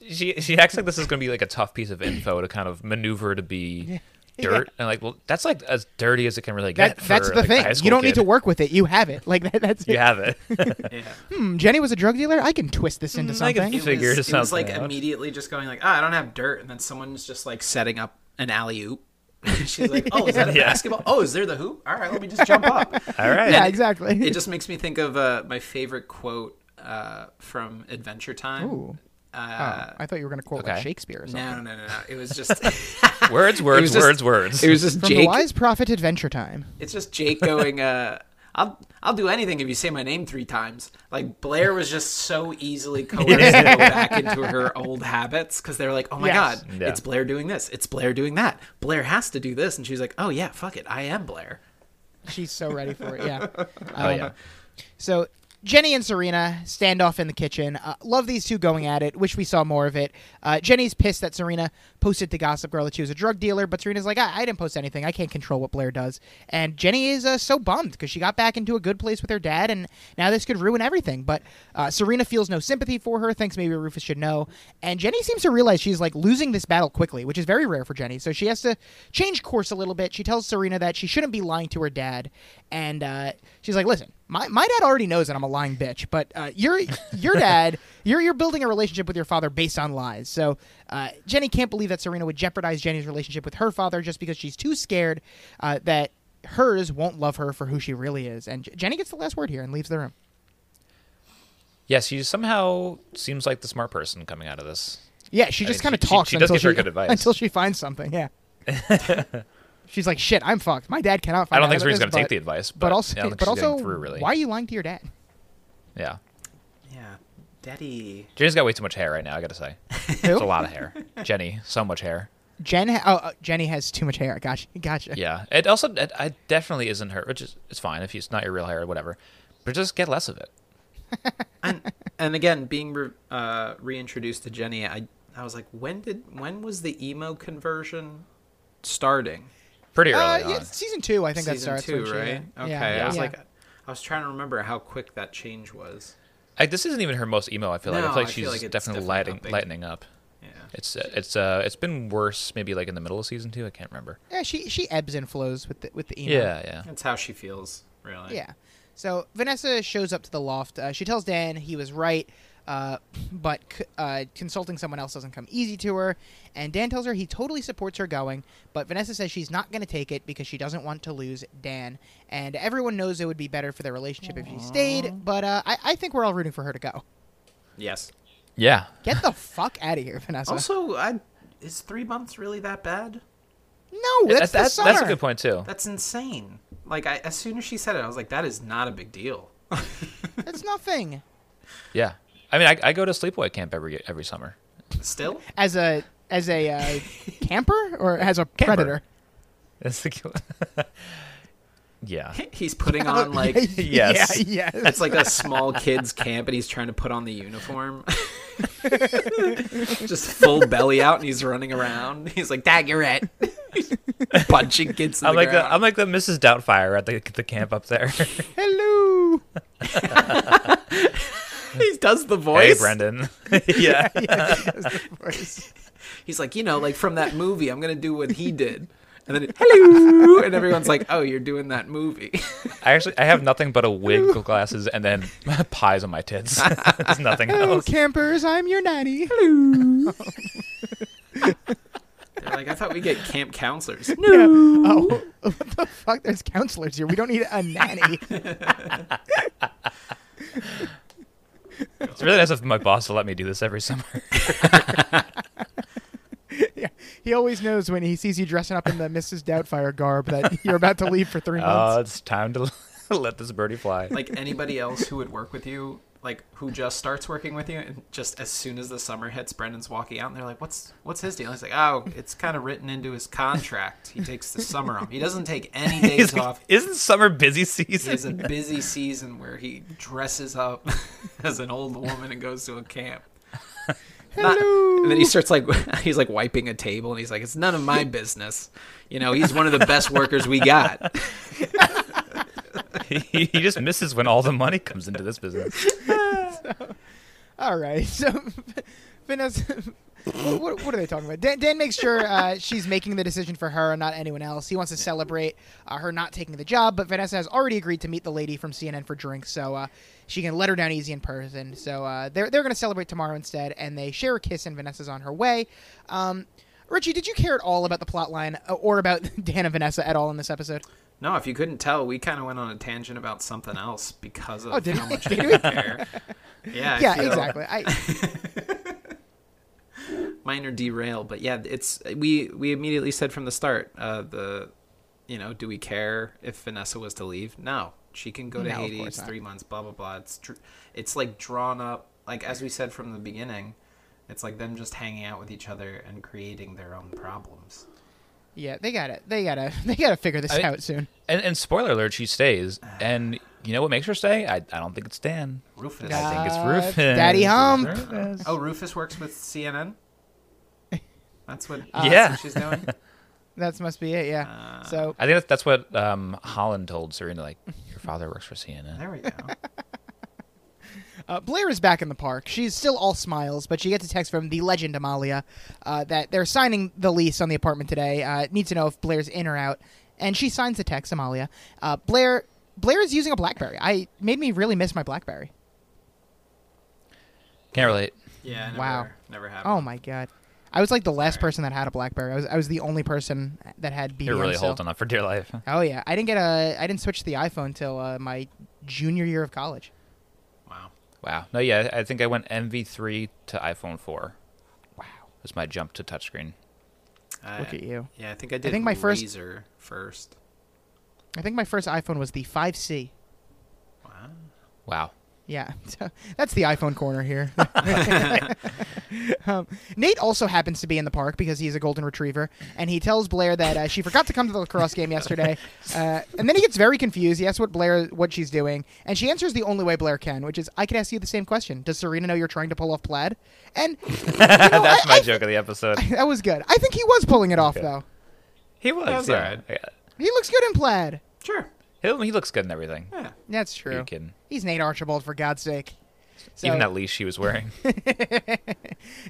S1: she she acts like this is going to be like a tough piece of info to kind of maneuver to be dirt and like well that's like as dirty as it can really get.
S3: That, that's
S1: for,
S3: the
S1: like, a high
S3: thing.
S1: school
S3: You don't
S1: kid.
S3: need to work with it. You have it. Like that, that's
S1: You
S3: it.
S1: have it.
S4: yeah.
S3: Hmm, Jenny was a drug dealer. I can twist this into
S1: Mm, I can
S3: something.
S1: You figure
S4: it was, it was
S1: something
S4: like
S1: out.
S4: immediately just going like, "Ah, I don't have dirt," and then someone's just like setting up an alley oop. she's like, "Oh, is that a
S1: Yeah.
S4: basketball? Oh, is there the hoop? All right, let me just jump up."
S1: All right.
S3: Yeah, exactly.
S4: it just makes me think of uh, my favorite quote uh, from Adventure Time.
S3: Ooh.
S4: Uh,
S3: Oh, I thought you were going to quote
S1: okay.
S3: like Shakespeare or something.
S4: No, no, no, no. It was just
S1: Words,
S4: It
S1: words,
S4: was just-
S1: words, words.
S4: It was just
S3: From the
S4: Jake.
S3: Wise Prophet Adventure Time.
S4: It's just Jake going. Uh, I'll I'll do anything if you say my name three times. Like Blair was just so easily coerced to go back into her old habits because they're like, oh my
S3: Yes.
S4: god,
S1: Yeah.
S4: it's Blair doing this, it's Blair doing that. Blair has to do this, and she's like, oh yeah, fuck it, I am Blair.
S3: She's so ready for it. Yeah. Um,
S1: oh yeah.
S3: So Jenny and Serena stand off in the kitchen. Uh, love these two going at it. Wish we saw more of it. Uh, Jenny's pissed that Serena posted to Gossip Girl that she was a drug dealer, but Serena's like, I, I didn't post anything. I can't control what Blair does. And Jenny is uh, so bummed because she got back into a good place with her dad, and now this could ruin everything. But uh, Serena feels no sympathy for her, thinks maybe Rufus should know. And Jenny seems to realize she's like losing this battle quickly, which is very rare for Jenny. So she has to change course a little bit. She tells Serena that she shouldn't be lying to her dad, and uh, she's like, "Listen, my, my dad already knows that I'm a lying bitch, but uh, your your dad, you're you're building a relationship with your father based on lies." So uh, Jenny can't believe that Serena would jeopardize Jenny's relationship with her father just because she's too scared uh, that hers won't love her for who she really is. And J- Jenny gets the last word here and leaves the room.
S1: Yeah, she somehow seems like the smart person coming out of this.
S3: Yeah, she
S1: I
S3: just
S1: mean,
S3: kind of
S1: she- she-
S3: talks
S1: she does
S3: until
S1: give her
S3: she
S1: good advice.
S3: until she finds something. Yeah. she's like, "Shit, I'm fucked. My dad cannot
S1: I
S3: find."
S1: don't think
S3: out about
S1: Serena's
S3: this,
S1: going to take
S3: but-
S1: the advice, but,
S3: But also,
S1: I don't think
S3: but
S1: she's getting
S3: also,
S1: through really.
S3: why are you lying to your dad?
S1: Yeah,
S4: Yeah, Daddy.
S1: Jenny's got way too much hair right now. I got to say, it's a lot of hair. Jenny, so much hair.
S3: Jen, ha- oh, uh, Jenny has too much hair. Uh, Gotcha, gotcha.
S1: Yeah, it also it, it definitely isn't her, which is it's fine if it's not your real hair or whatever, but just get less of it.
S4: and and again, being re- uh, reintroduced to Jenny, I I was like, when did when was the emo conversion starting?
S1: Pretty early
S3: Uh,
S1: on.
S3: yeah, season two, I think that
S4: Season
S3: starts.
S4: two,
S3: when she-
S4: right?
S3: yeah.
S4: Okay,
S3: Yeah.
S4: I was
S3: Yeah.
S4: like, I was trying to remember how quick that change was.
S1: I, this isn't even her most emo. I feel like I
S4: No,
S1: feel like
S4: I
S1: she's
S4: feel like it's
S1: definitely,
S4: definitely
S1: lighting,
S4: upping.
S1: lightening up.
S4: Yeah,
S1: It's uh, it's uh it's been worse maybe like in the middle of season two. I can't remember.
S3: yeah, she she ebbs and flows with the with the emo.
S1: Yeah, yeah.
S4: that's how she feels, really.
S3: Yeah. So Vanessa shows up to the loft. Uh, she tells Dan he was right, uh, but c- uh, consulting someone else doesn't come easy to her. And Dan tells her he totally supports her going, but Vanessa says she's not going to take it because she doesn't want to lose Dan. And everyone knows it would be better for their relationship if she stayed, but uh, I-, I think we're all rooting for her to go.
S4: Yes.
S1: Yeah.
S3: Get the fuck out of here, Vanessa.
S4: Also, I is three months really that bad?
S3: no,
S1: That's
S3: that's, the
S1: that's,
S3: summer.
S1: that's a good point too.
S4: That's insane. Like, I, as soon as she said it, I was like, that is not a big deal.
S3: That's nothing.
S1: Yeah. I mean, I, I go to sleepaway camp every every summer.
S4: Still,
S3: As a as a uh, camper or as a
S1: Camper.
S3: predator.
S1: That's the cute. yeah.
S4: he's putting on like
S1: Yes.
S3: Yeah, yes.
S4: it's like a small kids camp, and he's trying to put on the uniform. Just full belly out, and he's running around. He's like, "Dad, you're it." Punching kids. In
S1: I'm
S4: the
S1: like the,
S4: ground.
S1: I'm like the Mrs. Doubtfire at the the camp up there.
S3: Hello.
S4: he does the
S1: hey,
S4: voice.
S1: Brendan. yeah.
S4: He's like, you know, like from that movie, I'm gonna do what he did. And then it- hello, and everyone's like, "Oh, you're doing that movie."
S1: I actually I have nothing but a wig, glasses, and then pies on my tits. There's nothing
S3: Hello,
S1: else.
S3: campers. I'm your nanny.
S4: They're like, "I thought we get camp counselors."
S3: Oh, what the fuck? There's counselors here. We don't need a nanny.
S1: It's really nice of my boss to let me do this every summer.
S3: yeah. He always knows when he sees you dressing up in the Mrs. Doubtfire garb that you're about to leave for three
S1: Oh,
S3: months.
S1: it's time to let this birdie fly.
S4: Like anybody else who would work with you, like who just starts working with you, and just as soon as the summer hits, Brendan's walking out, and they're like, "What's what's his deal?" He's like, "Oh, it's kind of written into his contract. He takes the summer off. He doesn't take any days
S1: He's like,
S4: off.
S1: Isn't summer busy
S4: He has
S1: season?
S4: a busy season where he dresses up as an old woman and goes to a camp. Not- and then he starts like he's like wiping a table and he's like, It's none of my business. You know, he's one of the best workers we got.
S1: he, he just misses when all the money comes into this business.
S3: All right. So, Vanessa. What, what- what are they talking about? Dan, Dan makes sure uh, she's making the decision for her and not anyone else. He wants to celebrate uh, her not taking the job, but Vanessa has already agreed to meet the lady from CNN for drinks, so uh, she can let her down easy in person. So uh, they're, they're going to celebrate tomorrow instead, and they share a kiss, and Vanessa's on her way. Um, Richie, did you care at all about the plot line uh, or about Dan and Vanessa at all in this episode?
S4: No, if you couldn't tell, we kinda went on a tangent about something else because of
S3: Oh, did
S4: how
S3: we?
S4: much
S3: Did
S4: we
S3: we?
S4: care. Yeah, I
S3: yeah,
S4: feel-
S3: exactly. I,
S4: minor derail, but yeah, it's we we immediately said from the start, uh, the you know, do we care if Vanessa was to leave? No, she can go to
S3: No, of
S4: Haiti.
S3: course
S4: It's
S3: not.
S4: three months. Blah blah blah. It's tr- it's like drawn up, like as we said from the beginning. It's like them just hanging out with each other and creating their own problems.
S3: yeah, they got to They got to. They got to figure this
S1: I-
S3: out soon.
S1: And, and spoiler alert, she stays. And you know what makes her stay? I, I don't think it's Dan.
S4: Rufus.
S1: I think it's
S3: Uh,
S1: Rufus.
S3: Daddy Hump.
S1: Rufus.
S4: Oh, Rufus works with CNN. That's what.
S1: Yeah.
S4: That's what she's doing.
S3: That must be it. Yeah.
S4: Uh,
S3: so
S1: I think that's, that's what um, Holland told Serena. Like, your father works for CNN.
S4: There we go.
S3: Uh, Blair is back in the park. She's still all smiles, but she gets a text from the legend Amalia uh, that they're signing the lease on the apartment today. Uh, needs to know if Blair's in or out, and she signs the text. Amalia, uh, Blair, Blair is using a BlackBerry. I made me really miss my BlackBerry.
S1: Can't relate.
S4: Yeah. Never,
S3: Wow.
S4: Never happened.
S3: Oh my god, I was like the last person that had a BlackBerry. I was I was the only person that had BBM.
S1: You're really
S3: still.
S1: holding on for dear life.
S3: Oh yeah, I didn't get a I didn't switch to the iPhone till uh, my junior year of college.
S4: Wow.
S1: Wow. No, yeah, I think I went MV3 to iPhone 4. Wow. That's my jump to touchscreen.
S4: I-
S3: Look at you.
S4: Uh, Yeah, I think I did.
S3: think my first-
S4: Razor first.
S3: I think my first iPhone was the 5C.
S4: Wow.
S1: Wow.
S3: Yeah, so that's the iPhone corner here. um, Nate also happens to be in the park because he's a golden retriever, and he tells Blair that uh, she forgot to come to the lacrosse game yesterday. Uh, and then he gets very confused. He asks what Blair what she's doing, and she answers the only way Blair can, which is, "I could ask you the same question. Does Serena know you're trying to pull off plaid?" And you know,
S1: That's
S3: I-
S1: my
S3: I-
S1: joke of the episode.
S3: that was good. I think he was pulling it off
S1: Okay.
S3: though.
S1: He was.
S4: That's
S1: yeah.
S4: alright.
S1: Yeah.
S3: He looks good in plaid.
S4: Sure.
S1: He, he looks good in everything.
S4: Yeah.
S3: That's
S1: Are you
S3: true.
S1: kidding?
S3: He's Nate Archibald for God's sake. So-
S1: Even that leash she was wearing.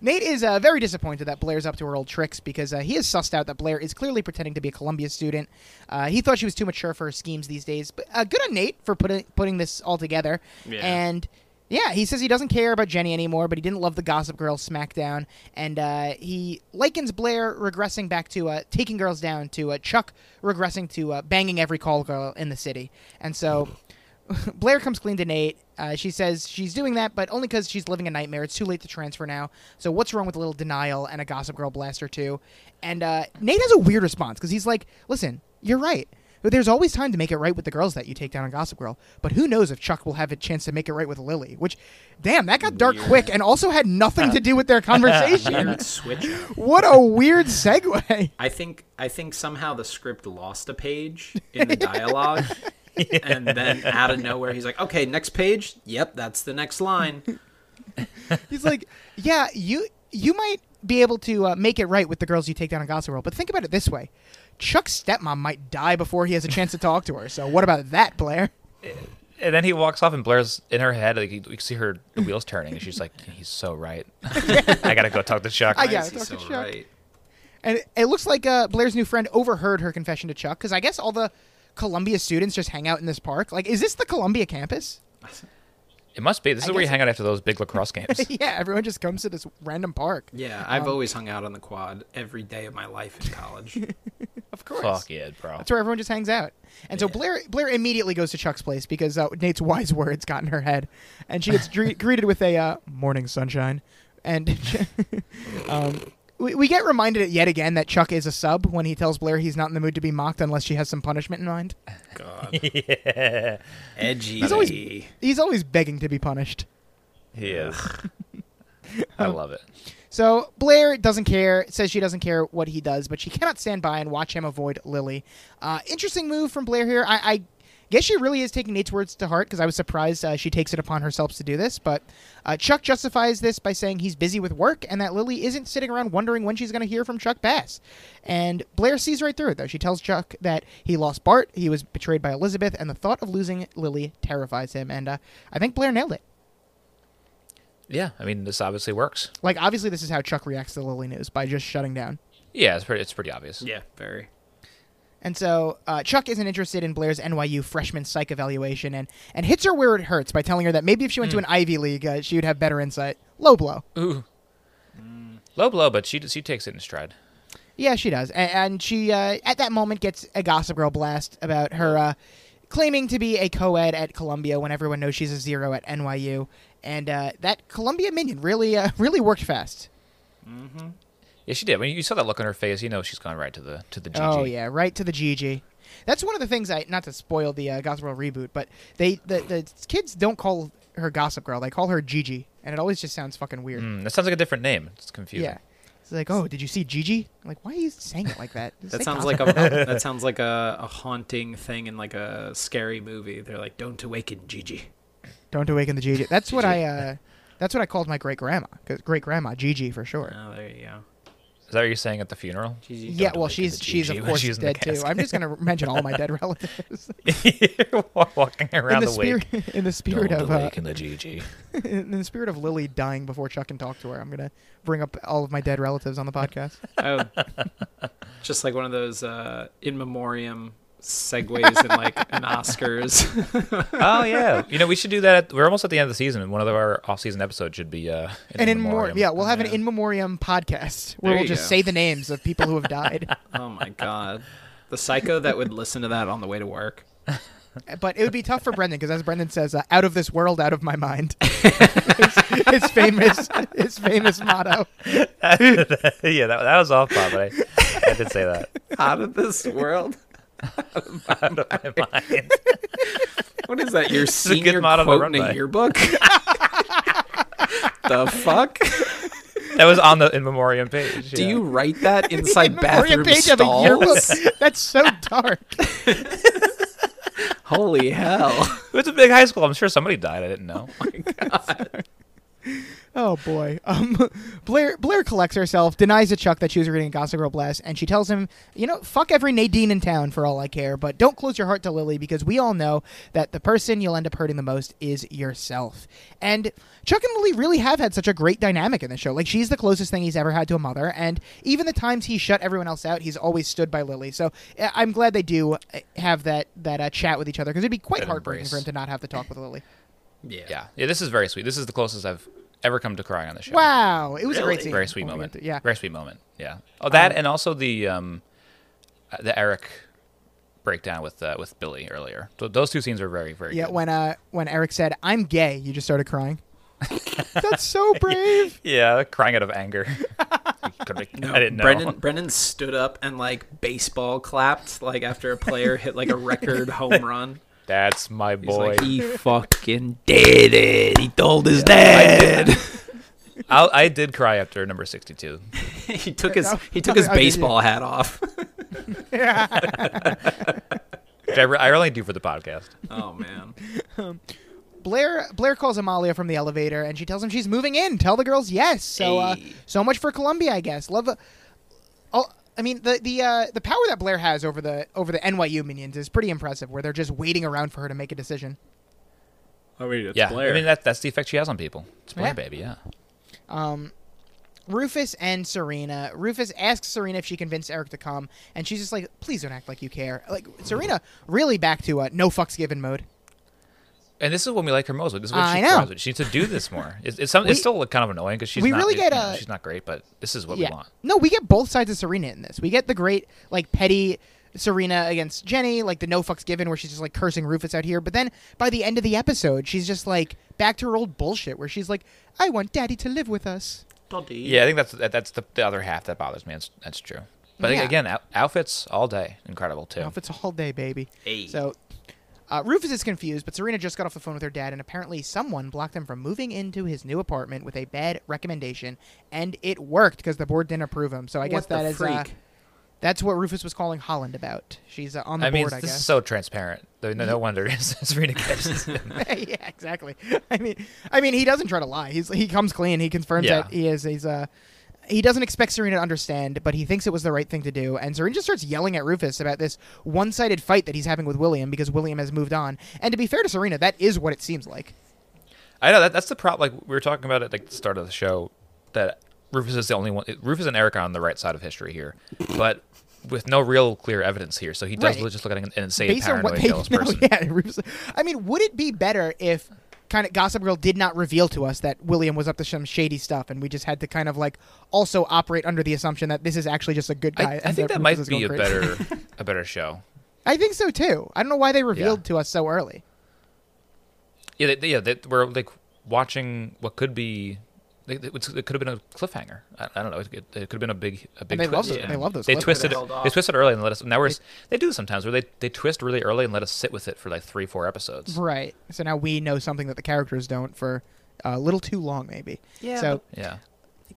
S3: Nate is uh, very disappointed that Blair's up to her old tricks because uh, he has sussed out that Blair is clearly pretending to be a Columbia student. Uh, he thought she was too mature for her schemes these days, but uh, good on Nate for putting putting this all together.
S4: Yeah.
S3: And yeah, he says he doesn't care about Jenny anymore, but he didn't love the Gossip Girl SmackDown, and uh, he likens Blair regressing back to uh, taking girls down to uh, Chuck regressing to uh, banging every call girl in the city, and so. Blair comes clean to Nate. Uh, she says she's doing that, but only because she's living a nightmare. It's too late to transfer now. So what's wrong with a little denial and a Gossip Girl blaster too? And uh, Nate has a weird response because he's like, "Listen, you're right. But there's always time to make it right with the girls that you take down on Gossip Girl. But who knows if Chuck will have a chance to make it right with Lily? Which, damn, that got dark quick and also had nothing to do with their conversation.
S4: Weird switch. up.
S3: what a weird segue.
S4: I think I think somehow the script lost a page in the dialogue, and then out of nowhere he's like, "Okay, next page. Yep, that's the next line."
S3: He's like, yeah, you you might be able to uh, make it right with the girls you take down in Gossip Girl, but think about it this way: Chuck's stepmom might die before he has a chance to talk to her. So what about that, Blair?
S1: and then he walks off, and Blair's in her head. Like you, you see her the wheels turning, and she's like, "He's so right. I gotta go talk to Chuck."
S3: I
S4: Why
S3: got
S4: is
S3: it,
S4: he
S3: Dr.
S4: so
S3: Shock.
S4: right?
S3: And it, it looks like uh, Blair's new friend overheard her confession to Chuck because I guess all the Columbia students just hang out in this park. Like, is this the Columbia campus?
S1: It must be. This is
S3: I
S1: where you
S3: guess-
S1: hang out after those big lacrosse games.
S3: yeah, everyone just comes to this random park.
S4: Yeah,
S3: Um,
S4: I've always hung out on the quad every day of my life in college.
S3: Of course.
S1: Fuck yeah, bro.
S3: That's where everyone just hangs out. And so Blair Blair immediately goes to Chuck's place because uh, Nate's wise words got in her head, and she gets dre- greeted with a uh, morning sunshine. And um, we, we get reminded yet again that Chuck is a sub when he tells Blair he's not in the mood to be mocked unless she has some punishment in mind.
S4: God,
S1: yeah.
S4: edgy.
S3: He's always- He's always begging to be punished.
S1: Yeah. I love it.
S3: So Blair doesn't care, says she doesn't care what he does, but she cannot stand by and watch him avoid Lily. Uh, interesting move from Blair here. I, I guess she really is taking Nate's words to heart because I was surprised uh, she takes it upon herself to do this. But uh, Chuck justifies this by saying he's busy with work and that Lily isn't sitting around wondering when she's going to hear from Chuck Bass. And Blair sees right through it, though. She tells Chuck that he lost Bart, he was betrayed by Elizabeth, and the thought of losing Lily terrifies him. And uh, I think Blair nailed it.
S1: Yeah, I mean, this obviously works.
S3: Like, obviously, this is how Chuck reacts to Lily news by just shutting down.
S1: Yeah, it's pretty. It's pretty obvious.
S4: Yeah, very.
S3: And so uh, Chuck isn't interested in Blair's NYU freshman psych evaluation and, and hits her where it hurts by telling her that maybe if she went to an Ivy League, uh, she would have better insight. Low blow.
S1: Ooh.
S3: Mm.
S1: Low blow, but she she takes it in stride.
S3: Yeah, she does. And, and she, uh, at that moment, gets a Gossip Girl blast about her uh, claiming to be a co ed at Columbia when everyone knows she's a zero at NYU. And uh, that Columbia minion really, uh, really worked fast.
S1: Yeah, she did. When you saw that look on her face, you know she's gone right to the to the GG.
S3: Oh yeah, right to the GG. That's one of the things I not to spoil the uh, Gossip Girl reboot, but they the, the kids don't call her Gossip Girl; they call her Gigi, and it always just sounds fucking weird.
S1: Mm, that sounds like a different name. It's confusing.
S3: yeah, it's like, oh, did you see Gigi? I'm like, why are you saying it like that? Just
S4: That
S3: say
S4: sounds
S3: Gossip
S4: like a that sounds like a, a haunting thing in like a scary movie. They're like, "Don't awaken, Gigi."
S3: Don't awaken the Gigi. That's what I. Uh, that's what I called my great grandma. Great grandma Gigi for sure.
S4: Oh, there you go.
S1: Is that what you're saying at the funeral?
S4: Gigi,
S3: yeah,
S4: don't
S3: well,
S4: awaken
S3: she's
S4: the
S3: she's
S1: Gigi
S3: of
S1: when
S3: course
S1: she's in the
S3: dead too. I'm just gonna mention all my dead relatives
S1: Walking
S3: in
S1: around
S3: the
S1: the, wake.
S3: spirit in the spirit
S1: Don't
S3: of uh,
S1: awaken the GG.
S3: in the spirit of Lily dying before Chuck can talk to her. I'm gonna bring up all of my dead relatives on the podcast.
S4: Oh, just like one of those uh, in memoriam segues in like an Oscars.
S1: oh yeah, you know we should do that. At, we're almost at the end of the season, and one of our off-season episodes should be uh, an
S3: and
S1: in
S3: in memoriam.
S1: memoriam.
S3: Yeah, we'll have an
S4: Yeah.
S3: in memoriam podcast where
S4: There
S3: we'll
S4: you
S3: just
S4: go.
S3: say the names of people who have died.
S4: oh my god, the psycho that would listen to that on the way to work.
S3: but it would be tough for Brendan because, as Brendan says, uh, "Out of this world, out of my mind." his, his famous, his famous motto.
S1: yeah, that, that was off pop, but I, I did say that.
S4: Out of this world.
S1: Out of my mind.
S4: What is that? Your
S1: a good
S4: senior
S1: motto to
S4: quote
S1: run
S4: in a
S1: by.
S4: yearbook? the fuck?
S1: That was on the in memoriam page.
S4: Do
S1: yeah.
S4: you write that inside bathroom
S3: page of a yearbook.
S4: stalls?
S3: That's so dark.
S4: Holy hell!
S1: It was a big high school. I'm sure somebody died. I didn't know.
S3: Oh boy. Um, Blair Blair collects herself, denies to Chuck that she was reading Gossip Girl Blast, and she tells him, you know, fuck every Nadine in town for all I care, but don't close your heart to Lily because we all know that the person you'll end up hurting the most is yourself. And Chuck and Lily really have had such a great dynamic in the show. Like she's the closest thing he's ever had to a mother, and even the times he shut everyone else out, he's always stood by Lily. So uh, I'm glad they do uh, have that that uh, chat with each other because it'd be quite
S1: That
S3: heartbreaking
S1: embrace.
S3: for him to not have to talk with Lily.
S1: Yeah. Yeah. This is very sweet. This is the closest I've ever come to crying on the show.
S3: Wow, it was a great
S4: Really?
S3: scene.
S1: Very sweet
S3: When we
S1: moment.
S3: get to- Oh, yeah.
S1: Very sweet moment. Yeah. Oh, that and also the um, uh, the Eric breakdown with uh, with Billy earlier. Th- those two scenes are very very.
S3: Yeah,
S1: good.
S3: when uh when Eric said, "I'm gay," you just started crying. That's so brave.
S1: Yeah, crying out of anger. Couldn't- I didn't know.
S4: Brendan Brendan stood up and like baseball clapped like after a player hit like a record home run.
S1: That's my
S4: He's
S1: boy.
S4: like he fucking did it. He told his dad.
S1: I'll, I did cry after number sixty-two.
S4: he took his he took
S3: Okay, okay,
S4: his
S3: yeah.
S4: baseball hat off.
S1: Which I, re- I only do for the podcast.
S4: oh man.
S3: Blair Blair calls Amalia from the elevator and she tells him she's moving in. Tell the girls yes. So uh,
S4: Hey.
S3: so much for Columbia, I guess. Love. Oh, I mean the the uh, the power that Blair has over the over the NYU minions is pretty impressive. Where they're just waiting around for her to make a decision.
S4: I mean, it's
S1: Yeah, I mean that, that's the effect she has on people. It's Blair,
S3: Yeah.
S1: baby. Yeah.
S3: Rufus and Serena. Rufus asks Serena if she convinced Eric to come, and she's just like, "Please don't act like you care." Like Serena really back to uh, no fucks given mode.
S1: And this is when we like her most. This is what
S3: I
S1: she
S3: know.
S1: thrives with. She needs to do this more. It's, it's, some,
S3: We-
S1: it's still kind of annoying because she's
S3: we
S1: not,
S3: really
S1: it-
S3: get
S1: you know,
S3: a-
S1: she's not great, but this is what we want.
S3: No, we get both sides of Serena in this. We get the great, like, petty Serena against Jenny, like the no fucks given, where she's just like cursing Rufus out here. But then by the end of the episode, she's just like back to her old bullshit, where she's like, "I want Daddy to live with us."
S1: Yeah, I think that's that, that's the, the other half that bothers me. That's, that's true. But I think,
S3: Yeah.
S1: again, out, outfits all day, incredible too.
S3: Now, if it's all day, baby.
S4: Hey.
S3: So. Uh, Rufus is confused, but Serena just got off the phone with her dad, and apparently someone blocked him from moving into his new apartment with a bad recommendation, and it worked because the board didn't approve him. So I guess
S4: What the
S3: that is uh,
S4: freak?
S3: that's what Rufus was calling Holland about. She's uh, on the
S1: I mean,
S3: board, I
S1: this
S3: guess.
S1: is so transparent. No, no no wonder Serena catches it.
S3: yeah, exactly. I mean, I mean, he doesn't try to lie. He's he comes clean. He confirms
S1: Yeah.
S3: that he is. He's uh, he doesn't expect Serena to understand, but he thinks it was the right thing to do. And Serena just starts yelling at Rufus about this one-sided fight that he's having with William because William has moved on. And to be fair to Serena, that is what it seems like.
S1: I know that that's the problem. Like we were talking about at like the start of the show, that Rufus is the only one. Rufus and Eric are on the right side of history here, but with no real clear evidence here. So he does
S3: Right.
S1: look- just look like an, an insane,
S3: Based on
S1: paranoid,
S3: what they
S1: jealous
S3: know,
S1: person.
S3: yeah. Rufus, I mean, would it be better if kind of Gossip Girl did not reveal to us that William was up to some shady stuff, and we just had to kind of like also operate under the assumption that this is actually just a good guy?
S1: I, I
S3: and
S1: think that
S3: Rufus
S1: might
S3: is
S1: be
S3: going
S1: a
S3: crazy.
S1: better a better show.
S3: I think so too. I don't know why they revealed
S1: Yeah.
S3: to us so early.
S1: Yeah, they, yeah. They, we're like watching what could be. It, it could have been a cliffhanger. I, I don't know. It, it could have been a big, a big.
S3: they
S1: twist.
S3: love
S4: it. They
S3: love those
S1: They
S3: cliffhangers.
S1: twisted.
S4: They held
S1: They
S4: off.
S1: twisted early and let us. Now we're. s- They do sometimes where they they twist really early and let us sit with it for like three, four episodes.
S3: Right. So now we know something that the characters don't for uh, a little too long, maybe.
S4: Yeah,
S3: So
S1: Yeah.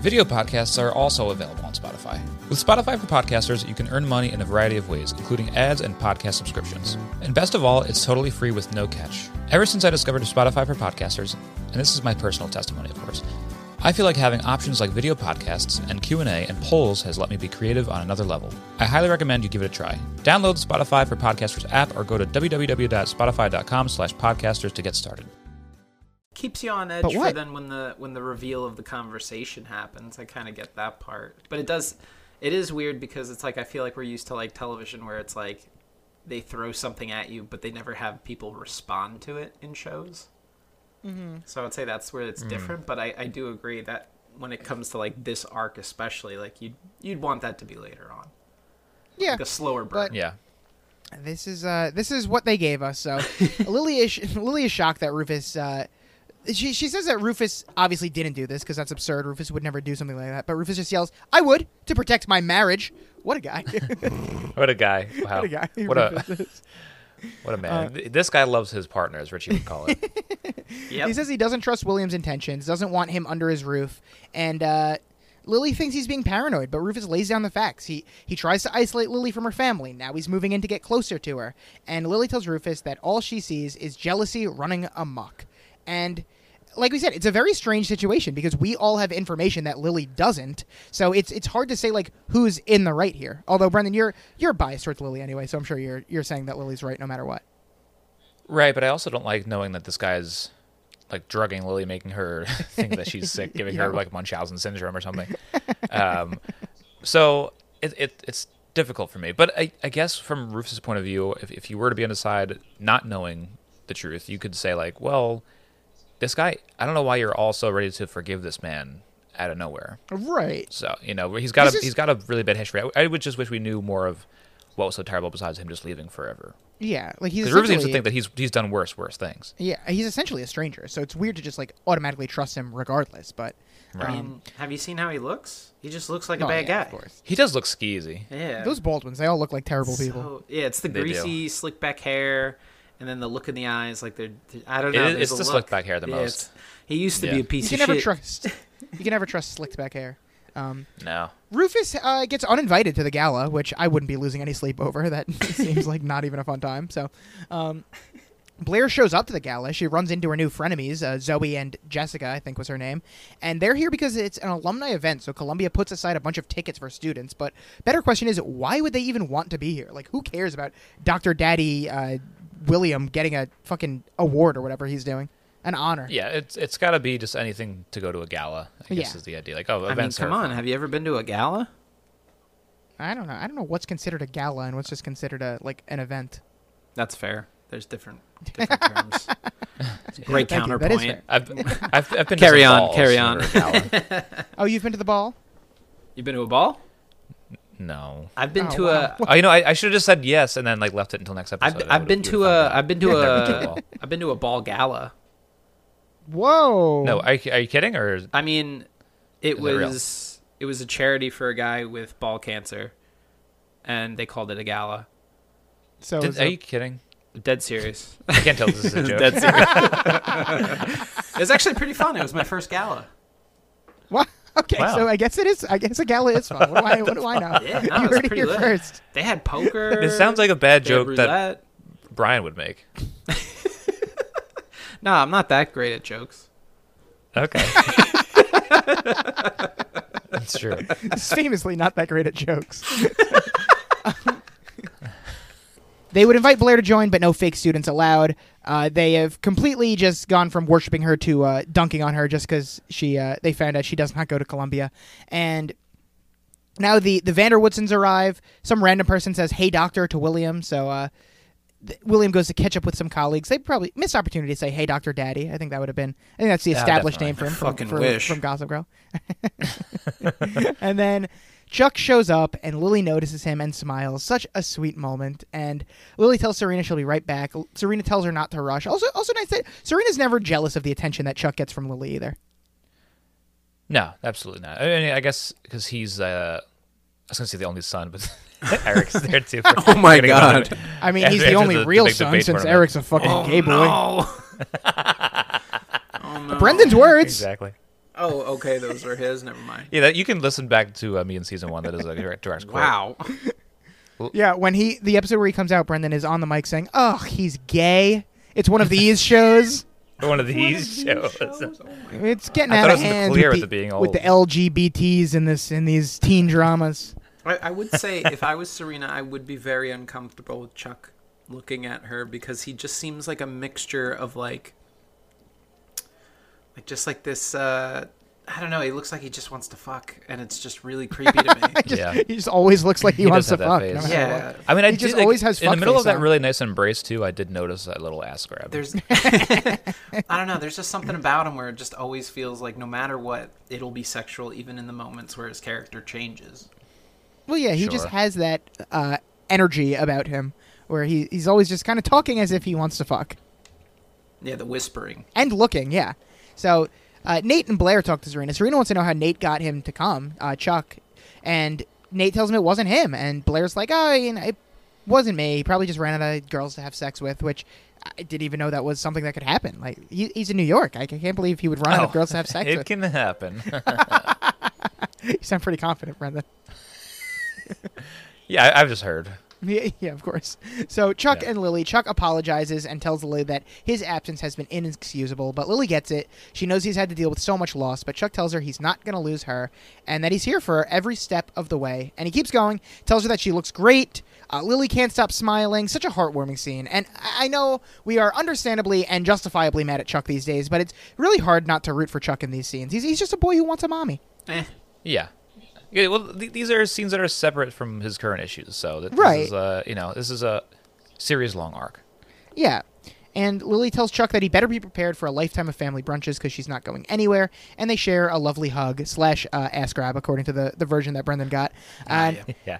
S1: Video podcasts are also available on Spotify. With Spotify for Podcasters, you can earn money in a variety of ways, including ads and podcast subscriptions. And best of all, it's totally free with no catch. Ever since I discovered Spotify for Podcasters, and this is my personal testimony, of course, I feel like having options like video podcasts and Q&A and polls has let me be creative on another level. I highly recommend you give it a try. Download the Spotify for Podcasters app or go to www.spotify.com slash podcasters to get started.
S4: keeps you on edge
S3: But
S4: for
S3: what?
S4: then when the when the reveal of the conversation happens i kind of get that part but it does it is weird because it's like i feel like we're used to like television where it's like they throw something at you but they never have people respond to it in shows so i would say that's where it's different but I, I do agree that when it comes to like this arc especially like you you'd want that to be later on
S3: Yeah.
S4: like a slower burn
S1: Yeah.
S3: This is uh this is what they gave us. So Lily is Lily is shocked that Rufus uh she she says that Rufus obviously didn't do this because that's absurd. Rufus would never do something like that. But Rufus just yells, "I would to protect my marriage." What a guy!
S1: What a guy. Wow.
S3: what a guy!
S1: What a,
S3: Rufus is.
S1: what a man. Th- this guy loves his partner, as Richie would call it.
S4: Yep.
S3: He says he doesn't trust William's intentions, doesn't want him under his roof, and uh, Lily thinks he's being paranoid. But Rufus lays down the facts. He he tries to isolate Lily from her family. Now he's moving in to get closer to her, and Lily tells Rufus that all she sees is jealousy running amok. And like we said, it's a very strange situation because we all have information that Lily doesn't. So it's it's hard to say like who's in the right here. Although Brendan, you're you're biased towards Lily anyway, so I'm sure you're you're saying that Lily's right no matter what.
S1: right, but I also don't like knowing that this guy's like drugging Lily, making her think that she's sick, giving her
S3: Yeah.
S1: like Munchausen syndrome or something. Um, so it, it it's difficult for me. But I, I guess from Rufus's point of view, if, if you were to be on the side not knowing the truth, you could say like, well, this guy, I don't know why you're all so ready to forgive this man out of nowhere.
S3: Right.
S1: So you know he's got a,
S3: This is-
S1: he's got a really bad history. I, I would just wish we knew more of what was so terrible besides him just leaving forever.
S3: Yeah. Like he's
S1: Because Rivers seems to
S3: essentially-
S1: think that he's he's done worse worse things.
S3: Yeah, he's essentially a stranger, so it's weird to just like automatically trust him regardless. But
S1: Right.
S4: Um, have you seen how he looks he just looks like
S3: oh,
S4: a bad
S3: yeah, of
S4: guy
S3: course.
S1: He does look skeezy.
S4: yeah
S3: Those Baldwins, they all look like terrible people.
S4: So- yeah it's the
S1: They do.
S4: greasy slick back hair and then the look in the eyes like they're, they're- i don't
S1: It
S4: know
S1: is-
S4: there's
S1: it's
S4: a
S1: the
S4: look.
S1: slick back hair the
S4: Yeah,
S1: most.
S4: it's- he used to
S1: Yeah.
S4: be a piece
S3: You can
S4: of
S3: never
S4: shit
S3: trust. You can never trust slicked back hair. Um,
S1: No,
S3: Rufus uh, gets uninvited to the gala, which I wouldn't be losing any sleep over. That seems like not even a fun time. So, um, Blair shows up to the gala. She runs into her new frenemies, uh, Zoe and Jessica, I think was her name. And they're here because it's an alumni event, so Columbia puts aside a bunch of tickets for students. But better question is, why would they even want to be here? Like, who cares about Dr. Daddy uh, William getting a fucking award or whatever he's doing? An honor.
S1: yeah, it's it's got to be just anything to go to a gala. I guess
S3: Yeah.
S1: is the idea. Like oh,
S4: i mean
S1: events
S4: come
S1: are
S4: on
S1: fun.
S4: have you ever been to a gala
S3: I don't know. I don't know what's considered a gala and what's just considered a like an event.
S4: that's fair there's different different terms It's a great
S3: Thank you. That
S4: counterpoint
S3: is fair.
S1: I've, I've, I've been to
S4: Carry
S1: some
S4: on,
S1: balls
S4: carry on.
S1: over a gala.
S3: Oh, you've been to the ball?
S4: you've been to a ball
S1: no.
S4: i've been
S3: Oh,
S4: to
S3: wow.
S4: a
S1: Oh, you know, I, I should have just said yes and then like left it until next
S4: I've,
S1: episode.
S4: I've been to a I've been to
S1: Never
S4: a
S1: ball.
S4: I've been to a ball gala.
S3: Whoa.
S1: no. Are, you- are you kidding or is-
S4: I mean, it
S1: Is it real?
S4: was it was a charity for a guy with ball cancer, and they called it a gala.
S3: So
S1: did-
S3: is
S1: are
S3: it-
S1: you kidding?
S4: Dead serious.
S1: I can't tell if this is a joke.
S4: Dead serious. it was actually pretty fun. It was my first gala.
S3: Wha- Okay,
S1: Wow.
S3: so I guess it is. I guess a gala is fun. What do I, what do I know?
S4: Yeah, no,
S3: you
S4: it's
S3: heard it
S4: pretty
S3: here
S4: lit.
S3: first.
S4: They had poker.
S1: It sounds like a bad
S4: they had
S1: joke that
S4: roulette.
S1: Brian would make.
S4: No, I'm not that great at jokes.
S1: Okay. That's true.
S3: It's famously not that great at jokes. they would invite Blair to join, but no fake students allowed. Uh, they have completely just gone from worshiping her to uh, dunking on her just because she uh, they found out she does not go to Columbia, and now the the Vanderwoodsons arrive. Some random person says, "Hey, doctor," to William. So. Uh, th- William goes to catch up with some colleagues. They probably missed opportunity to say, "Hey, Doctor Daddy." I think that would have been. I think that's the
S1: Yeah,
S3: established
S1: definitely.
S3: name for him. From,
S4: Fucking
S3: from,
S4: wish.
S3: from Gossip Girl. and then Chuck shows up, and Lily notices him and smiles. Such a sweet moment. And Lily tells Serena she'll be right back. L- Serena tells her not to rush. Also, also nice that Serena's never jealous of the attention that Chuck gets from Lily either.
S1: No, absolutely not. I mean, I guess because he's, uh, I was going to say the only son, but Eric's there too.
S4: Oh my
S1: Getting on
S4: God.
S1: to it.
S3: I mean,
S1: Yeah,
S3: he's
S1: after
S3: the only
S1: the- the
S3: real
S1: big
S3: son
S1: debate
S3: since
S1: tournament.
S3: Eric's a fucking
S1: Oh,
S3: gay boy.
S4: Oh.
S3: Brendan's words.
S1: Exactly.
S4: Oh, okay. Those were his. Never mind.
S1: Yeah, that, you can listen back to uh, me in season one. That is a direct, direct quote.
S4: Wow.
S3: Yeah, when he the episode where he comes out, Brendan is on the mic saying, "Oh, he's gay." It's one of these shows.
S1: One of these shows.
S3: It's getting
S1: I
S3: out
S1: thought
S3: of
S1: it was in the
S3: hand
S1: clear
S3: with,
S1: with it being
S3: with the
S1: old.
S3: LGBTs in this in these teen dramas.
S4: I, I would say if I was Serena, I would be very uncomfortable with Chuck looking at her because he just seems like a mixture of like, like just like this. uh I don't know. He looks like he just wants to fuck, and it's just really creepy to me.
S3: Just-
S1: Yeah.
S3: He just always looks like he,
S1: He
S3: wants
S1: does
S3: to
S1: have that
S3: fuck. no
S1: phase.
S3: matter
S4: Yeah.
S3: what.
S1: I mean, I
S3: He just
S1: did, like,
S3: always has
S1: in the
S3: fuck
S1: middle of
S3: face
S1: that
S3: on.
S1: really nice embrace too. I did notice that little ass grab.
S4: There's, I don't know. There's just something about him where it just always feels like no matter what, it'll be sexual, even in the moments where his character changes.
S3: Well, yeah, he just
S1: Sure.
S3: has that uh, energy about him where he, he's always just kind of talking as if he wants to fuck
S4: Yeah, the whispering.
S3: and looking, yeah. So uh, Nate and Blair talk to Serena. Serena wants to know how Nate got him to come, uh, Chuck, and Nate tells him it wasn't him, and Blair's like, oh, you know, it wasn't me. He probably just ran out of girls to have sex with, which. I didn't even know that was something that could happen. Like he, he's in New York. I can't believe he would run out
S1: Oh,
S3: of girls to have sex
S1: it
S3: with.
S1: can happen.
S3: You sound pretty confident, Brendan.
S1: yeah, I, I've just heard.
S3: Yeah, yeah, of course. So Chuck
S1: Yeah.
S3: and Lily, Chuck apologizes and tells Lily that his absence has been inexcusable, but Lily gets it. She knows he's had to deal with so much loss, but Chuck tells her he's not going to lose her and that he's here for her every step of the way. And he keeps going, tells her that she looks great. Uh, Lily can't stop smiling. Such a heartwarming scene. And I I know we are understandably and justifiably mad at Chuck these days, but it's really hard not to root for Chuck in these scenes. He's, he's just a boy who wants a mommy.
S4: Eh.
S1: Yeah. Yeah, well, th- these are scenes that are separate from his current issues, so that this
S3: Right.
S1: is a you know this is a series long arc.
S3: Yeah. And Lily tells Chuck that he better be prepared for a lifetime of family brunches because she's not going anywhere. And they share a lovely hug slash uh, ass grab, according to the, the version that Brendan got. And
S4: yeah.
S1: Ah, Yeah,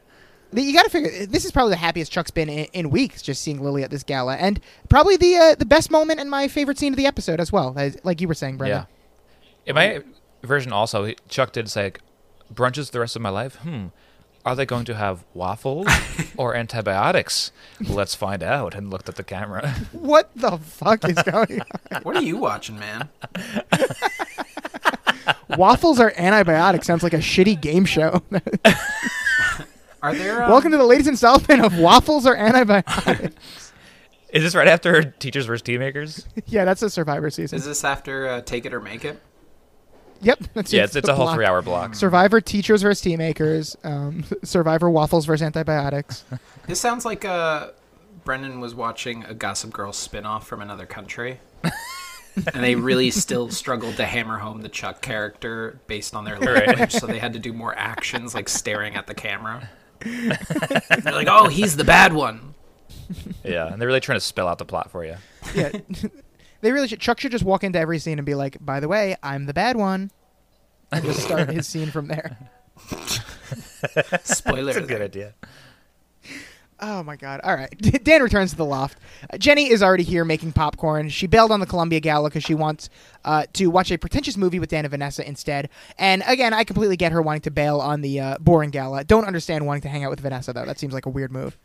S3: th- you got to figure this is probably the happiest Chuck's been in, in weeks, just seeing Lily at this gala, and probably the uh, the best moment and my favorite scene of the episode as well, as, like you were saying, Brendan.
S1: yeah. In my version, also he- Chuck did say, like, "Brunches the rest of my life." Hmm. Are they going to have waffles or antibiotics? Let's find out. And looked at the camera.
S3: What the fuck is going on?
S4: What are you watching, man?
S3: Waffles are antibiotics. Sounds like a shitty game show.
S4: Are there? Um,
S3: Welcome to the latest installment of Waffles are antibiotics.
S1: Is this right after Teachers versus Team Makers?
S3: yeah, that's a Survivor season.
S4: um, Is this after uh, Take It or Make It?
S3: Yep. That's
S1: Yeah, it's,
S3: the
S1: it's a whole
S3: block.
S1: three hour block.
S3: Survivor teachers versus tea makers. Um, Survivor waffles versus antibiotics.
S4: This sounds like uh, Brendan was watching a Gossip Girl spin-off from another country. and they really still struggled to hammer home the Chuck character based on their language, so they had to do more actions like staring at the camera. They're like, "Oh, he's the bad one."
S1: Yeah, and they're really trying to spell out the plot for you.
S3: Yeah, they really should. Chuck should just walk into every scene and be like, "By the way, I'm the bad one." And just start his scene from there.
S4: Spoiler.
S1: That's a good
S4: alert.
S1: idea.
S3: Oh my god! All right, Dan returns to the loft. Uh, Jenny is already here making popcorn. She bailed on the Columbia Gala because she wants uh, to watch a pretentious movie with Dan and Vanessa instead. And again, I completely get her wanting to bail on the uh, boring gala. Don't understand wanting to hang out with Vanessa though. That seems like a weird move.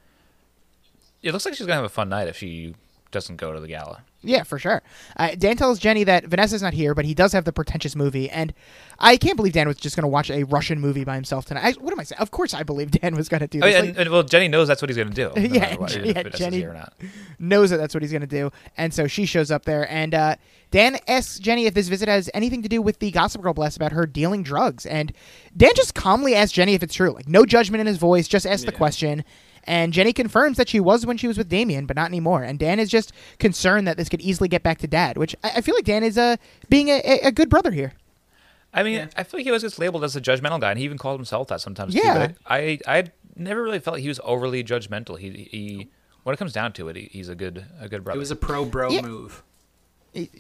S1: It looks like she's gonna have a fun night if she doesn't go to the gala.
S3: Yeah, for sure. Uh, Dan tells Jenny that Vanessa's not here, but he does have the pretentious movie, and I can't believe Dan was just going to watch a Russian movie by himself tonight. I, what am I saying? Of course, I believe Dan was going to do
S1: Oh,
S3: this.
S1: yeah,
S3: Like,
S1: and, and, well, Jenny knows that's what he's gonna do. no
S3: Yeah,
S1: matter what,
S3: Jen-
S1: even if
S3: yeah,
S1: it is
S3: Jenny-
S1: here or not.
S3: knows that that's what he's going to do, and so she shows up there, and uh, Dan asks Jenny if this visit has anything to do with the Gossip Girl blast about her dealing drugs, and Dan just calmly asks Jenny if it's true, like no judgment in his voice, just ask the
S4: Yeah.
S3: question. And Jenny confirms that she was when she was with Damien, but not anymore. And Dan is just concerned that this could easily get back to Dad, which I, I feel like Dan is uh, being a, a, a good brother here.
S1: I mean,
S4: Yeah.
S1: I feel like he always gets labeled as a judgmental guy, and he even called himself that sometimes.
S3: Yeah.
S1: too, but I, I I'd never really felt he was overly judgmental. He, he when it comes down to it, he, he's a good, a good brother.
S4: It was a pro bro
S3: Yeah.
S4: move.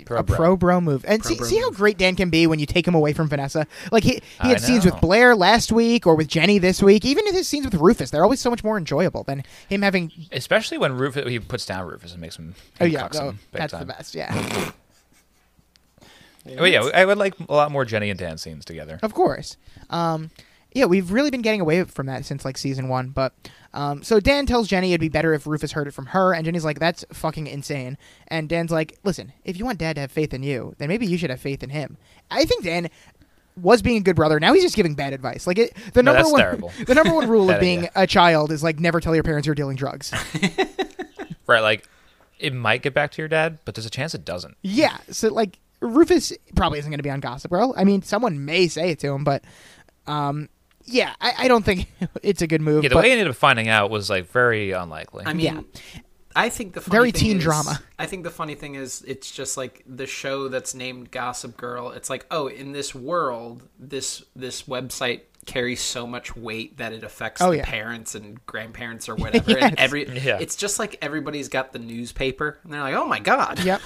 S1: Pro
S3: a
S1: bro.
S3: pro bro move. And
S4: Pro
S3: see,
S4: bro
S3: see how
S4: move.
S3: great Dan can be when you take him away from Vanessa. Like he, he had
S1: I
S3: scenes with
S1: know.
S3: Blair last week or with Jenny this week. Even his scenes with Rufus, they're always so much more enjoyable than him having.
S1: Especially when Rufus, he puts down Rufus and makes him.
S3: Oh
S1: he
S3: yeah,
S1: cucks
S3: oh,
S1: him big
S3: that's
S1: time.
S3: the best. Yeah,
S1: But yeah, I would like a lot more Jenny and Dan scenes together.
S3: of course. Um, yeah, we've really been getting away from that since like season one. But um, so Dan tells Jenny it'd be better if Rufus heard it from her, and Jenny's like, "That's fucking insane." And Dan's like, "Listen, if you want Dad to have faith in you, then maybe you should have faith in him." I think Dan was being a good brother. Now he's just giving bad advice. Like it, the
S1: No,
S3: number
S1: that's
S3: one,
S1: terrible.
S3: the number one rule of
S1: Bad
S3: being
S1: idea.
S3: a child is like never tell your parents you're dealing drugs.
S1: Right, like it might get back to your dad, but there's a chance it doesn't.
S3: yeah, so like Rufus probably isn't going to be on Gossip Girl. I mean, someone may say it to him, but um, yeah, I, I don't think it's a good move.
S1: Yeah, the
S3: but
S1: way he ended up finding out was like very unlikely.
S4: I mean, I think the funny
S3: Very
S4: thing
S3: teen
S4: is-
S3: drama.
S4: I think the funny thing is, it's just like the show that's named Gossip Girl. It's like, oh, in this world, this this website carries so much weight that it affects
S3: Oh,
S4: the
S3: yeah.
S4: parents and grandparents or whatever.
S3: Yes.
S4: And every
S1: Yeah.
S4: it's just like everybody's got the newspaper, and they're like, oh my god,
S3: Yep.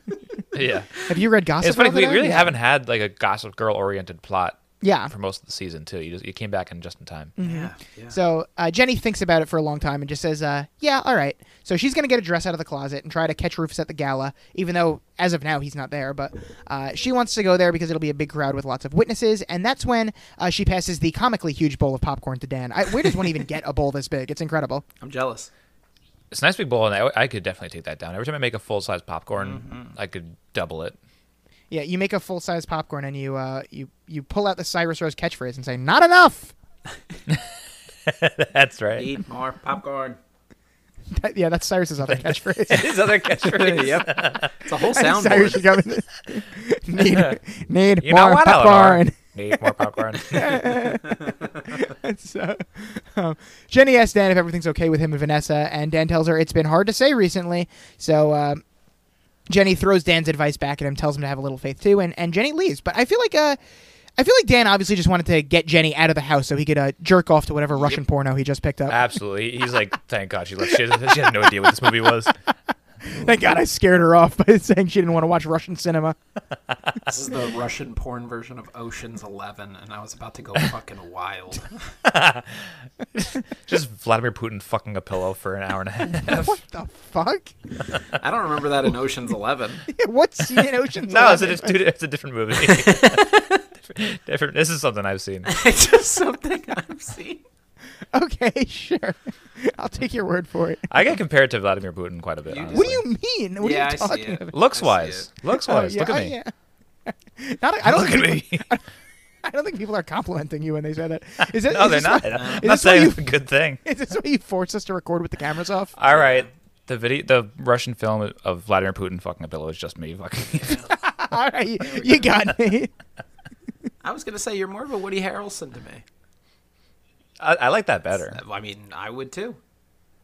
S1: yeah.
S3: Have you read Gossip?
S1: It's funny.
S3: Girl
S1: We
S3: today?
S1: really
S3: yeah.
S1: haven't had like a Gossip Girl oriented plot
S3: Yeah.
S1: for most of the season too. You just you came back in just in time.
S4: Yeah, yeah.
S3: So uh, Jenny thinks about it for a long time and just says, uh, "Yeah, all right." So she's gonna get a dress out of the closet and try to catch Rufus at the gala, even though as of now he's not there. But uh, she wants to go there because it'll be a big crowd with lots of witnesses, and that's when uh, she passes the comically huge bowl of popcorn to Dan. I, where does one even get a bowl this big? It's incredible.
S4: I'm jealous.
S1: It's a nice big bowl, and I, I could definitely take that down. Every time I make a full size popcorn,
S4: Mm-hmm.
S1: I could double it.
S3: Yeah, you make a full size popcorn and you uh, you you pull out the Cyrus Rose catchphrase and say, "Not enough."
S1: That's right.
S4: Eat more popcorn.
S3: That- yeah, that's Cyrus's other catchphrase.
S1: His other catchphrase.
S4: yep, it's a whole
S3: Cyrus
S4: soundboard.
S3: should come in. need need
S1: You
S3: more
S1: know what,
S3: popcorn.
S1: Eleanor? Need more popcorn.
S3: so, um, Jenny asks Dan if everything's okay with him and Vanessa, and Dan tells her it's been hard to say recently. So um, Jenny throws Dan's advice back at him, tells him to have a little faith too, and, and Jenny leaves. But I feel like uh, I feel like Dan obviously just wanted to get Jenny out of the house so he could uh, jerk off to whatever Russian porno he just picked up.
S1: Ah. Absolutely. He's like, thank God she left. She, she had no idea what this movie was.
S3: Thank God I scared her off by saying she didn't want to watch Russian cinema.
S4: This is the Russian porn version of Ocean's Eleven, and I was about to go fucking wild.
S1: Just Vladimir Putin fucking a pillow for an hour and a half.
S3: what the fuck?
S4: I don't remember that in Ocean's Eleven.
S3: What's scene in Ocean's
S1: No, it's a,
S3: Eleven?
S1: it's two- it's a different movie. different, different- This is something I've seen.
S4: it's just something I've seen.
S3: Okay, sure. I'll take your word for it.
S1: I get compared to Vladimir Putin quite a bit.
S4: You
S1: honestly.
S3: What do you mean? What
S4: yeah,
S3: are you
S4: I see
S3: talking
S4: it.
S3: about?
S1: Looks
S4: I see
S1: wise.
S4: it.
S1: Looks
S3: Oh,
S1: wise.
S3: yeah,
S1: Look at
S3: I-
S1: me.
S3: yeah. Not, I don't
S1: Look
S3: think
S1: at
S3: people,
S1: me.
S3: I don't think people are complimenting you when they say that. Is that
S1: No, they're
S3: is this
S1: not.
S3: Why,
S1: I'm
S3: is
S1: not
S3: this why
S1: saying
S3: you-
S1: it's a good thing.
S3: is this why you force us to record with the cameras off?
S1: All right. The video, the Russian film of Vladimir Putin fucking a pillow is just me fucking.
S3: All right, you, you got me.
S4: I was gonna say you're more of a Woody Harrelson to me. Uh,
S1: I, I like that better.
S4: I mean, I would too.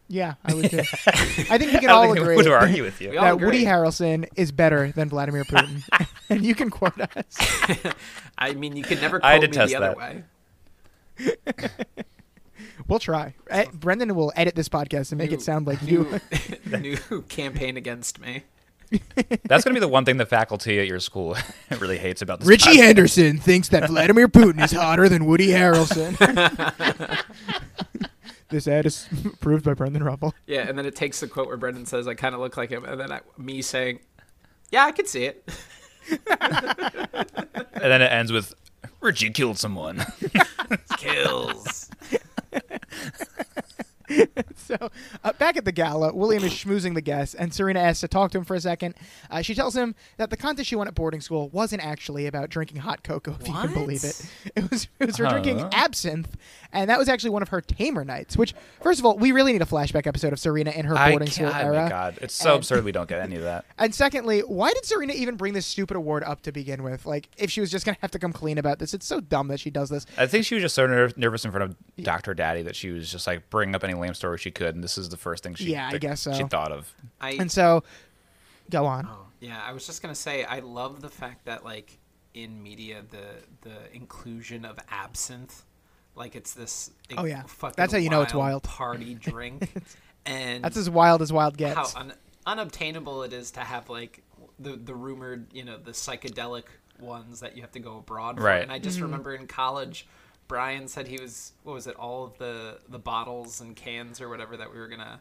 S3: Yeah, I would too. I think we can
S1: I
S3: all
S1: don't think
S3: agree
S1: would argue with
S4: We
S1: you.
S4: all
S3: that Woody
S4: agree.
S3: Harrelson is better than Vladimir Putin, and you can quote us.
S4: I mean, you could never
S1: I
S4: quote me
S1: detest
S4: the other
S1: that.
S4: way.
S3: We'll try. Eh, Brendan will edit this podcast and make
S4: New-
S3: it sound like you.
S4: New, new campaign against me.
S1: That's gonna be the one thing the faculty at your school really hates about this.
S3: Richie
S1: podcast.
S3: Henderson thinks that Vladimir Putin is hotter than Woody Harrelson. this ad is approved by Brendan Ruppel.
S4: Yeah, and then it takes the quote where Brendan says, "I kind of look like him," and then I, me saying, "Yeah, I could see it."
S1: and then it ends with Richie killed someone.
S4: Kills.
S3: So uh, back at the gala, William is schmoozing the guests, and Serena asks to talk to him for a second. Uh, she tells him that the contest she won at boarding school wasn't actually about drinking hot cocoa, if you can
S4: What?
S3: believe it. It was it was for
S1: Huh.
S3: drinking absinthe, and that was actually one of her tamer nights. Which, first of all, we really need a flashback episode of Serena in her
S1: I
S3: boarding
S1: can't-
S3: school
S1: oh
S3: era.
S1: my god, it's so
S3: And-
S1: absurd we don't get any of that.
S3: And secondly, why did Serena even bring this stupid award up to begin with? Like, if she was just gonna have to come clean about this, it's so dumb that she does this.
S1: I think she was just so ner- nervous in front of Doctor Daddy that she was just like bringing up any lame story she could, and this is the first thing she
S3: Yeah, I
S1: that
S3: guess so.
S1: she thought of.
S4: I
S3: And so, go on.
S4: Oh, yeah, I was just gonna say I love the fact that like in media the the inclusion of absinthe, like it's this.
S3: Oh, yeah.
S4: fucking
S3: That's how you know it's wild.
S4: party drink, and
S3: That's as wild as wild gets.
S4: how un- unobtainable it is to have like the the rumored you know the psychedelic ones that you have to go abroad for.
S1: Right.
S4: And I just remember in college, Brian said he was what was it all of the the bottles and cans or whatever that we were gonna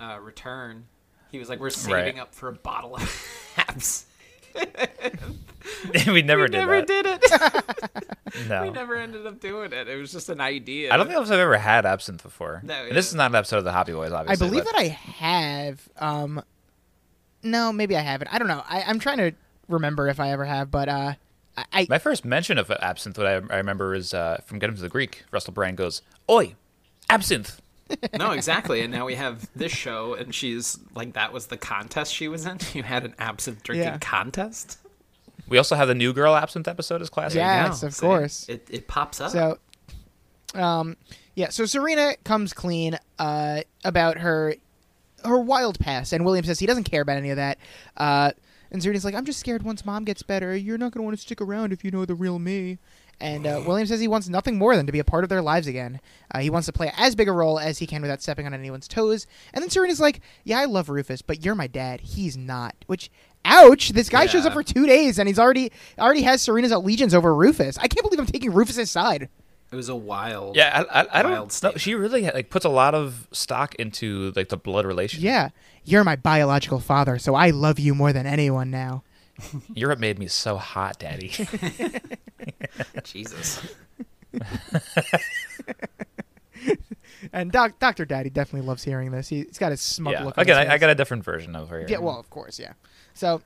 S4: uh, return. He was like, we're saving up for a bottle of abs.
S1: we never
S4: We
S1: did
S4: never
S1: that.
S4: did it.
S1: No,
S4: we never ended up doing it. It was just an idea.
S1: I don't think I've ever had absinthe before.
S4: No,
S1: And
S4: yeah.
S1: this is not an episode of the Hobby Boys,
S3: I
S1: obviously.
S3: believe
S1: but
S3: that I have. Um, no, maybe I haven't. I don't know. I, I'm trying to remember if I ever have, but uh, I, I
S1: My first mention of absinthe that I, I remember is uh, from Get Him to the Greek. Russell Brand goes, "Oi, absinthe."
S4: No, exactly. And now we have this show, and she's like, that was the contest she was in. You had an absinthe drinking
S3: Yeah.
S4: contest.
S1: We also have the New Girl absinthe episode as classic.
S3: Yeah. Yes, of
S4: See?
S3: course.
S4: It, it pops up.
S3: so. Um, yeah. So Serena comes clean. Uh, about her her wild past. And William says he doesn't care about any of that. Uh, and Serena's like, I'm just scared once mom gets better, you're not going to want to stick around if you know the real me. And uh, William says he wants nothing more than to be a part of their lives again. Uh, he wants to play as big a role as he can without stepping on anyone's toes. And then Serena's like, Yeah, I love Rufus, but you're my dad. He's not. Which, ouch! This guy shows
S4: Yeah.
S3: up for two days and he's already already has Serena's allegiance over Rufus. I can't believe I'm taking Rufus's side.
S4: It was a wild.
S1: Yeah, I, I, I
S4: Wild
S1: don't know.
S4: statement.
S1: She really like puts a lot of stock into like the blood relation.
S3: Yeah, you're my biological father, so I love you more than anyone now.
S1: Europe made me so hot, Daddy.
S4: Jesus.
S3: And Doc, Dr. Daddy definitely loves hearing this. He, he's got his smug
S1: yeah.
S3: look. on
S1: Again,
S3: his
S1: I, I
S3: face.
S1: got a different version of her.
S3: Yeah, well, of course, yeah. So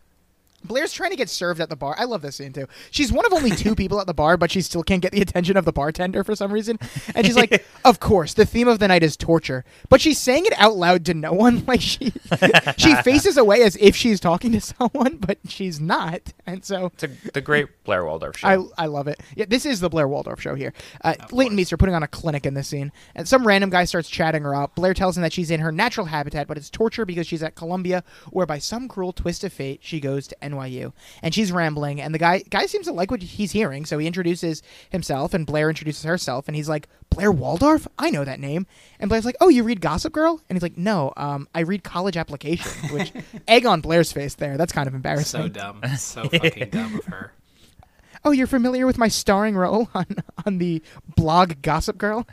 S3: Blair's trying to get served at the bar. I love this scene too. She's one of only two people at the bar, but she still can't get the attention of the bartender for some reason. And she's like, "Of course, the theme of the night is torture," but she's saying it out loud to no one. Like she she faces away as if she's talking to someone, but she's not. And so
S1: It's a, the great Blair Waldorf show.
S3: I, I love it. Yeah, this is the Blair Waldorf show here. Uh, Leighton Meester putting on a clinic in this scene, and some random guy starts chatting her up. Blair tells him that she's in her natural habitat, but it's torture because she's at Columbia, where by some cruel twist of fate she goes to NYU. And she's rambling, and the guy guy seems to like what he's hearing, so he introduces himself, and Blair introduces herself, and he's like, "Blair Waldorf, I know that name." And Blair's like, "Oh, you read Gossip Girl?" And he's like, "No, um, I read College Application," which egg on Blair's face there. That's kind of embarrassing.
S4: So dumb. So fucking dumb of her.
S3: Oh, you're familiar with my starring role on on the blog Gossip Girl?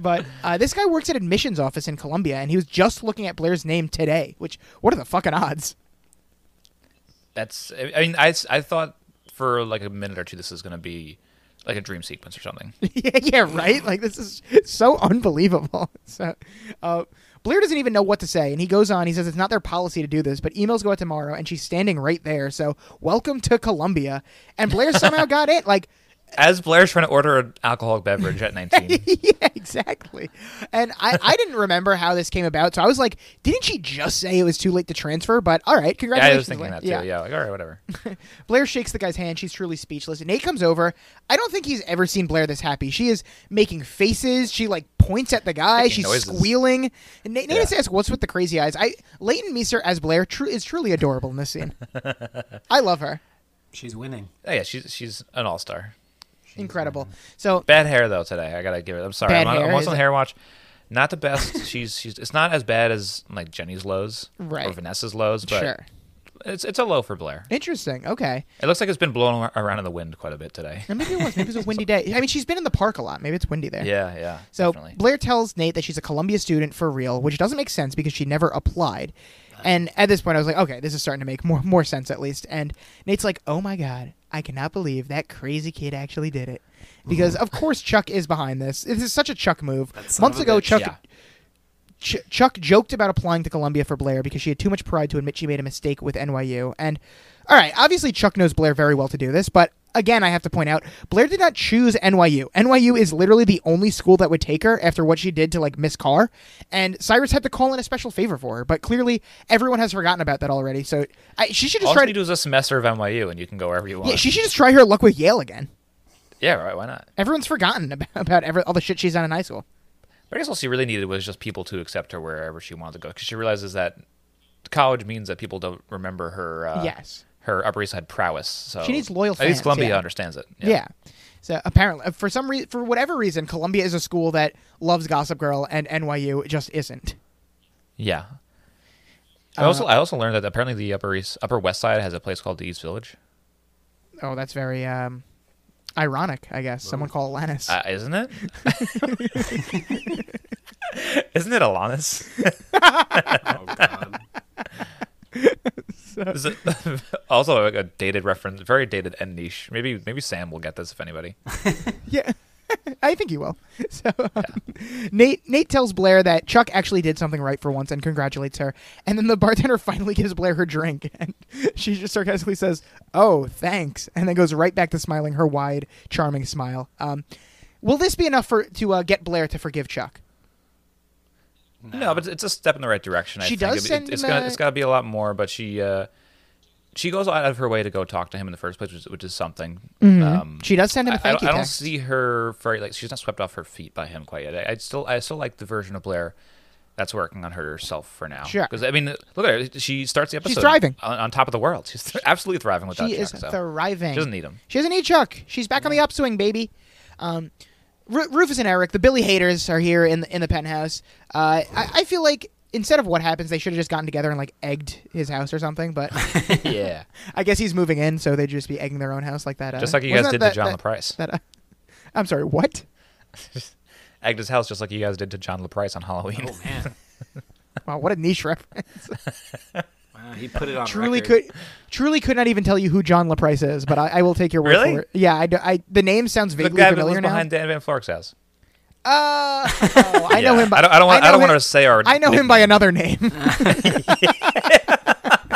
S3: but uh, this guy works at admissions office in Columbia, and he was just looking at Blair's name today. Which, what are the fucking odds?
S1: That's. I I mean, I, s- I thought for like a minute or two this is gonna be like a dream sequence or something.
S3: yeah, yeah, right. Like this is so unbelievable. So, uh, Blair doesn't even know what to say, and he goes on. He says it's not their policy to do this, but emails go out tomorrow, and she's standing right there. So, welcome to Columbia. And Blair somehow got it. Like.
S1: As Blair's trying to order an alcoholic beverage at 19.
S3: yeah, exactly. And I, I didn't remember how this came about, so I was like, didn't she just say it was too late to transfer? But all right,
S1: yeah,
S3: congratulations.
S1: I was thinking
S3: Blair.
S1: that too. Yeah. like all right, whatever.
S3: Blair shakes the guy's hand. She's truly speechless. And Nate comes over. I don't think he's ever seen Blair this happy. She is making faces. She like points at the guy.
S1: Making
S3: She's
S1: noises.
S3: squealing. And Nate, Nate
S1: Yeah.
S3: has asked, "What's with the crazy eyes?" I Leighton Meester as Blair tru- is truly adorable in this scene. I love her.
S4: She's winning.
S1: Oh, yeah, she's she's an all star.
S3: Incredible. So
S1: Bad hair though today. I gotta give it. I'm sorry.
S3: Bad
S1: I'm, on,
S3: hair,
S1: I'm also
S3: is
S1: on
S3: it?
S1: hair watch. Not the best. she's she's. It's not as bad as like Jenny's lows or
S3: Right.
S1: Vanessa's lows, but
S3: sure,
S1: it's it's a low for Blair.
S3: interesting. Okay.
S1: It looks like it's been blowing ar- around in the wind quite a bit today.
S3: Or maybe it was. Maybe it was a windy day. I mean, she's been in the park a lot. Maybe it's windy there.
S1: Yeah, yeah.
S3: So
S1: definitely.
S3: Blair tells Nate that she's a Columbia student for real, which doesn't make sense because she never applied. And at this point, I was like, okay, this is starting to make more more sense at least. And Nate's like, oh my god, I cannot believe that crazy kid actually did it, because of course Chuck is behind this. This is such a Chuck move.
S4: That Mm-hmm. son
S3: Months
S4: of a
S3: ago,
S4: bitch.
S3: Chuck
S1: Yeah.
S3: Ch- Chuck joked about applying to Columbia for Blair because she had too much pride to admit she made a mistake with NYU. And all right, obviously Chuck knows Blair very well to do this, but again, I have to point out Blair did not choose NYU. NYU is literally the only school that would take her after what she did to like Miss Carr, and Cyrus had to call in a special favor for her. But clearly, everyone has forgotten about that already. So I, she should just
S1: all
S3: try
S1: you
S3: to.
S1: need to do is a semester of NYU, and you can go wherever you want.
S3: yeah, she should just try her luck with Yale again.
S1: Yeah, right. Why not?
S3: Everyone's forgotten about, about every, all the shit she's done in high school.
S1: But I guess all she really needed was just people to accept her wherever she wanted to go, because she realizes that college means that people don't remember her. Uh,
S3: Yes.
S1: Her Upper East Side prowess. So
S3: She needs loyal
S1: At least
S3: fans,
S1: Columbia
S3: yeah.
S1: understands it.
S3: Yeah. So apparently, uh, for some reason, for whatever reason, Columbia is a school that loves Gossip Girl, and NYU just isn't.
S1: Yeah. I
S3: Uh,
S1: also I also learned that apparently the Upper East Upper West Side has a place called the East Village,
S3: Oh, that's very um, ironic, I guess. Someone call Alanis.
S1: uh, isn't it? isn't it Alanis?
S4: Oh god.
S1: Is it- also a dated reference, very dated and niche. Maybe maybe Sam will get this if anybody.
S3: yeah. I think you will. So, um, Nate Nate tells Blair that Chuck actually did something right for once and congratulates her. And then the bartender finally gives Blair her drink, and she just sarcastically says, "Oh, thanks," and then goes right back to smiling her wide, charming smile. Um, will this be enough for to uh, get Blair to forgive Chuck?
S1: No, but it's a step in the right direction. I
S3: She
S1: think.
S3: does
S1: It-
S3: send
S1: it's
S3: him
S1: gonna
S3: a-
S1: it's gotta be a lot more, but she uh, she goes out of her way to go talk to him in the first place, which, is- which is something. Um,
S3: Mm-hmm. She does send him
S1: I,
S3: a
S1: I
S3: thank
S1: don't,
S3: you
S1: I don't
S3: text.
S1: see her very like she's not swept off her feet by him quite yet. I, I still I still like the version of Blair that's working on herself for now.
S3: Sure.
S1: Because I mean, look at her. She starts the episode.
S3: thriving.
S1: on, on top of the world. She's absolutely thriving without
S3: She
S1: Chuck.
S3: is
S1: so.
S3: thriving.
S1: She doesn't need him.
S3: She doesn't need Chuck. She's back on the upswing, baby. Um, Ru- Rufus and Eric, the Billy haters, are here in the, in the penthouse. Uh, I, I feel like instead of what happens, they should have just gotten together and like egged his house or something. But
S1: yeah.
S3: I guess he's moving in, so they'd just be egging their own house like that. Uh,
S1: Just like you
S3: wasn't
S1: guys
S3: that
S1: did
S3: that,
S1: to John
S3: that-
S1: LaPrice.
S3: That, uh, I'm sorry. What?
S1: Agda's house, just like you guys did to John LaPrice on Halloween.
S4: Oh man,
S3: Wow, what a niche reference.
S4: wow, he put it on.
S3: truly
S4: record.
S3: could, truly could not even tell you who John LaPrice is, but I, I will take your word
S1: Really?
S3: for it. Yeah, I, do- I- the name sounds
S1: the
S3: vaguely
S1: guy that
S3: familiar
S1: lives
S3: now.
S1: behind Dan Van Flork's house.
S3: Uh, oh, I know
S1: Yeah.
S3: him. By,
S1: I don't. I don't. Want, I,
S3: know
S1: don't
S3: him-
S1: want to say our.
S3: I know him by another name.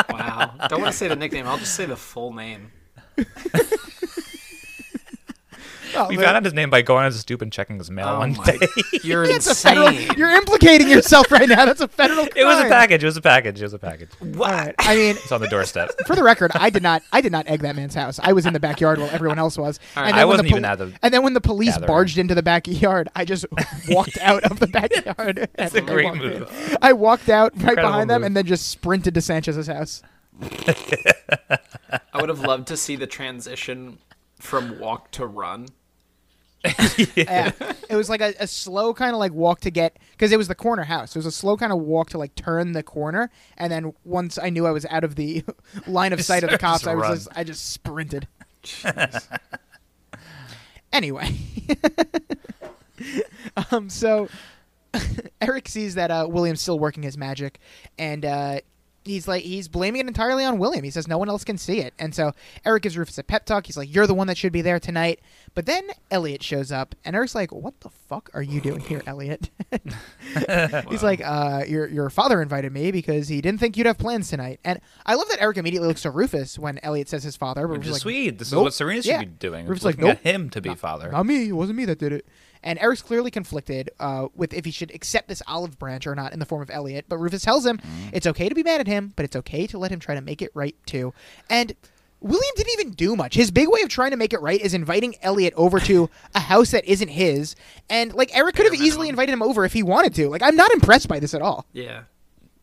S4: Wow, don't want to say the nickname. I'll just say the full name.
S3: Oh,
S1: We
S3: the-
S1: found out his name by going on his stoop and checking his mail
S4: Oh
S1: one
S4: my-
S1: day.
S4: You're
S3: That's a federal,
S4: insane.
S3: you're implicating yourself right now. That's a federal. Crime.
S1: It was a package. It was a package. It was a package.
S4: What?
S3: All right. I mean,
S1: It's on the doorstep.
S3: for the record, I did not. I did not egg that man's house. I was in the backyard while everyone else was.
S4: All right.
S3: And
S1: I
S3: then when
S1: wasn't even at
S3: the.
S1: the
S3: poli- And then when the police
S1: gathering.
S3: barged into the backyard, I just walked out of the backyard. That's
S1: a great move.
S3: I walked out right
S1: Incredible
S3: behind them
S1: move.
S3: and then just sprinted to Sanchez's house.
S4: I would have loved to see the transition from walk to run.
S3: Yeah. it was like a, a slow kind of like walk to get because it was the corner house. It was a slow kind of walk to like turn the corner, and then once I knew I was out of the line of sight of the
S1: Just
S3: cops, I was
S1: run.
S3: just, I just sprinted. anyway, um, so Eric sees that uh, William's still working his magic, and uh, he's like he's blaming it entirely on William. He says no one else can see it, and so Eric gives Rufus a pep talk. He's like, "You're the one that should be there tonight." But then Elliot shows up, and Eric's like, "What the fuck are you doing here, Elliot?" He's like, uh, "Your your father invited me because he didn't think you'd have plans tonight." And I love that Eric immediately looks to Rufus when Elliot says his father, but
S1: Which
S3: Rufus
S1: is
S3: like,
S1: sweet. This
S3: nope.
S1: is what Serena should
S3: Yeah.
S1: be doing.
S3: Rufus is like,
S1: looking
S3: nope.
S1: at him to be father.
S3: Not me. It wasn't me that did it. And Eric's clearly conflicted uh, with if he should accept this olive branch or not in the form of Elliot. But Rufus tells him it's okay to be mad at him, but it's okay to let him try to make it right too. And William didn't even do much. His big way of trying to make it right is inviting Elliot over to a house that isn't his. And like Eric could have easily invited him over if he wanted to. Like I'm not impressed by this at all.
S4: Yeah.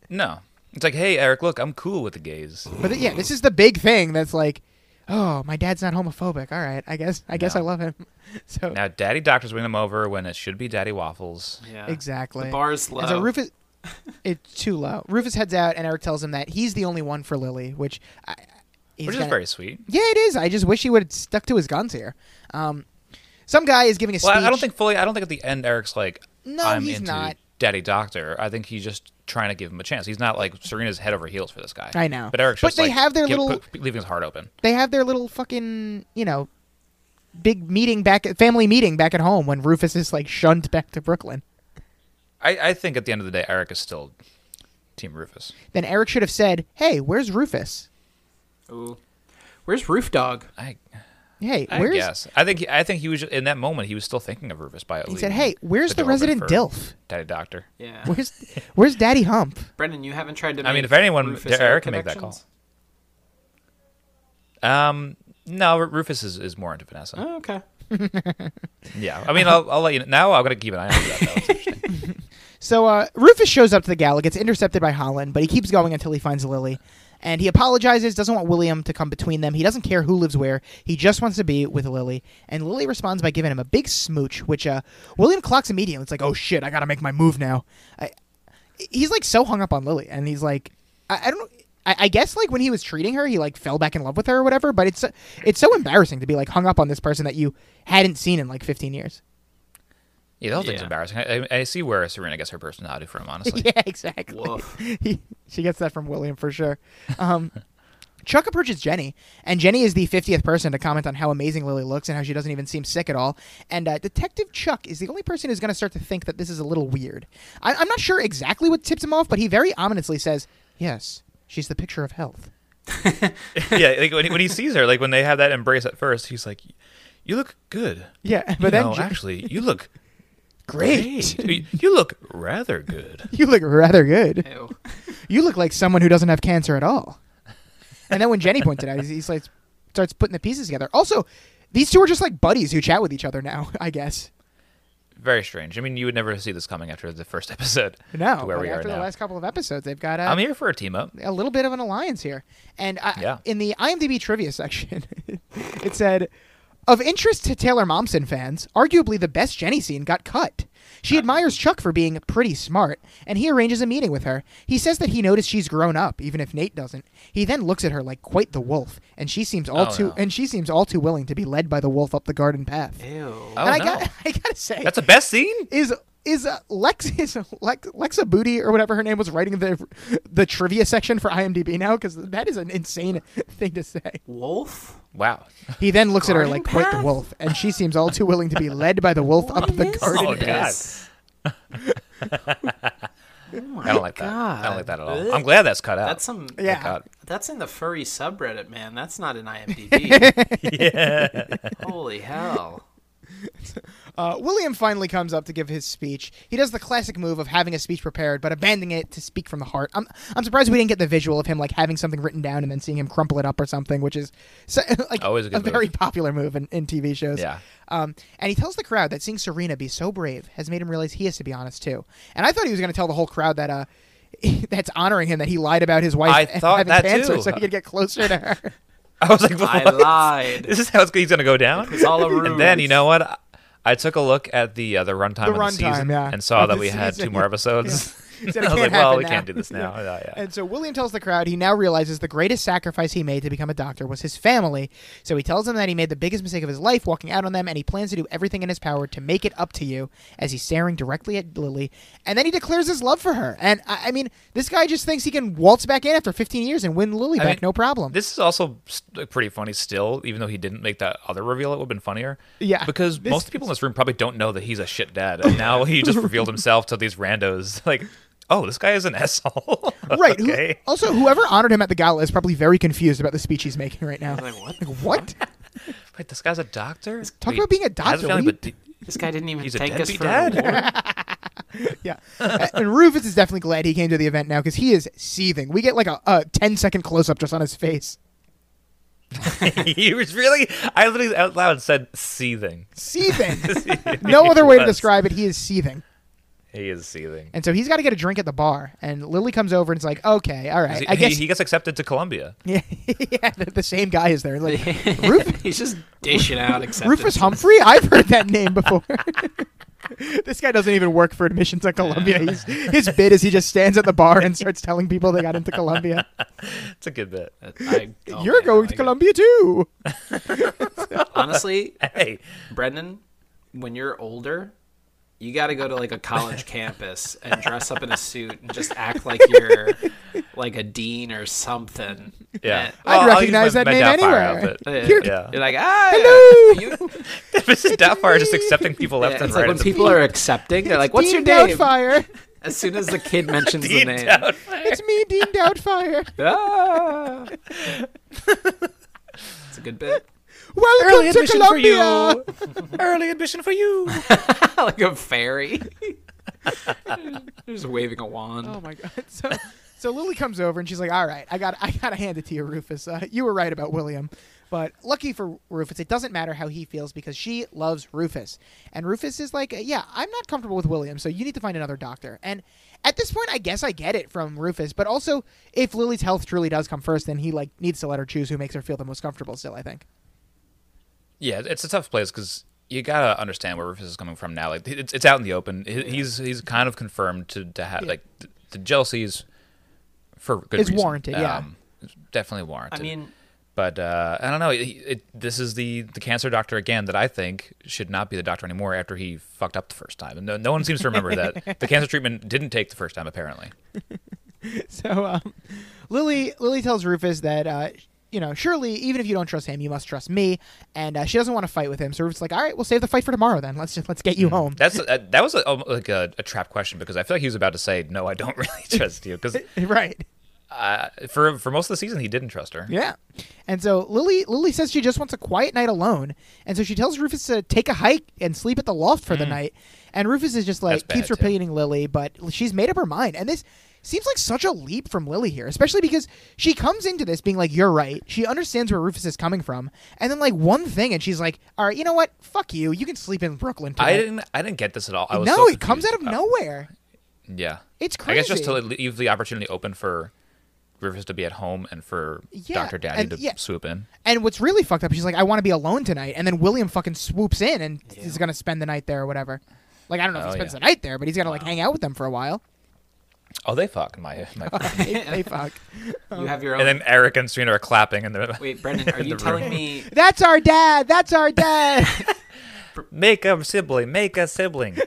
S1: No. It's like, hey, Eric, look, I'm cool with the gays.
S3: But th- yeah, this is the big thing that's like, oh, my dad's not homophobic. All right, I guess I guess
S1: No.
S3: I love him. So
S1: Now, Daddy Doctor's winning them over when it should be Daddy Waffles.
S4: Yeah.
S3: exactly.
S4: The bar's low.
S3: And so Rufus, it's too low. Rufus heads out, and Eric tells him that he's the only one for Lily, which, I, he's
S1: Which is
S3: gonna-
S1: very sweet.
S3: Yeah, it is. I just wish he would have stuck to his guns here. Um, some guy is giving a
S1: Well,
S3: speech.
S1: I, I don't think fully. I don't think at the end Eric's like,
S3: No,
S1: I'm
S3: he's
S1: into
S3: not.
S1: Daddy Doctor. I think he's just trying to give him a chance. He's not like Serena's head over heels for this guy.
S3: I know.
S1: But Eric's
S3: But
S1: just
S3: they
S1: like,
S3: have their
S1: give-
S3: little-
S1: put- leaving his heart open.
S3: they have their little fucking you know big meeting back at family meeting back at home when Rufus is like shunned back to Brooklyn.
S1: I, I think at the end of the day, Eric is still Team Rufus.
S3: Then Eric should have said, "Hey, where's Rufus?
S4: Ooh. Where's Roof Dog?
S1: I,
S3: Hey,
S1: I
S3: where's?"
S1: guess. I think. He, I think he was just, in that moment. He was still thinking of Rufus by.
S3: He said, "Hey, where's the, resident Dilf?
S1: Daddy Doctor.
S4: Yeah.
S3: Where's where's Daddy Hump?"
S4: Brendan, you haven't tried to.
S1: I mean,
S4: make
S1: if anyone-
S4: Rufus
S1: Eric
S4: Eric
S1: can make that call.
S4: connections?
S1: Um, no, Ru- Rufus is, is more into Vanessa.
S4: Oh, okay.
S1: Yeah, I mean, I'll, I'll let you know. Now I'm gonna keep an eye on that. That was interesting.
S3: So uh, Rufus shows up to the gala, gets intercepted by Holland, but he keeps going until he finds Lily. And he apologizes, doesn't want William to come between them. He doesn't care who lives where. He just wants to be with Lily. And Lily responds by giving him a big smooch, which uh, William clocks immediately. It's like, oh shit, I gotta make my move now. I, he's like so hung up on Lily, and he's like, I, I don't know. I, I guess like when he was treating her, he like fell back in love with her or whatever. But it's it's so embarrassing to be like hung up on this person that you hadn't seen in like 15 years.
S1: Yeah, the whole thing's
S4: Yeah.
S1: embarrassing. I, I I see where Serena gets her personality from. Honestly,
S3: yeah, exactly.
S4: Woof.
S3: He, she gets that from William for sure. Um, Chuck approaches Jenny, and Jenny is the 50th person to comment on how amazing Lily looks and how she doesn't even seem sick at all. And uh, Detective Chuck is the only person who's going to start to think that this is a little weird. I, I'm not sure exactly what tips him off, but he very ominously says, Yes, she's the picture of health.
S1: yeah. Like when he, when he sees her, like when they have that embrace at first, he's like, "You look good."
S3: Yeah, but
S1: you
S3: then
S1: know,
S3: Jen-
S1: actually, you look
S3: Great.
S1: great. you look rather good.
S3: You look rather good.
S4: Ew.
S3: You look like someone who doesn't have cancer at all. And then when Jenny pointed out, he's, he's like starts putting the pieces together. Also, these two are just like buddies who chat with each other now. I guess.
S1: Very strange. I mean, you would never see this coming after the first episode.
S3: No,
S1: to where
S3: but
S1: we are
S3: after the
S1: now.
S3: last couple of episodes, they've got uh,
S1: I'm
S3: a,
S1: here for a team up.
S3: a little bit of an alliance here. And I,
S1: Yeah.
S3: in the IMDb trivia section, it said, "Of interest to Taylor Momsen fans, arguably the best Jenny scene got cut. She
S1: Ah.
S3: admires Chuck for being pretty smart, and he arranges a meeting with her. He says that he noticed she's grown up, even if Nate doesn't. He then looks at her like quite the wolf, and she seems all
S1: Oh,
S3: too
S1: no.
S3: and she seems all too willing to be led by the wolf up the garden path.
S4: Ew.
S1: Oh
S3: and I
S1: no,
S3: got I gotta say,
S1: that's the best scene.
S3: is is uh, Lex is Lex, Lexa Booty or whatever her name was writing the the trivia section for IMDb now because that is an insane thing to say.
S4: Wolf?
S1: Wow.
S3: He then looks at her
S4: Garden
S3: like quite the
S4: path?
S3: wolf, and she seems all too willing to be led by the wolf up the
S4: is
S3: garden.
S1: Oh, God.
S4: this? oh my
S1: I don't like that.
S4: God.
S1: I don't like that at all.
S4: Ugh.
S1: I'm glad that's cut out.
S4: That's some.
S3: Yeah.
S1: God.
S4: That's in the furry subreddit, man. That's not in IMDb.
S1: yeah.
S4: Holy hell.
S3: Uh, William finally comes up to give his speech. He does the classic move of having a speech prepared but abandoning it to speak from the heart. I'm I'm surprised we didn't get the visual of him like having something written down and then seeing him crumple it up or something, which is so, like
S1: Always a good move.
S3: very popular move in, in TV shows.
S1: Yeah.
S3: Um, and he tells the crowd that seeing Serena be so brave has made him realize he has to be honest too. And I thought he was going to tell the whole crowd that uh, that's honoring him that he lied about his wife
S1: I
S3: and
S1: thought
S3: having
S1: that
S3: cancer
S1: too.
S3: so he could get closer to her.
S1: I was like,
S4: I
S1: what?
S4: lied.
S1: This is how it's, he's gonna go down.
S4: It's all a ruse.
S1: And then you know what? I- I took a look at the uh, the runtime
S3: The
S1: of the
S3: runtime,
S1: season
S3: yeah,
S1: and saw
S3: of
S1: that
S3: the
S1: we had
S3: season.
S1: two more episodes.
S3: He said,
S1: I
S3: "It
S1: was like,
S3: can't
S1: well,
S3: happen
S1: we
S3: now."
S1: can't do this now. Yeah, yeah.
S3: And so William tells the crowd he now realizes the greatest sacrifice he made to become a doctor was his family. So he tells them that he made the biggest mistake of his life walking out on them, and he plans to do everything in his power to make it up to you as he's staring directly at Lily. And then he declares his love for her. And I, I mean, this guy just thinks he can waltz back in after 15 years and win Lily
S1: I
S3: back,
S1: mean,
S3: no problem.
S1: This is also s- like, pretty funny still, even though he didn't make that other reveal. It would have been funnier.
S3: Yeah.
S1: Because
S3: This-
S1: most people in this room probably don't know that he's a shit dad. And now he just revealed himself to these randos. Like, oh, this guy is an asshole.
S3: right. who-
S1: okay.
S3: also, whoever honored him at the gala is probably very confused about the speech he's making right now.
S4: like, what?
S3: Like, what?
S1: Wait, this guy's a doctor?
S3: Talk
S1: Wait,
S3: about being a
S1: has
S3: doctor,
S1: family,
S3: what
S1: but d-
S4: This guy didn't even
S1: he's a
S4: thank us
S1: deadbeat
S4: for a reward.
S1: dad?
S3: Yeah. Uh, and Rufus is definitely glad he came to the event now because he is seething. We get like a, a 10 second close up just on his face.
S1: he was really, I literally out loud said seething.
S3: Seething. no other way to describe it. He is seething.
S1: He is seething.
S3: And so he's got to get a drink at the bar. And Lily comes over and is like, okay, all right.
S1: He,
S3: I guess.
S1: he, he gets accepted to Columbia.
S3: yeah, yeah, the, the same guy is there. Like, Ruf-
S4: He's just dishing out acceptance.
S3: Rufus Humphrey? I've heard that name before. this guy doesn't even work for admissions at Columbia. He's, his bit is he just stands at the bar and starts telling people they got into Columbia.
S1: It's a good bit.
S4: I- oh,
S3: You're
S4: man,
S3: going to
S4: I like it.
S3: Columbia too.
S4: Honestly,
S1: Hey,
S4: Brendan, when you're older, you got to go to like a college campus and dress up in a suit and just act like you're like a dean or something.
S1: yeah.
S3: I'd
S1: Well, I'll use
S3: recognize
S1: my-
S3: that
S1: my
S3: name
S1: Doubtfire
S3: anywhere.
S1: outfit.
S4: Uh, yeah.
S3: Here-
S1: Yeah.
S4: You're like, ah, yeah."
S3: Hello!
S4: You-
S1: Mrs. Doubtfire just accepting people
S4: yeah,
S1: left and
S4: it's
S1: right.
S4: like when
S1: It's a-
S4: people are accepting, they're like, "What's
S3: Dean
S4: your name?"
S3: Doubtfire.
S4: As soon as the kid mentions the
S1: Dean
S4: name,
S1: Doubtfire.
S3: It's me, Dean Doubtfire.
S4: ah. it's a good bit.
S3: Welcome
S1: Early
S3: to
S1: admission for
S3: Columbia.
S1: you. Early admission for you.
S4: like a fairy. just waving a wand.
S3: Oh my god. So, so Lily comes over and she's like, "All right, I got, I gotta hand it to you, Rufus. Uh, you were right about William, but lucky for Rufus, it doesn't matter how he feels because she loves Rufus, and Rufus is like, yeah, I'm not comfortable with William, so you need to find another doctor. And at this point, I guess I get it from Rufus, but also if Lily's health truly does come first, then he like needs to let her choose who makes her feel the most comfortable. Still, I think.
S1: Yeah, it's a tough place because you gotta understand where Rufus is coming from now. Like it's, it's out in the open. He- He's he's kind of confirmed to to have like th- the jealousy is for good
S3: It's
S1: reason.
S3: warranted, yeah.
S1: it's definitely
S4: I
S1: warranted.
S4: mean,
S1: but uh, I don't know. It, it, this is the the cancer doctor again that I think should not be the doctor anymore after he fucked up the first time. And no, no one seems to remember that the cancer treatment didn't take the first time apparently.
S3: So um, Lily Lily tells Rufus that uh, you know surely even if you don't trust him, you must trust me, and uh, she doesn't want to fight with him. So Rufus is like, all right, we'll save the fight for tomorrow then. Let's just let's get you home.
S1: That's uh, that was a, um, like a, a trap question because I feel like he was about to say no, I don't really trust you because
S3: right.
S1: uh, for for most of the season, he didn't trust her.
S3: Yeah. And so Lily Lily says she just wants a quiet night alone. And so she tells Rufus to take a hike and sleep at the loft for the night. And Rufus is just like
S1: Mm. That's
S3: keeps
S1: bad, too.
S3: repeating Lily, but she's made up her mind. And this seems like such a leap from Lily here, especially because she comes into this being like, You're right. She understands where Rufus is coming from. And then like one thing and she's like, All right, you know what? Fuck you. You can sleep in Brooklyn tonight.
S1: I didn't I didn't get this at all. I was
S3: no,
S1: so
S3: it comes out of
S1: confused. Uh,
S3: nowhere.
S1: Yeah,
S3: It's
S1: I guess just to
S3: crazy.
S1: leave the opportunity open for Rufus to be at home and for
S3: Yeah,
S1: Doctor Daddy
S3: and-
S1: to
S3: yeah.
S1: swoop in.
S3: And what's really fucked up, she's like, I want to be alone tonight. And then William fucking swoops in and he's going to spend the night there or whatever. Like, I don't know if
S1: Oh,
S3: he spends
S1: yeah.
S3: the night there, but he's going to, like, hang out with them for a while.
S1: Oh, they fuck in my my.
S3: They, they fuck.
S4: You have your own.
S1: and then Eric and Serena are clapping and they're
S4: Wait, Brendan, are
S1: in
S4: you
S1: the
S4: telling
S1: room.
S4: me?
S3: That's our dad. That's our dad.
S1: make a sibling, make a sibling.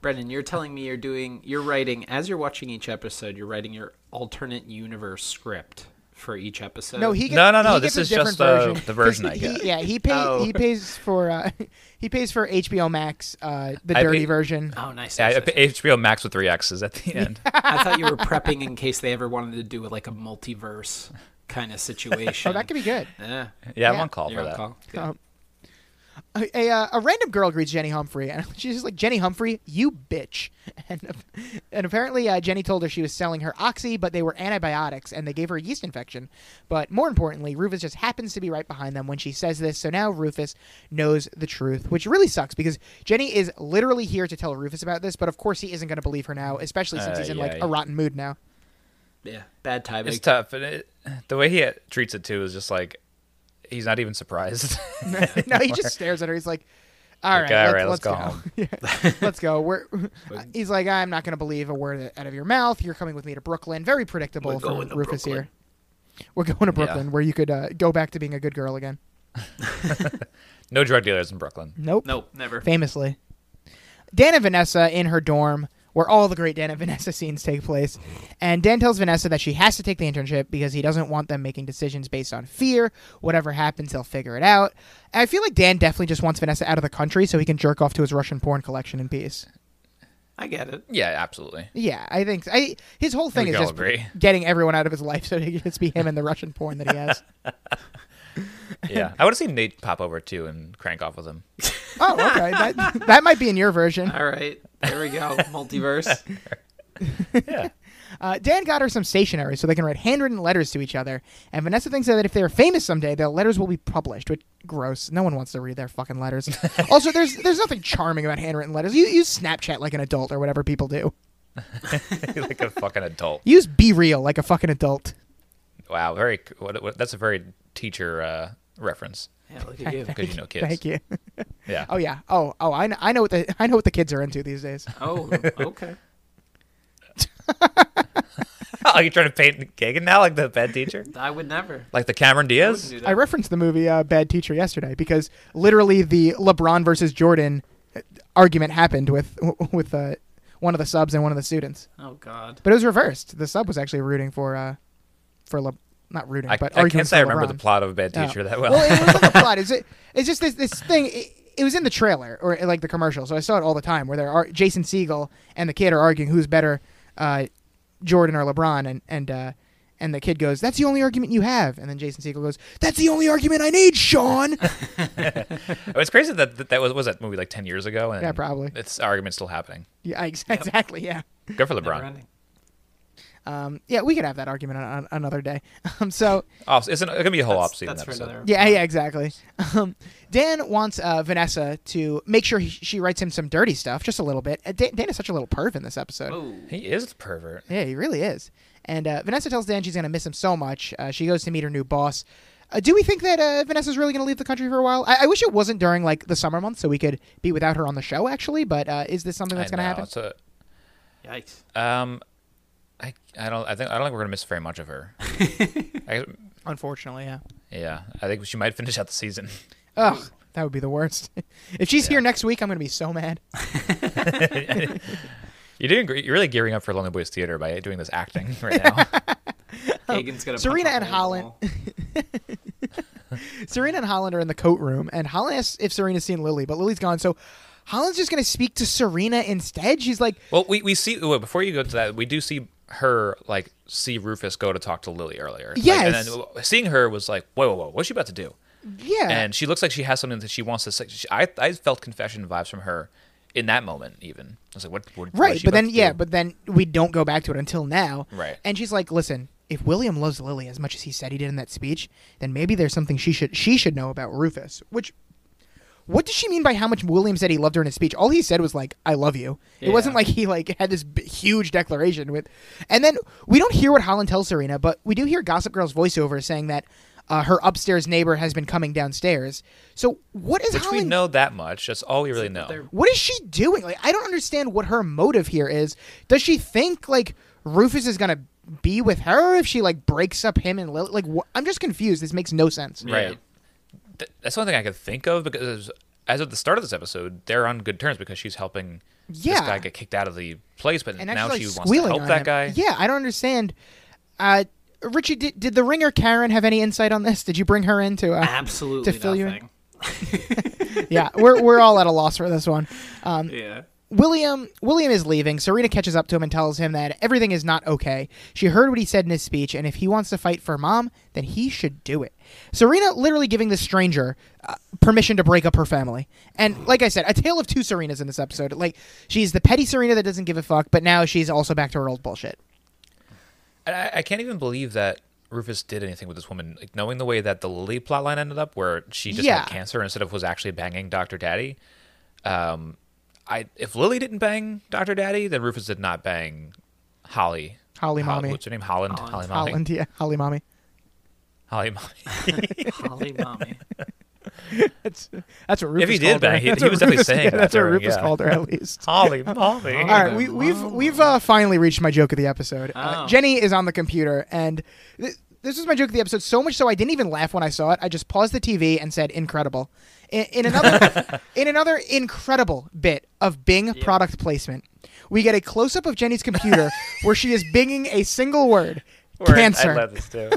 S4: Brendan, you're telling me you're doing, you're writing as you're watching each episode. You're writing your alternate universe script for each episode.
S3: no, he gets,
S1: No, no, no,
S3: he
S1: this
S3: gets a
S1: is
S3: different
S1: just, uh,
S3: version.
S1: the version
S3: 'Cause
S1: I
S3: he-
S1: get.
S3: Yeah, he pays.
S4: Oh.
S3: He pays for. Uh, he pays for HBO Max, uh, the
S1: I
S3: dirty
S1: pay-
S3: version.
S4: Oh, nice.
S1: Yeah,
S4: nice, nice.
S1: HBO Max with three X's at the end.
S4: I thought you were prepping in case they ever wanted to do like a multiverse kind of situation.
S3: Oh, that could be good.
S4: Yeah,
S1: Yeah,
S3: Yeah.
S1: I'm on call
S4: you're
S1: for
S4: on
S1: that.
S4: call. Good.
S3: Um, a, a, uh, a random girl greets Jenny Humphrey, and she's just like, Jenny Humphrey, you bitch. And, and apparently, uh, Jenny told her she was selling her oxy, but they were antibiotics, and they gave her a yeast infection. But more importantly, Rufus just happens to be right behind them when she says this, so now Rufus knows the truth, which really sucks because Jenny is literally here to tell Rufus about this, but of course he isn't going to believe her now, especially since
S1: Uh,
S3: he's in
S1: yeah,
S3: like
S1: yeah.
S3: a rotten mood now.
S4: Yeah, bad timing.
S1: It's tough, and it, the way he treats it too is just like he's not even surprised.
S3: no, he just stares at her. He's like, all
S1: Like,
S3: right,
S1: all right, let's
S3: let's, let's
S1: go
S3: go.
S1: home."
S3: Yeah, let's go. We're, he's like, I'm not going to believe a word out of your mouth. You're coming with me to Brooklyn. Very predictable
S4: We're
S3: from
S4: going to
S3: Rufus
S4: Brooklyn.
S3: here. We're going to Brooklyn where you could uh, go back to being a good girl again.
S1: no drug dealers in Brooklyn.
S3: Nope.
S4: nope, never.
S3: Famously. Dan and Vanessa in her dorm where all the great Dan and Vanessa scenes take place. And Dan tells Vanessa that she has to take the internship because he doesn't want them making decisions based on fear. Whatever happens, they'll figure it out. And I feel like Dan definitely just wants Vanessa out of the country so he can jerk off to his Russian porn collection in peace.
S4: I get it.
S1: Yeah, absolutely.
S3: Yeah, I think I his whole thing
S1: We
S3: is
S1: all
S3: just
S1: agree.
S3: getting everyone out of his life so it can just be him and the Russian porn that he has.
S1: Yeah, I would have seen Nate pop over too and crank off with him.
S3: oh, okay. That, that might be in your version.
S4: All right, there we go. Multiverse.
S1: Yeah,
S3: Uh, Dan got her some stationery so they can write handwritten letters to each other. And Vanessa thinks that if they're famous someday, their letters will be published. Which gross. No one wants to read their fucking letters. also, there's there's nothing charming about handwritten letters. You use Snapchat like an adult or whatever people do.
S1: like a fucking adult.
S3: Use Be Real like a fucking adult.
S1: Wow, very. c- What, what, that's a very teacher uh, reference
S4: Yeah, look at you.
S1: because you know kids.
S3: Thank you.
S1: Yeah.
S3: Oh yeah. Oh oh. I know, I know what the I know what the kids are into these days.
S4: Oh, okay.
S1: Oh, you're trying to paint Kagan now like the bad teacher,
S4: I would never.
S1: like the Cameron
S4: I wouldn't
S1: Diaz.
S4: do
S3: I
S4: that.
S3: referenced the movie uh, Bad Teacher yesterday because literally the LeBron versus Jordan uh, argument happened with with uh, one of the subs and one of the students.
S4: Oh God.
S3: But it was reversed. The sub was actually rooting for uh for Le- not rooting,
S1: I,
S3: but
S1: I
S3: arguing
S1: can't say I
S3: for
S1: remember the
S3: LeBron.
S1: plot of a bad
S3: Yeah.
S1: teacher that well.
S3: it was on the plot. It's, it's just this this thing. It, it was in the trailer or like the commercial, so I saw it all the time. Where there are Jason Siegel and the kid are arguing who's better, uh, Jordan or LeBron, and and uh, and the kid goes, "That's the only argument you have," and then Jason Siegel goes, "That's the only argument I need, Sean."
S1: Oh, it's crazy that that, that was was that movie like ten years ago, and
S3: Yeah, probably.
S1: It's argument's still happening.
S3: yeah, ex- exactly. Yeah.
S1: Good for
S4: Never
S1: LeBron.
S4: ending.
S3: Um, yeah, we could have that argument on, on another day. Um, so,
S1: Oh, it's, an, it's gonna be a whole off
S4: That's,
S1: season
S4: that's for
S1: episode.
S4: another.
S3: Yeah, yeah, exactly. Um, Dan wants uh, Vanessa to make sure he, she writes him some dirty stuff, just a little bit. Uh, Dan, Dan is such a little perv in this episode.
S4: Oh,
S1: He is the pervert.
S3: Yeah, he really is. And uh, Vanessa tells Dan she's going to miss him so much. Uh, she goes to meet her new boss. Uh, do we think that uh, Vanessa's really going to leave the country for a while? I-, I wish it wasn't during like the summer months, so we could be without her on the show. Actually, but uh, is this something that's
S1: I
S3: going to
S1: know,
S3: happen?
S1: it's a-
S4: yikes.
S1: um, I, I don't I think I don't think we're gonna miss very much of her. I,
S3: Unfortunately, yeah.
S1: yeah, I think she might finish out the season.
S3: Ugh, that would be the worst. if she's here next week, I'm going to be so mad.
S1: You're doing gre- you're really gearing up for Lonely Boys Theater by doing this acting right now.
S4: Hagen's gonna.
S3: Serena
S4: punch a
S3: and
S4: hole in the
S3: Holland-
S4: wall.
S3: Serena and Holland are in the coat room, and Holland asks if Serena's seen Lily, but Lily's gone. So Holland's just going to speak to Serena instead. She's like,
S1: well, we we see well, before you go to that, we do see her like see Rufus go to talk to Lily earlier.
S3: Yes.
S1: Like, and then seeing her was like, whoa, whoa, whoa, what's she about to do?
S3: Yeah.
S1: And she looks like she has something that she wants to say. She, I, I felt confession vibes from her in that moment. Even I was like, what? what what is
S3: Right,
S1: she
S3: but
S1: about
S3: then
S1: to
S3: yeah,
S1: do?
S3: but then we don't go back to it until now.
S1: Right.
S3: And she's like, "Listen, if William loves Lily as much as he said he did in that speech, then maybe there's something she should she should know about Rufus." Which what does she mean by how much William said he loved her in his speech? All he said was like, "I love you." It wasn't
S4: Yeah.
S3: like he like had this b- huge declaration with. And then we don't hear what Holland tells Serena, but we do hear Gossip Girl's voiceover saying that uh, her upstairs neighbor has been coming downstairs. So what is
S1: which
S3: Holland?
S1: we know that much. That's all we really know.
S4: They're-
S3: What is she doing? Like, I don't understand what her motive here is. Does she think like Rufus is gonna be with her if she like breaks up him and Lily? Like, wh- I'm just confused. This makes no sense.
S1: Right.
S4: Yeah.
S1: Th- that's the only thing I could think of because as of the start of this episode, they're on good terms because she's helping this
S3: Yeah.
S1: guy get kicked out of the place, but
S3: And
S1: now
S3: actually,
S1: she
S3: like,
S1: wants to
S3: squealing
S1: help
S3: on
S1: that
S3: him.
S1: guy.
S3: Yeah, I don't understand. Uh, Richie, did, did the ringer Karen have any insight on this? Did you bring her into? Uh,
S4: Absolutely
S3: To fill you in.
S4: nothing.
S3: yeah, we're we're all at a loss for this one.
S4: Yeah.
S3: William William is leaving. Serena catches up to him and tells him that everything is not okay. She heard what he said in his speech, and if he wants to fight for mom, then he should do it. Serena literally giving this stranger uh, permission to break up her family. And like I said, a tale of two Serenas in this episode. Like she's the petty Serena that doesn't give a fuck, but now she's also back to her old bullshit.
S1: And I, I can't even believe that Rufus did anything with this woman, like knowing the way that the Lily plotline ended up, where she just
S3: Yeah.
S1: had cancer instead of was actually banging Doctor Daddy. Um, I if Lily didn't bang Doctor Daddy, then Rufus did not bang Holly.
S3: Holly
S1: Hol-
S3: mommy.
S1: What's her name? Holland.
S4: Holland.
S1: Holly mommy.
S3: Holland, yeah, Holly mommy.
S1: Holly mommy.
S4: Holly mommy.
S3: That's that's what Rufus
S1: he did
S3: called her.
S1: bang, he-
S3: That's
S1: he
S3: what
S1: was definitely
S3: Rufus-
S1: saying
S3: yeah,
S1: that
S3: that's what
S1: to her,
S3: Rufus
S1: yeah.
S3: called her at least.
S1: Holly mommy.
S3: All right, we, we've we've uh, finally reached my joke of the episode. Uh,
S4: Oh.
S3: Jenny is on the computer, and th- this was my joke of the episode. So much so, I didn't even laugh when I saw it. I just paused the TV and said, "Incredible." In, in another in another incredible bit of Bing product placement, we get a close up of Jenny's computer where she is binging a single word.
S1: Word.
S3: Cancer.
S1: I love this too.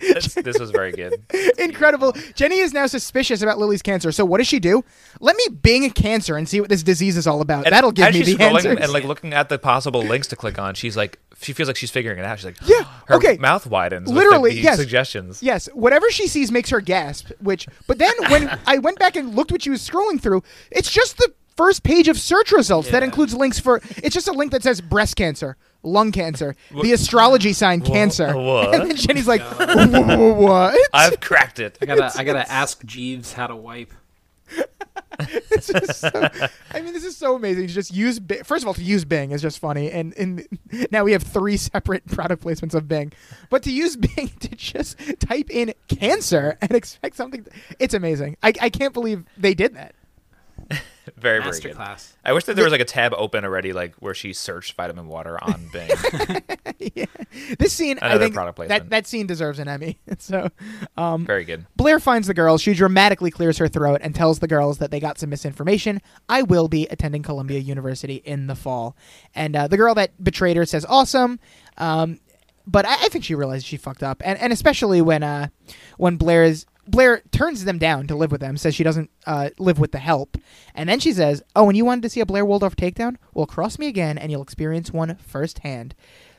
S1: That's- this was very good.
S3: Incredible. Jenny is now suspicious about Lily's cancer. So what does she do? Let me bing cancer and see what this disease is all about.
S1: And
S3: That'll give
S1: as
S3: me
S1: she's
S3: the
S1: scrolling
S3: answer.
S1: and like looking at the possible links to click on. She's like, she feels like she's figuring it out. She's like,
S3: Yeah,
S1: Her
S3: okay.
S1: mouth widens.
S3: Literally,
S1: with the, the
S3: yes.
S1: Suggestions.
S3: Yes, whatever she sees makes her gasp. Which, but then when I went back and looked what she was scrolling through, it's just the first page of search results that
S4: Yeah.
S3: includes links for. It's just a link that says breast cancer, lung cancer, the astrology sign cancer,
S1: what?
S3: and then Jenny's like, "Wha- "What?"
S1: I've cracked it.
S4: I gotta I gotta ask Jeeves how to wipe.
S3: It's just so- I mean, this is so amazing. To just use Bing. First of all, to use Bing is just funny, and and now we have three separate product placements of Bing. But to use Bing to just type in cancer and expect something, it's amazing. I, I can't believe they did that.
S1: Very very good.
S4: Masterclass.
S1: I wish that there was like a tab open already, like where she searched vitamin water on Bing.
S3: This scene, I
S1: Another
S3: think
S1: product placement.
S3: that that scene deserves an Emmy. So. Um,
S1: very good.
S3: Blair finds the girls. She dramatically clears her throat and tells the girls that they got some misinformation. I will be attending Columbia University in the fall. And uh, the girl that betrayed her says, "Awesome," um, but I, I think she realizes she fucked up. And and especially when uh, when Blair is Blair turns them down to live with them, says she doesn't uh, live with the help, and then she says, "Oh, and you wanted to see a Blair Waldorf takedown? Well, cross me again, and you'll experience one firsthand."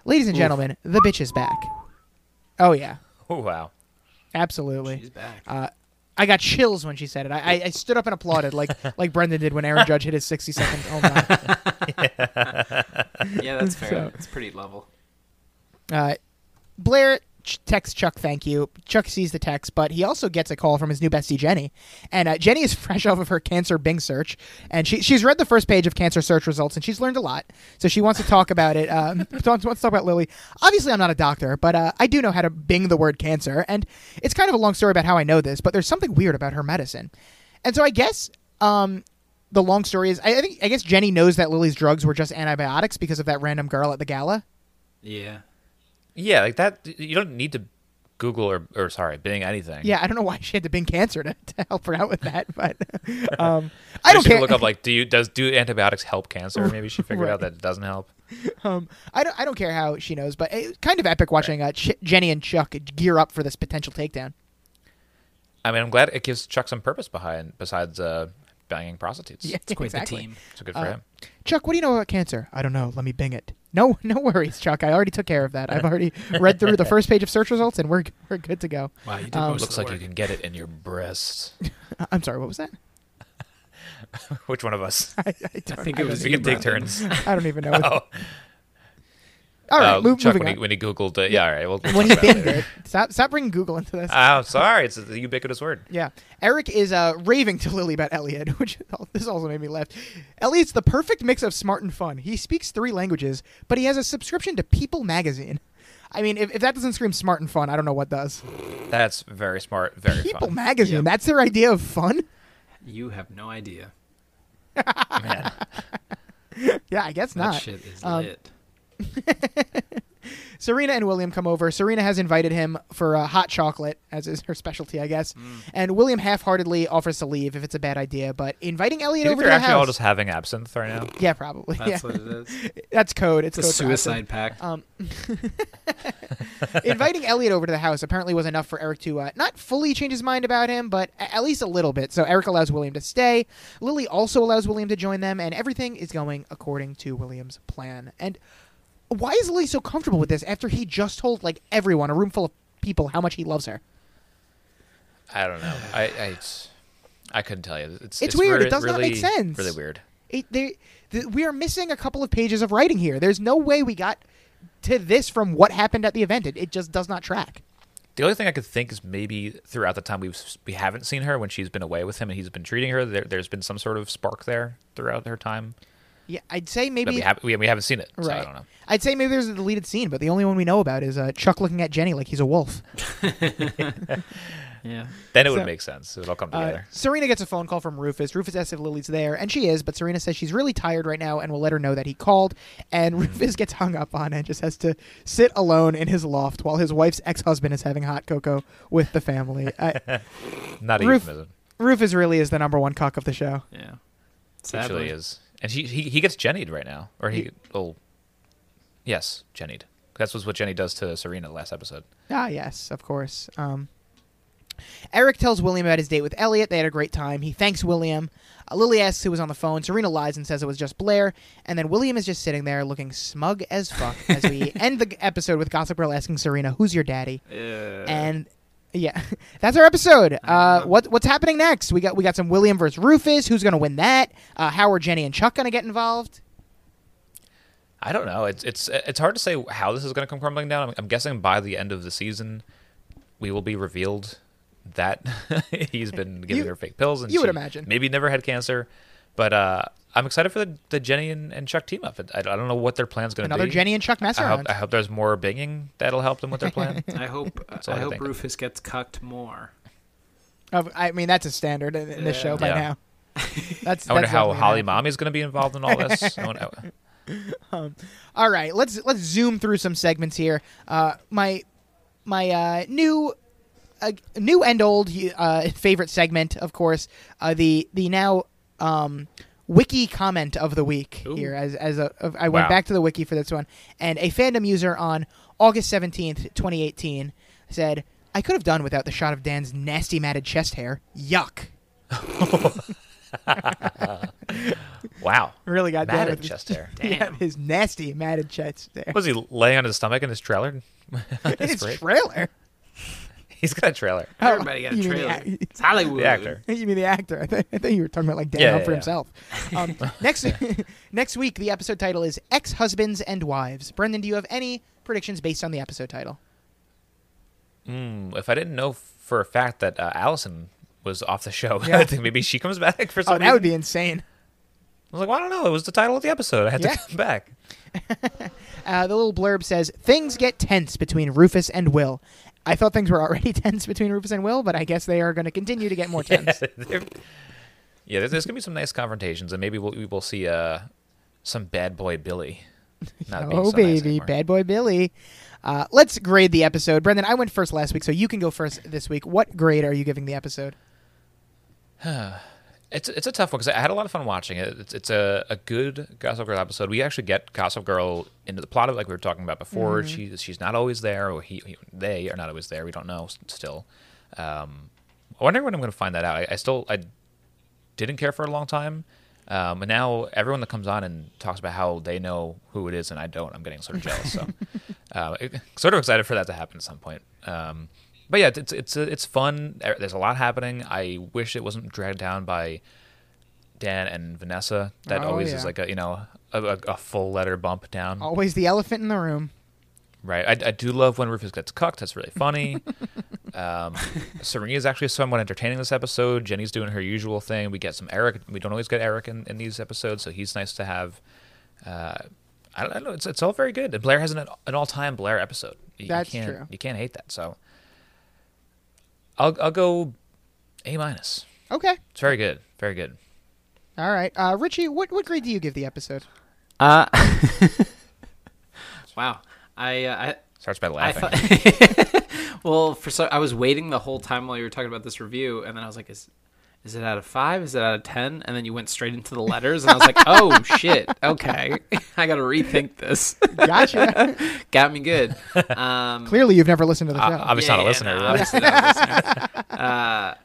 S3: Ladies and gentlemen, the bitch is back. Oh yeah,
S1: Oh wow.
S3: absolutely.
S4: She's back.
S3: I got chills when she said it. I, I, I stood up and applauded like like Brendan did when Aaron Judge hit his 60 second home run.
S4: yeah, that's fair.
S3: so-
S4: It's pretty level.
S3: Uh, Blair ch- texts Chuck, thank you. Chuck sees the text, but he also gets a call from his new bestie, Jenny. And uh, Jenny is fresh off of her cancer Bing search. And she, she's read the first page of cancer search results and she's learned a lot. So she wants to talk about it. Um, wants wants to talk about Lily. Obviously, I'm not a doctor, but uh, I do know how to Bing the word cancer. And it's kind of a long story about how I know this, but there's something weird about her medicine. And so I guess um, the long story is I, I think I guess Jenny knows that Lily's drugs were just antibiotics because of that random girl at the gala.
S4: Yeah.
S1: Yeah, like that. You don't need to Google or or sorry, Bing anything.
S3: Yeah, I don't know why she had to Bing cancer to, to help her out with that, but um,
S1: Maybe
S3: I don't
S1: she could
S3: care.
S1: Look up like do you does do antibiotics help cancer? Maybe she figured
S3: Right.
S1: out that it doesn't help.
S3: Um, I don't. I don't care how she knows, but it's kind of epic watching uh, Ch- Jenny and Chuck gear up for this potential takedown.
S1: I mean, I'm glad it gives Chuck some purpose behind besides uh, banging prostitutes.
S3: Yeah,
S4: It's quite
S3: exactly.
S4: the team.
S1: So good for
S3: Uh,
S1: him.
S3: Chuck, what do you know about cancer? I don't know. Let me Bing it. No, no worries, Chuck. I already took care of that. I've already read through the first page of search results, and we're we're good to go.
S4: Wow, you did
S3: Um,
S4: most
S1: Looks
S4: of
S1: like
S4: the
S1: you
S4: work.
S1: can get it in your breasts.
S3: I- I'm sorry. What was that?
S1: Which one of us?
S3: I, I, don't,
S4: I think
S3: I
S4: it was
S1: We
S4: you,
S1: can take
S4: Brendan.
S1: turns.
S3: don't- I don't even know. what-
S1: Oh,
S3: All right,
S1: uh,
S3: move,
S1: Chuck,
S3: moving
S1: when he,
S3: on.
S1: when he Googled it. Yeah, all right. We'll, we'll
S3: When
S1: talk
S3: he
S1: about it
S3: did
S1: later.
S3: it, stop stop bringing Google into this.
S1: I'm Oh, sorry. It's the ubiquitous word.
S3: Yeah. Eric is uh, raving to Lily about Elliot, which this also made me laugh. Elliot's the perfect mix of smart and fun. He speaks three languages, but he has a subscription to People magazine. I mean, if, if that doesn't scream smart and fun, I don't know what does.
S1: That's very smart. Very
S3: People
S1: fun.
S3: magazine,
S4: Yep.
S3: that's their idea of fun?
S4: You have no idea.
S1: Man.
S3: Yeah, I guess
S4: That
S3: not.
S4: shit is
S3: Um,
S4: lit.
S3: Serena and William come over. Serena has invited him for uh, hot chocolate, as is her specialty, I guess.
S1: Mm.
S3: And William half-heartedly offers to leave if it's a bad idea, but inviting
S1: Do
S3: Elliot
S1: you think
S3: over
S1: they're
S3: to the
S1: actually
S3: house.
S1: all just having absinthe right now?
S3: Yeah, probably.
S4: That's
S3: yeah.
S4: what it is.
S3: That's code. It's,
S4: It's a
S3: code for acid.
S4: suicide pact.
S3: Um, inviting Elliot over to the house apparently was enough for Eric to uh, not fully change his mind about him, but a- at least a little bit. So Eric allows William to stay. Lily also allows William to join them, and everything is going according to William's plan. And why is Lily so comfortable with this after he just told like everyone, a room full of people, how much he loves her?
S1: I don't know. I I, it's- I couldn't tell you. It's,
S3: It's weird.
S1: re-
S3: It does not make
S1: really-
S3: sense.
S1: Really weird.
S3: It, they, th- we are missing a couple of pages of writing here. There's no way we got to this from what happened at the event. It, it just does not track.
S1: The only thing I could think is maybe throughout the time we've s- we haven't seen her when she's been away with him and he's been treating her, there, there's been some sort of spark there throughout her time.
S3: Yeah, I'd say maybe
S1: But we, have, we, we haven't seen it, so I don't know.
S3: would say maybe there's a deleted scene, but the only one we know about is uh, Chuck looking at Jenny like he's a wolf.
S4: Yeah.
S1: Then it would
S3: So-
S1: make sense. It would all come
S3: Uh,
S1: together.
S3: Serena gets a phone call from Rufus. Rufus asks if Lily's there, and she is, but Serena says she's really tired right now and will let her know that he called. And Rufus gets hung up on and just has to sit alone in his loft while his wife's ex husband is having hot cocoa with the family. I,
S1: not a
S3: Ruf-
S1: euphemism.
S3: Rufus really is the number one cock of the show.
S4: Yeah.
S1: It
S4: Sadly.
S1: really is. And she, he, he gets jennied right now. Or he, oh, yes, jennied. That's what's what Jenny does to Serena last episode.
S3: Ah, yes, of course. Um, Eric tells William about his date with Elliot. They had a great time. He thanks William. Uh, Lily asks who was on the phone. Serena lies and says it was just Blair. And then William is just sitting there looking smug as fuck as we end the episode with Gossip Girl asking Serena, "Who's your daddy?"
S1: Uh.
S4: Yeah.
S3: And yeah, that's our episode. Uh,
S4: know.
S3: what what's happening next? We got we got some William versus Rufus. Who's gonna win that? Uh, how are Jenny and Chuck gonna get involved?
S1: I don't know. It's it's it's hard to say how this is going to come crumbling down. I'm, I'm guessing by the end of the season, we will be revealed that he's been giving
S3: You-
S1: her fake pills, and
S3: you would
S1: she
S3: imagine.
S1: maybe never had cancer. But uh, I'm excited for the, the Jenny and, and Chuck team up. I, I don't know what their plan's going to be.
S3: Another Jenny and Chuck mess
S1: I
S3: around.
S1: hope, I hope there's more binging that'll help them with their plan.
S4: I hope
S1: all
S4: I
S1: I
S4: hope
S1: think.
S4: Rufus gets cucked more.
S3: Of- I mean, that's a standard in, in this
S4: Yeah.
S3: show by
S1: Yeah.
S3: now. That's.
S1: I wonder
S3: that's
S1: how
S3: definitely
S1: Holly
S3: happening.
S1: Mommy's going to be involved in all this. I wonder-
S3: All right, let's let's zoom through some segments here. Uh, my my uh, new uh, new and old uh, favorite segment, of course, uh, the the now um, wiki comment of the week
S4: Ooh.
S3: here. As as a, of- I went
S1: Wow.
S3: back to the wiki for this one, and a fandom user on August seventeenth, twenty eighteen, said, "I could have done without the shot of Dan's nasty matted chest hair. Yuck."
S1: wow.
S3: Really got Dan
S1: Matted
S3: with-
S1: chest hair.
S3: Yeah, his nasty matted chest hair.
S1: Was he laying on his stomach in his trailer?
S3: His
S1: break?
S3: trailer.
S1: He's got a trailer.
S4: Everybody got a
S3: you mean the
S4: trailer.
S3: ac-
S4: It's Hollywood.
S1: The actor.
S3: you mean the actor? I, th- I think you were talking about like Dan
S1: Yeah,
S3: Hunt
S1: yeah,
S3: for
S1: yeah.
S3: himself. Um, next next week, the episode title is "Ex Husbands and Wives." Brendan, do you have any predictions based on the episode title?
S1: Mm, if I didn't know for a fact that uh, Allison was off the show,
S3: Yeah.
S1: I think maybe she comes back for some
S3: Oh, that would
S1: reason.
S3: be insane.
S1: I was like, well, I don't know. It was the title of the episode. I had
S3: Yeah.
S1: to come back.
S3: Uh, the little blurb says things get tense between Rufus and Will. I thought things were already tense between Rufus and Will, but I guess they are going to continue to get more tense.
S1: They're- yeah, there's, there's gonna be some nice confrontations, and maybe we'll we will see uh, some bad boy Billy. Not being
S3: oh
S1: so nice
S3: baby,
S1: anymore.
S3: bad boy Billy. Uh, let's grade the episode, Brendan. I went first last week, so you can go first this week. What grade are you giving the episode?
S1: It's it's a tough one because I had a lot of fun watching it. It's, it's a, a good Gossip Girl episode. We actually get Gossip Girl into the plot of it, like we were talking about before. She she's not always there, or he, he- they are not always there. We don't know s- still. Um, I wonder when I'm going to find that out. I, I still I didn't care for a long time. Um, and now everyone that comes on and talks about how they know who it is and I don't, I'm getting sort of jealous. So, uh, it- sort of excited for that to happen at some point. Um, but yeah, it's it's it's, it's fun. There- There's a lot happening. I wish it wasn't dragged down by Dan and Vanessa. That
S3: Oh,
S1: always
S3: yeah.
S1: is like a you know a, a, a full letter bump down.
S3: Always the elephant in the room.
S1: Right. I, I do love when Rufus gets cucked. That's really funny. um, Serena is actually somewhat entertaining this episode. Jenny's doing her usual thing. We get some Eric. We don't always get Eric in, in these episodes, so he's nice to have. Uh, I, don't, I don't know. It's, it's all very good. And Blair has an, an all time Blair episode. You,
S3: That's
S1: you can't,
S3: true.
S1: You can't hate that. So I'll, I'll go A minus.
S3: Okay.
S1: It's very good. Very good.
S3: All right. Uh, Richie, what, what grade do you give the episode?
S4: Uh, wow. I, uh, I
S1: Starts by
S4: I
S1: laughing.
S4: thought. well, for so I was waiting the whole time while you were talking about this review, and then I was like, "Is is it out of five? Is it out of ten? And then you went straight into the letters, and I was like, "Oh shit! Okay, I got to rethink this."
S3: Gotcha.
S4: got me good. Um,
S3: Clearly, you've never listened to the
S1: I-
S3: show.
S4: uh,
S1: I'm just not a listener.
S4: no,
S1: right?
S4: obviously not a listener. Uh,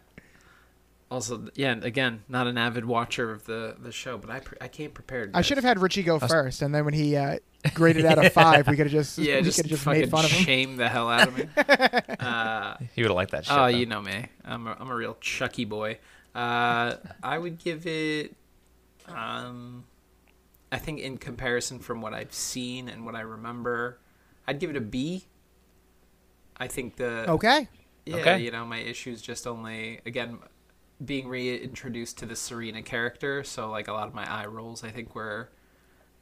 S4: also, yeah, and again, not an avid watcher of the, the show, but I pre- I came prepared.
S3: I
S4: guys.
S3: should have had Richie go first, and then when he uh, graded out a five, we could have just
S4: Yeah,
S3: we
S4: just,
S3: could have just
S4: fucking
S3: made fun of him.
S4: shame the hell out of me. uh,
S1: you would have liked that shit.
S4: oh,
S1: though.
S4: you know me. I'm a, I'm a real Chucky boy. Uh, I would give it. Um, I think in comparison from what I've seen and what I remember, I'd give it a B. I think the
S3: Okay.
S4: yeah,
S1: Okay.
S4: you know, my issue is just only again being reintroduced to the Serena character. So like a lot of my eye rolls, I think were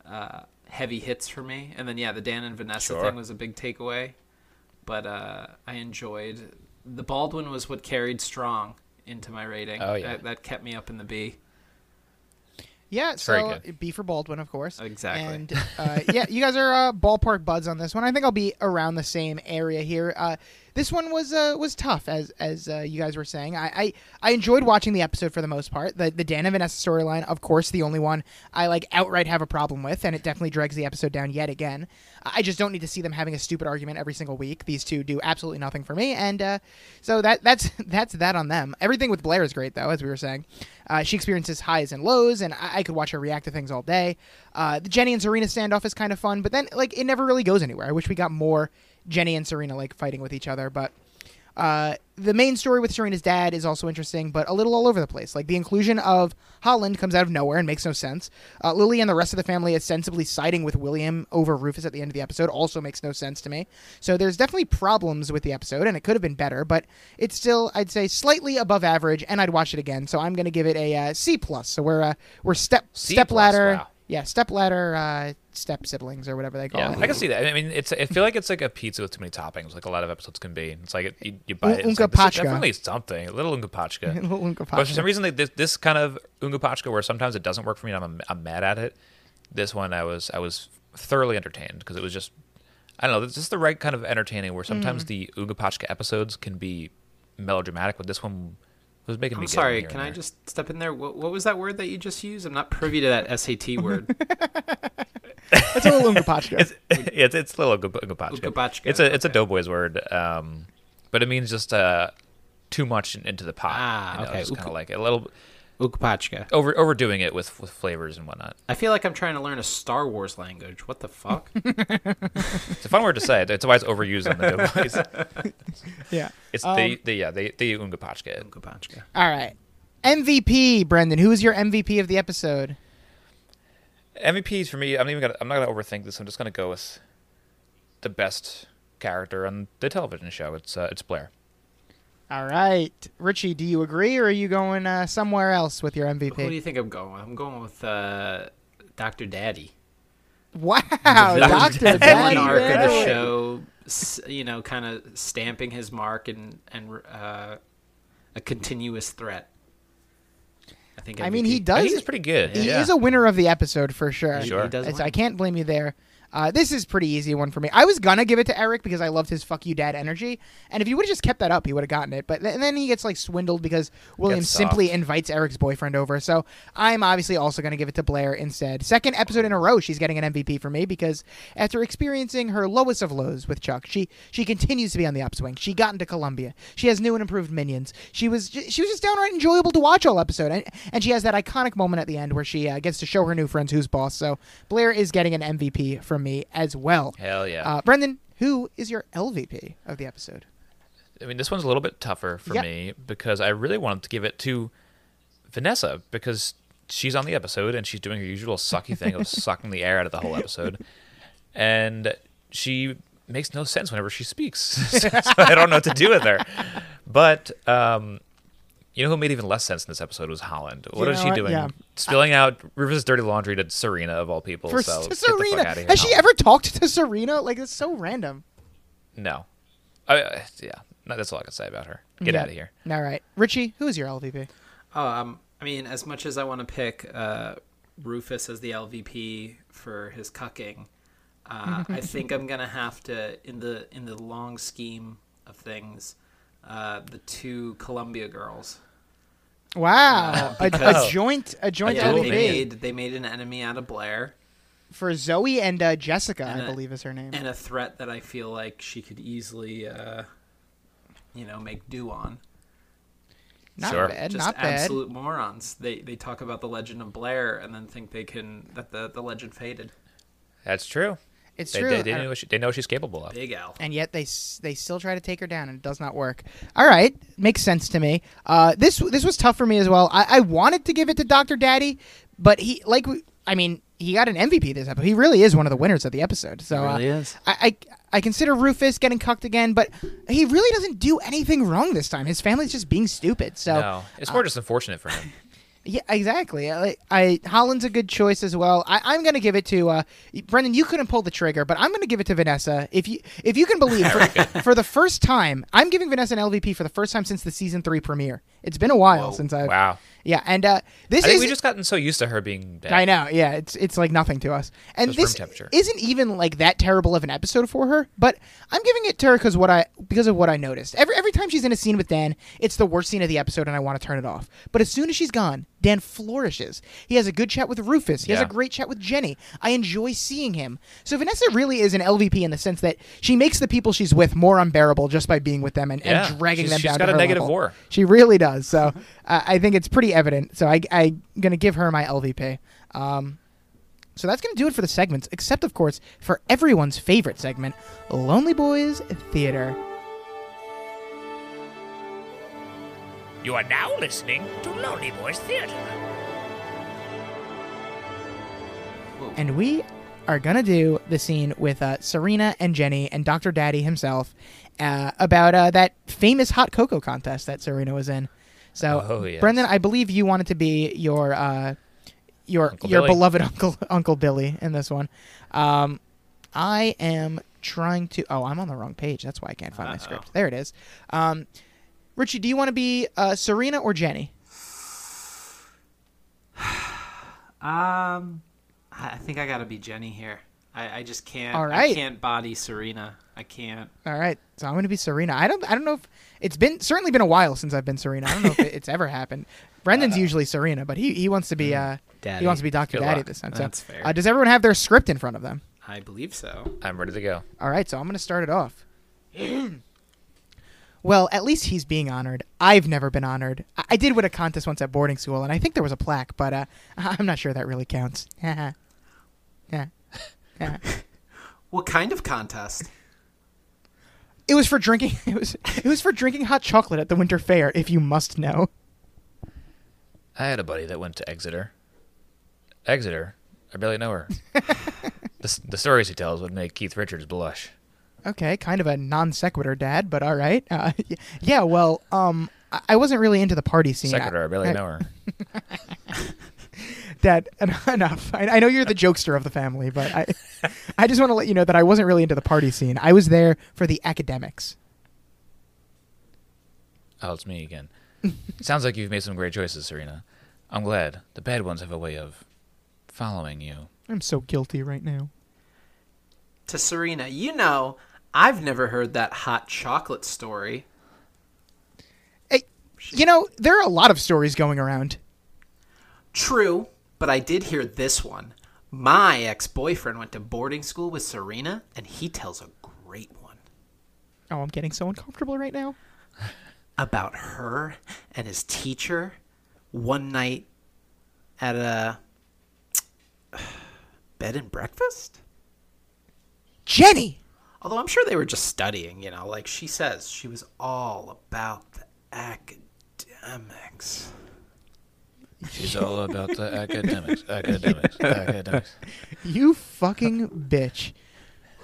S4: uh, heavy hits for me. And then yeah, the Dan and Vanessa
S1: Sure.
S4: thing was a big takeaway. But uh, I enjoyed the Baldwin was what carried strong into my rating.
S1: Oh, yeah.
S4: that, that kept me up in the B.
S3: Yeah,
S1: very
S3: so uh, B for Baldwin, of course.
S4: Exactly.
S3: And uh, yeah, you guys are uh, ballpark buds on this one. I think I'll be around the same area here. Uh, this one was uh, was tough, as as uh, you guys were saying. I, I I enjoyed watching the episode for the most part. The the Dan and Vanessa storyline, of course, the only one I like outright have a problem with, and it definitely drags the episode down yet again. I just don't need to see them having a stupid argument every single week. These two do absolutely nothing for me, and uh, so that that's that's that on them. Everything with Blair is great though, as we were saying. Uh, she experiences highs and lows, and I, I could watch her react to things all day. Uh, the Jenny and Serena standoff is kind of fun, but then like it never really goes anywhere. I wish we got more Jenny and Serena like fighting with each other, but. Uh, the main story with Serena's dad is also interesting, but a little all over the place. Like the inclusion of Holland comes out of nowhere and makes no sense. Uh, Lily and the rest of the family ostensibly siding with William over Rufus at the end of the episode also makes no sense to me. So there's definitely problems with the episode, and it could have been better, but it's still I'd say slightly above average, and I'd watch it again. So I'm gonna give it a uh, C plus. So we're uh, we're step
S1: C
S3: step
S1: plus,
S3: ladder,
S1: wow.
S3: yeah, step ladder, uh, step siblings or whatever they call
S1: Yeah,
S3: it.
S1: Oh, I can see that. I mean, it's I feel like it's like a pizza with too many toppings, like a lot of episodes can be. It's like it, you, you bite it, and it's
S3: Unka
S1: like, this is
S3: Pachka.
S1: definitely something. A little unkapachka.
S3: Unka
S1: But for
S3: Pachka.
S1: some reason, like this, this kind of unkapachka, where sometimes it doesn't work for me, and I'm, I'm mad at it. This one, I was I was thoroughly entertained because it was just I don't know, it's just the right kind of entertaining. Where sometimes the unkapachka episodes can be melodramatic, but this one was making me.
S4: I'm
S1: giggle
S4: sorry.
S1: here
S4: Can
S1: and
S4: I
S1: there.
S4: just step in there? What, what was that word that you just used? I'm not privy to that SAT word.
S3: It's a little Unka Pachka.
S1: Yeah, it's, it's a little ugab- ugabachka.
S4: Ugabachka,
S1: It's a it's a
S4: okay.
S1: doughboys word, um, but it means just uh, too much in- into the pot.
S4: Ah, okay.
S1: Just kind
S4: Ug-
S1: of like a little
S4: Ukpachka.
S1: over overdoing it with with flavors and whatnot.
S4: I feel like I'm trying to learn a Star Wars language. What the fuck?
S1: It's a fun word to say. That's why it's overused on the doughboys.
S3: yeah.
S1: It's
S3: Um,
S1: they, they yeah they they ungapachka. it.
S4: Ukpachka.
S3: All right. MVP, Brendan. Who is your MVP of the episode?
S1: MVPs for me. I'm not even gonna I'm not gonna overthink this. I'm just gonna go with the best character on the television show. It's uh, it's Blair.
S3: All right. Richie, do you agree or are you going uh, somewhere else with your
S4: Who do
S3: MVP?
S4: you think I'm going with? I'm going with uh, Dr. Daddy.
S3: Wow.
S4: That was
S3: Dr.
S4: the villain arc of the
S3: Oh, Daddy.
S4: show, s- you know, kind of stamping his mark and and uh, a continuous threat. I think.
S3: I mean,
S4: MVP
S3: he
S1: I
S3: does.
S1: think he's pretty good.
S3: he
S1: yeah.
S3: is a winner of the episode for sure.
S1: Sure.
S4: does
S3: It's-
S4: win.
S3: I can't blame you there. Uh, this is pretty easy one for me. I was gonna give it to Eric because I loved his "fuck you, dad" energy, and if he would have just kept that up, he would have gotten it. But th- and then he gets like swindled because William
S1: Gets
S3: simply
S1: soft.
S3: invites Eric's boyfriend over. So I'm obviously also gonna give it to Blair instead. Second episode in a row, she's getting an MVP for me because after experiencing her lowest of lows with Chuck, she she continues to be on the upswing. She got into Columbia. She has new and improved minions. She was ju- she was just downright enjoyable to watch all episode, and and she has that iconic moment at the end where she uh, gets to show her new friends who's boss. So Blair is getting an MVP from me as well.
S1: Hell yeah.
S3: Uh, Brendan, who is your LVP of the episode?
S1: I mean, this one's a little bit tougher for
S3: Yep.
S1: me because I really wanted to give it to Vanessa because she's on the episode and she's doing her usual sucky thing of sucking the air out of the whole episode. And she makes no sense whenever she speaks. so I don't know what to do with her. But um, you know who made even less sense in this episode was Holland. What
S3: You
S1: is
S3: know
S1: she
S3: what?
S1: doing?
S3: Yeah.
S1: Spilling out River's dirty laundry to Serena of all people.
S3: For
S1: so get
S3: S-
S1: the fuck
S3: Serena,
S1: outta here,
S3: has she
S1: Holland.
S3: ever talked to Serena? Like it's so random.
S1: No. I, I- yeah. No, That's all I can say about her. Get
S3: Yeah.
S1: out of here.
S3: All right, Richie, who is your LVP?
S4: Um, I mean, as much as I want to pick uh, Rufus as the LVP for his cucking, uh, I think I'm gonna have to in the in the long scheme of things, uh, the two Columbia girls.
S3: Wow, a, a
S4: Uh, because-
S3: joint a joint
S1: Yeah,
S4: they
S1: LVP.
S4: made they made an enemy out of Blair
S3: for Zoe and uh, Jessica, I
S4: And, uh,
S3: believe is her name.
S4: and a threat that I feel like she could easily, uh, you know, make do on.
S3: Not
S1: Sure.
S3: bad,
S4: just
S3: not bad.
S4: absolute morons. They they talk about the legend of Blair and then think they can that the the legend faded.
S1: That's true.
S3: It's
S1: they,
S3: true.
S1: They, they,
S3: I-
S1: knew what she, they know what she's capable of.
S4: Big L.
S3: and yet they s- they still try to take her down and it does not work. All right, makes sense to me. Uh, this this was tough for me as well. I, I wanted to give it to Doctor Daddy, but he like we- I mean he got an MVP this episode. He really is one of the winners of the episode. So uh,
S4: really is.
S3: I, I I consider Rufus getting cucked again, but he really doesn't do anything wrong this time. His family's just being stupid. So
S1: No, it's more just unfortunate for him.
S3: yeah, exactly. I, I Holland's a good choice as well. I, I'm going to give it to uh, Brendan. You couldn't pull the trigger, but I'm going to give it to Vanessa. If you if you can believe, for, for the first time, I'm giving Vanessa an LVP for the first time since the season three premiere. It's been a while
S4: Whoa.
S3: since I've
S1: Wow.
S3: Yeah, and uh, this
S1: I think
S3: is
S1: we've just gotten so used to her being dead.
S3: I know. Yeah, it's it's like nothing to us. And
S1: Just room
S3: this
S1: temperature.
S3: isn't even like that terrible of an episode for her. But I'm giving it to her because what I because of what I noticed. Every every time she's in a scene with Dan, it's the worst scene of the episode, and I want to turn it off. But as soon as she's gone, Dan flourishes. He has a good chat with Rufus. He has
S1: Yeah.
S3: a great chat with Jenny. I enjoy seeing him. So Vanessa really is an LVP in the sense that she makes the people she's with more unbearable just by being with them and,
S1: Yeah,
S3: and dragging
S1: she's-
S3: them
S1: she's
S3: down
S1: got
S3: to
S1: a
S3: her
S1: negative
S3: level.
S1: war.
S3: She really does. So uh, I think it's pretty evident. So I, I'm going to give her my LVP. Um, so that's going to do it for the segments, except, of course, for everyone's favorite segment Lonely Boys Theater.
S5: You are now listening to Lonely Boys Theatre.
S3: And we are going to do the scene with uh, Serena and Jenny and Dr. Daddy himself uh, about uh, that famous hot cocoa contest that Serena was in. So,
S1: Oh, yes.
S3: Brendan, I believe you wanted to be your. Uh, your
S1: Uncle
S3: your
S1: Billy.
S3: beloved uncle Uncle Billy in this one. Um, I am trying to. Oh, I'm on the wrong page. That's why I can't find my script. There it is. Um, Richie, do you want to be uh, Serena or Jenny?
S4: Um, I I think I gotta be Jenny here. I, I just can't.
S3: All
S4: I
S3: right.
S4: can't body Serena. I can't.
S3: All right, so I'm going to be Serena. I don't. I don't know if it's been certainly been a while since I've been Serena. I don't know if it- it's ever happened. Brendan's usually Serena, but he, he wants to be uh, he
S4: Uh, mm, Daddy.
S3: wants to be Doctor
S1: Good
S3: Daddy
S1: luck.
S3: this time. So,
S4: That's fair.
S3: Uh, does everyone have their script in front of them?
S4: I believe so.
S1: I'm ready to go.
S3: All right, so I'm going to start it off. well, at least he's being honored. I've never been honored. I, I did win a contest once at boarding school, and I think there was a plaque, but uh, I- I'm not sure that really counts. yeah. Yeah.
S4: What kind of contest?
S3: It was for drinking. It was it was for drinking hot chocolate at the winter fair. If you must know,
S1: I had a buddy that went to Exeter. Exeter? I barely know her. the, s- the stories he tells would make Keith Richards blush.
S3: okay, kind of a non sequitur, Dad, but all right. Uh, y- yeah, well, um, I, I wasn't really into the party scene, I-
S1: Secretary, I barely
S3: I-
S1: know her.
S3: Dad, en- enough. I, I know you're the jokester of the family, but I, I just want to let you know that I wasn't really into the party scene. I was there for the academics.
S1: Oh, it's me again. Sounds like you've made some great choices, Serena. I'm glad. The bad ones have a way of following you.
S3: I'm so guilty right now.
S4: to Serena, you know, I've never heard that hot chocolate story.
S3: Hey, you know, there are a lot of stories going around.
S4: True, but I did hear this one. My ex boyfriend went to boarding school with Serena, and he tells a great one
S3: Oh, I'm getting so uncomfortable right now.
S4: about her and his teacher one night at a bed and breakfast?
S3: Jenny!
S4: Although I'm sure they were just studying, you know, like she says, she was all about the academics.
S1: She's all about the academics, academics, academics.
S3: You fucking bitch.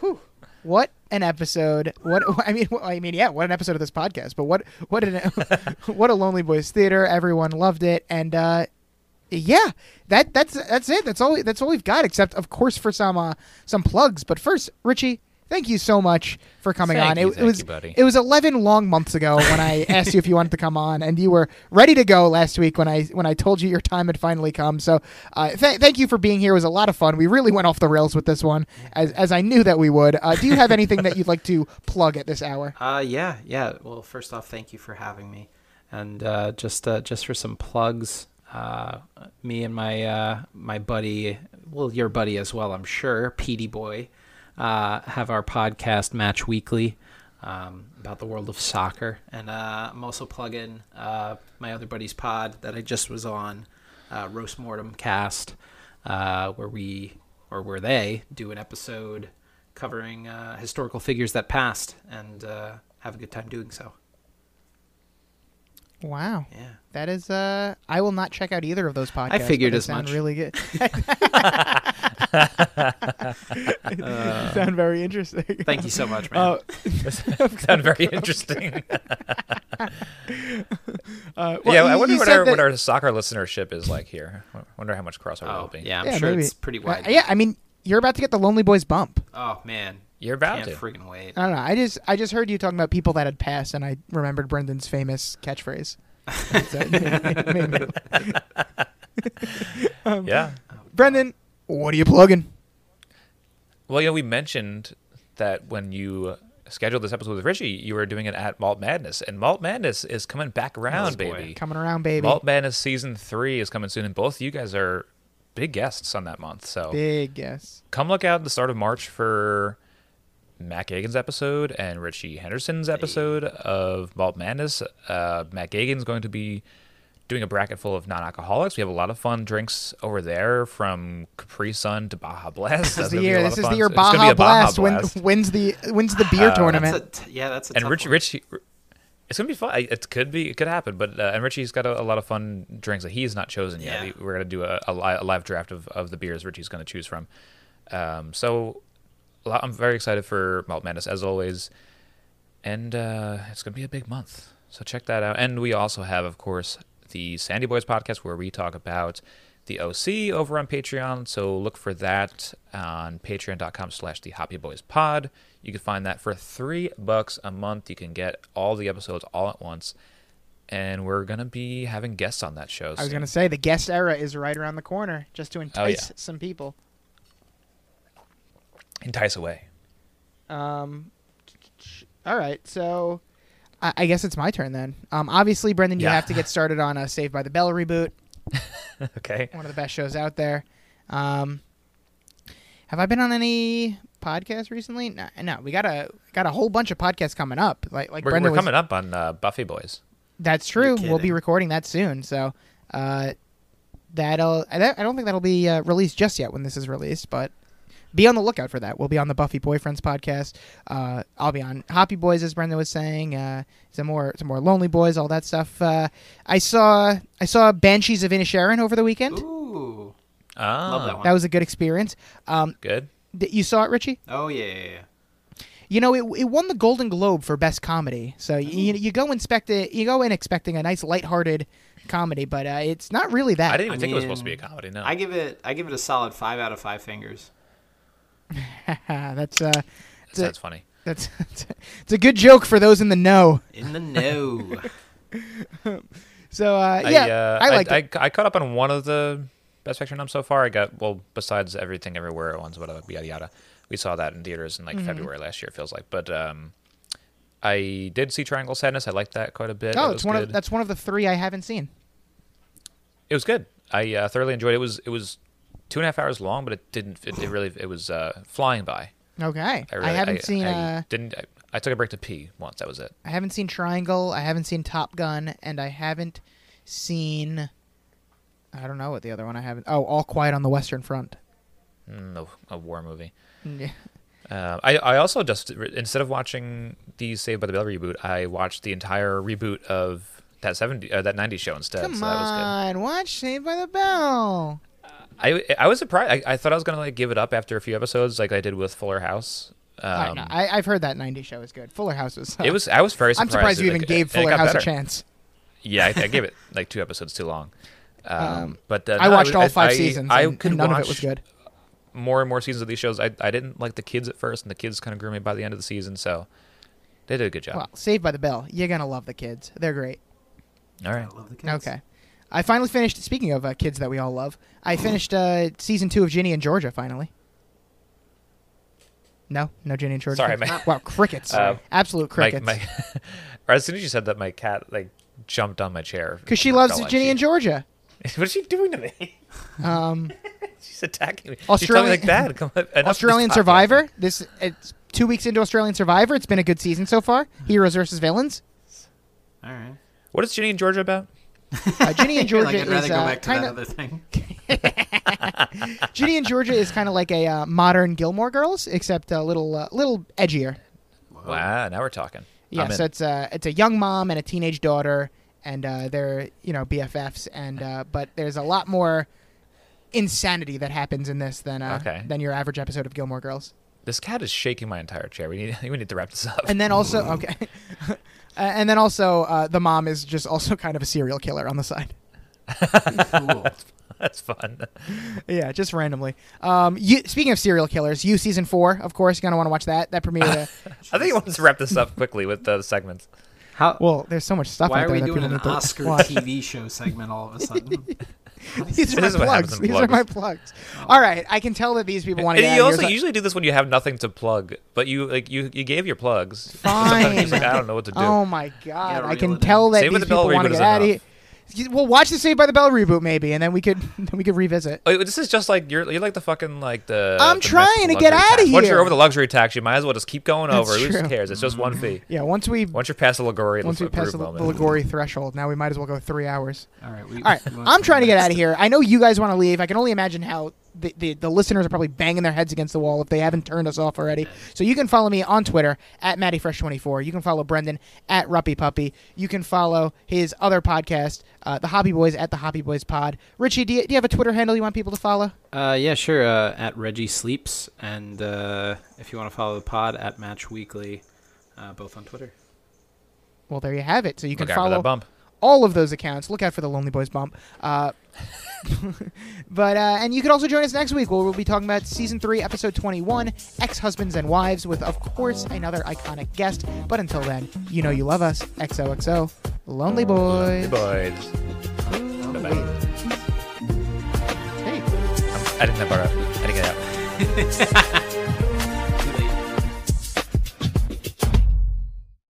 S3: Whew. What an episode. What I mean what- I mean yeah, what an episode of this podcast. But what what an what a Lonely Boys Theater. Everyone loved it and uh yeah, that that's that's it. That's all that's all we've got except of course for some uh, some plugs. But first, Richie, thank you so much for coming
S1: Thank
S3: on.
S1: you,
S3: it,
S1: thank
S3: it was
S1: you, buddy.
S3: it was 11 long months ago when I asked you if you wanted to come on and you were ready to go last week when I when I told you your time had finally come. So, uh, th- thank you for being here. It was a lot of fun. We really went off the rails with this one as as I knew that we would. Uh, do you have anything that you'd like to plug at this hour?
S4: Uh, yeah, yeah. Well, first off, thank you for having me, and uh, just uh, just for some plugs, uh, me and my uh, my buddy, well, your buddy as well, I'm sure, Petey Boy, uh, have our podcast Match Weekly um, about the world of soccer, and uh, I'm also plugging uh, my other buddy's pod that I just was on, uh, Roast Mortem Cast, uh, where we or where they do an episode covering uh, historical figures that passed and uh, have a good time doing so.
S3: Wow.
S4: Yeah.
S3: That is uh I will not check out either of those podcasts.
S4: figured
S3: but they
S4: as
S3: sound
S4: much.
S3: Really good. sound very interesting.
S4: Thank you so much, man.
S3: Uh,
S1: Sound very interesting.
S3: uh,
S1: yeah,
S3: well,
S1: I
S3: you-
S1: wonder
S3: you
S1: what
S3: said
S1: our,
S3: that-
S1: what our soccer listenership is like here. I wonder how much crossover will
S4: oh,
S1: be.
S4: yeah, I'm
S3: yeah,
S4: sure
S3: maybe.
S4: it's pretty
S3: Uh,
S4: wide.
S3: yeah, I mean, you're about to get the Lonely Boys bump.
S4: Oh man,
S1: You're about
S4: can't
S1: to.
S4: freaking wait.
S3: I don't know. I just I just heard you talking about people that had passed, and I remembered Brendan's famous catchphrase. So- Um,
S1: Yeah.
S3: uh, Brendan, what are you plugging?
S1: Well, you know, we mentioned that when you scheduled this episode with Richie, you were doing it at Malt Madness, and Malt Madness is coming back around,
S4: Oh, boy.
S1: baby.
S3: Coming around, baby.
S1: Malt Madness season three is coming soon, and both of you guys are big guests on that month. So
S3: Big guess.
S1: come look out at the start of March for Matt Gagan's episode and Richie Henderson's episode of Malt Madness. Uh, Matt Gagan's going to be doing a bracket full of non-alcoholics. We have a lot of fun drinks over there, from Capri Sun to Baja Blast.
S3: This
S1: That's
S3: is the
S1: gonna be a
S3: year.
S1: lot
S3: This
S1: of
S3: is the
S1: fun.
S3: year
S1: It's gonna be
S3: Baja,
S1: a Baja
S3: Blast, win-
S1: Blast.
S3: wins the wins the beer tournament.
S4: That's a t- yeah, that's a
S1: and
S4: tough
S1: Rich,
S4: one.
S1: Richie, it's gonna be fun. I- It could be, it could happen. But uh, and Richie's got a, a lot of fun drinks that he's not chosen yet.
S4: Yeah.
S1: We- We're gonna do a, a, li- a live draft of, of the beers Richie's gonna choose from. Um, so a lot- I'm very excited for Malt Madness as always, and uh, it's gonna be a big month. So check that out. And we also have, of course, the Sandy Boys podcast where we talk about the OC over on Patreon. So look for that on patreon.com slash the Hoppy Boys pod. You can find that for three bucks a month. You can get all the episodes all at once. And we're gonna be having guests on that show.
S3: I was gonna say the guest era is right around the corner, just to entice
S1: Oh, yeah.
S3: some people.
S1: entice away.
S3: Um, all right, so I, I guess it's my turn then. Um, obviously, Brendan, you
S1: Yeah.
S3: have to get started on a Saved by the Bell reboot.
S1: Okay.
S3: one of the best shows out there. Um, have I been on any podcasts recently? No, no. We got a got a whole bunch of podcasts coming up. Like like
S1: We're,
S3: Brendan
S1: we're
S3: was-
S1: coming up on uh, Buffy Boys.
S3: That's true.
S4: You're
S3: We'll be
S4: kidding.
S3: recording that soon. So uh, that'll I don't I don't think that'll be uh, released just yet when this is released, but be on the lookout for that. We'll be on the Buffy Boyfriends podcast. Uh, I'll be on Hoppy Boys, as Brenda was saying. Uh, some more, some more Lonely Boys, all that stuff. Uh, I saw, I saw Banshees of Inisherin over the weekend.
S4: Ooh,
S1: Ah,
S4: love that one.
S3: Uh, That was a good experience. Um,
S1: Good.
S3: Th- You saw it, Richie?
S4: oh yeah, yeah, yeah.
S3: You know, it, it won the Golden Globe for Best Comedy. So you, you go inspect it, you go in expecting a nice lighthearted comedy, but uh, it's not really that.
S1: I didn't even
S4: I
S1: think it was supposed to be a
S4: mean,
S1: comedy. No.
S4: I give it I give it a solid five out of five fingers.
S3: that's uh,
S1: That sounds funny.
S3: that's it's a good joke for those in the know.
S4: In the know.
S3: So uh, yeah, I,
S1: uh,
S3: liked
S1: I,
S3: it.
S1: I caught up on one of the best picture noms so far. I got well, besides everything everywhere at once, whatever, yada yada. we saw that in theaters in
S3: Mm-hmm.
S1: like February last year. It feels like, but um, I did see Triangle Sadness. I liked that quite a bit.
S3: Oh,
S1: It was
S3: it's one
S1: good.
S3: of that's one of the three I haven't seen.
S1: it was good. I uh, thoroughly enjoyed it. It was it was two and a half hours long, but it didn't. It, it really it was uh, flying by.
S3: Okay, I,
S1: really,
S3: haven't seen.
S1: I
S3: uh,
S1: didn't. I, I took a break to pee once. That was it.
S3: I haven't seen Triangle. I haven't seen Top Gun, and I haven't seen. I don't know what the other one I haven't. Oh, All Quiet on the Western Front.
S1: Mm, a, a war movie.
S3: Yeah.
S1: Uh, I I also just instead of watching the Saved by the Bell reboot, I watched the entire reboot of that seventy uh, that ninety show instead.
S3: Come
S1: so that was good.
S3: on, watch Saved by the Bell.
S1: I I was surprised. I, I thought I was gonna like give it up after a few episodes, like I did with Fuller House.
S3: I,
S1: Um,
S3: know. I, I've heard that '90s show is good. Fuller House was.
S1: it was. I was very.
S3: I'm
S1: Surprised
S3: surprised
S1: it,
S3: you even
S1: like,
S3: gave
S1: it- it
S3: Fuller
S1: got
S3: House
S1: better.
S3: a chance.
S1: Yeah, I, I gave it like two episodes too long. Um, but uh,
S3: I
S1: no,
S3: watched
S1: was-
S3: all five
S1: I-
S3: seasons.
S1: I
S3: and,
S1: could
S3: and none
S1: watch
S3: of it was good.
S1: more and more seasons of these shows. I I didn't like the kids at first, and the kids kind of grew me by the end of the season. So they did a good job.
S3: Well, Saved by the Bell. You're gonna love the kids. They're great.
S1: all right.
S4: I love the kids.
S3: Okay. I finally finished. Speaking of uh, kids that we all love, I
S1: Mm-hmm.
S3: finished uh, season two of Ginny and Georgia. Finally. No, no Ginny and Georgia.
S1: Sorry,
S3: fans?
S1: my-
S3: wow, crickets!
S1: Uh,
S3: Absolute crickets.
S1: My, my, or as soon as you said that, my cat like jumped on my chair
S3: Because she
S1: It
S3: loves
S1: felt like
S3: Ginny
S1: she-
S3: and Georgia.
S1: what is she doing to me?
S3: Um,
S1: She's attacking me.
S3: Australian-
S1: She's talking like that. Come on, enough of this
S3: Australian
S1: podcast.
S3: Survivor. This it's two weeks into Australian Survivor. It's been a good season so far.
S4: Hmm.
S3: Heroes versus villains.
S4: All right.
S1: What is Ginny and Georgia about?
S3: Uh, Ginny and Georgia
S4: like, I'd rather
S3: is
S4: go
S3: uh,
S4: back to
S3: kind
S4: that
S3: of
S4: other thing.
S3: Ginny and Georgia is kind of like a uh, modern Gilmore Girls, except a little uh, little edgier.
S1: Wow, now we're talking.
S3: Yeah,
S1: I'm in.
S3: so it's a it's a young mom and a teenage daughter, and uh, they're you know BFFs, and uh, but there's a lot more insanity that happens in this than uh,
S1: Okay.
S3: than your average episode of Gilmore Girls.
S1: this cat is shaking my entire chair. We need we need to wrap this up.
S3: And then also okay, Uh, and then also uh, the mom is just also kind of a serial killer on the side.
S4: Cool.
S1: That's fun.
S3: Yeah, just randomly. Um, you, speaking of serial killers, you season four, of course, you're gonna want to watch that. That premiered. Uh,
S1: I think you want to wrap this up quickly with the segments.
S4: How?
S3: well, there's so much stuff.
S4: why
S3: out
S4: are
S3: there
S4: we
S3: that
S4: doing
S3: people
S4: an
S3: need to
S4: Oscar
S3: watch.
S4: TV show segment all of a sudden?
S3: These are my
S1: This is what happens
S3: plugs.
S1: in
S3: These are
S1: plugs.
S3: my plugs. All right, I can tell that these people want to.
S1: and you also usually do this when you have nothing to plug, but you like you you gave your plugs. Sometimes you're just
S3: Fine.
S1: like, I don't know what to do.
S3: Oh my god!
S4: gotta
S3: I
S4: reel it
S3: can
S4: in.
S3: tell that
S1: Saved by
S3: these
S1: the Bell
S3: people want
S1: reboot
S3: to
S1: is
S3: get out of here.
S1: enough.
S3: Well, watch the Saved by the Bell reboot maybe, and then we could then we could revisit.
S1: Oh, this is just like you're. You're like the fucking like the.
S3: I'm
S1: the
S3: trying to
S1: Mexican
S3: get
S1: luxury
S3: outta
S1: tax. Once you're
S3: here.
S1: over the luxury tax, you might as well just keep going
S3: That's
S1: over.
S3: true.
S1: Who cares? It's just one fee.
S3: Yeah, once we
S1: Once you're past the Ligori,
S3: once we pass the, the Ligori threshold, now we might as well go three hours.
S4: All right. We,
S3: All right,
S4: we want
S3: I'm trying to get out of here. I know you guys want to leave. I can only imagine how the, the, the listeners are probably banging their heads against the wall if they haven't turned us off already. So you can follow me on Twitter at MattyFresh24. You can follow Brendan at Ruppy Puppy. You can follow his other podcast, uh, The Hobby Boys at The Hobby Boys Pod. Richie, do you, do you have a Twitter handle you want people to follow?
S4: Uh, yeah, sure. Uh, at Reggie Sleeps, and uh, if you want to follow the pod at Match Weekly, uh, both on Twitter.
S3: Well, there you have it. So you
S1: You can
S3: can
S1: Look out for
S3: follow
S1: that bump.
S3: all of those accounts. Look out for the Lonely Boys bump. Uh, but uh, and you can also join us next week where we'll be talking about season three, episode twenty-one, ex-husbands and wives, with of course another iconic guest. But until then, you know you love us. XOXO, Lonely Boys.
S1: Hey, boys. Bye-bye.
S3: Hey.
S1: I didn't have bar up. I didn't get out.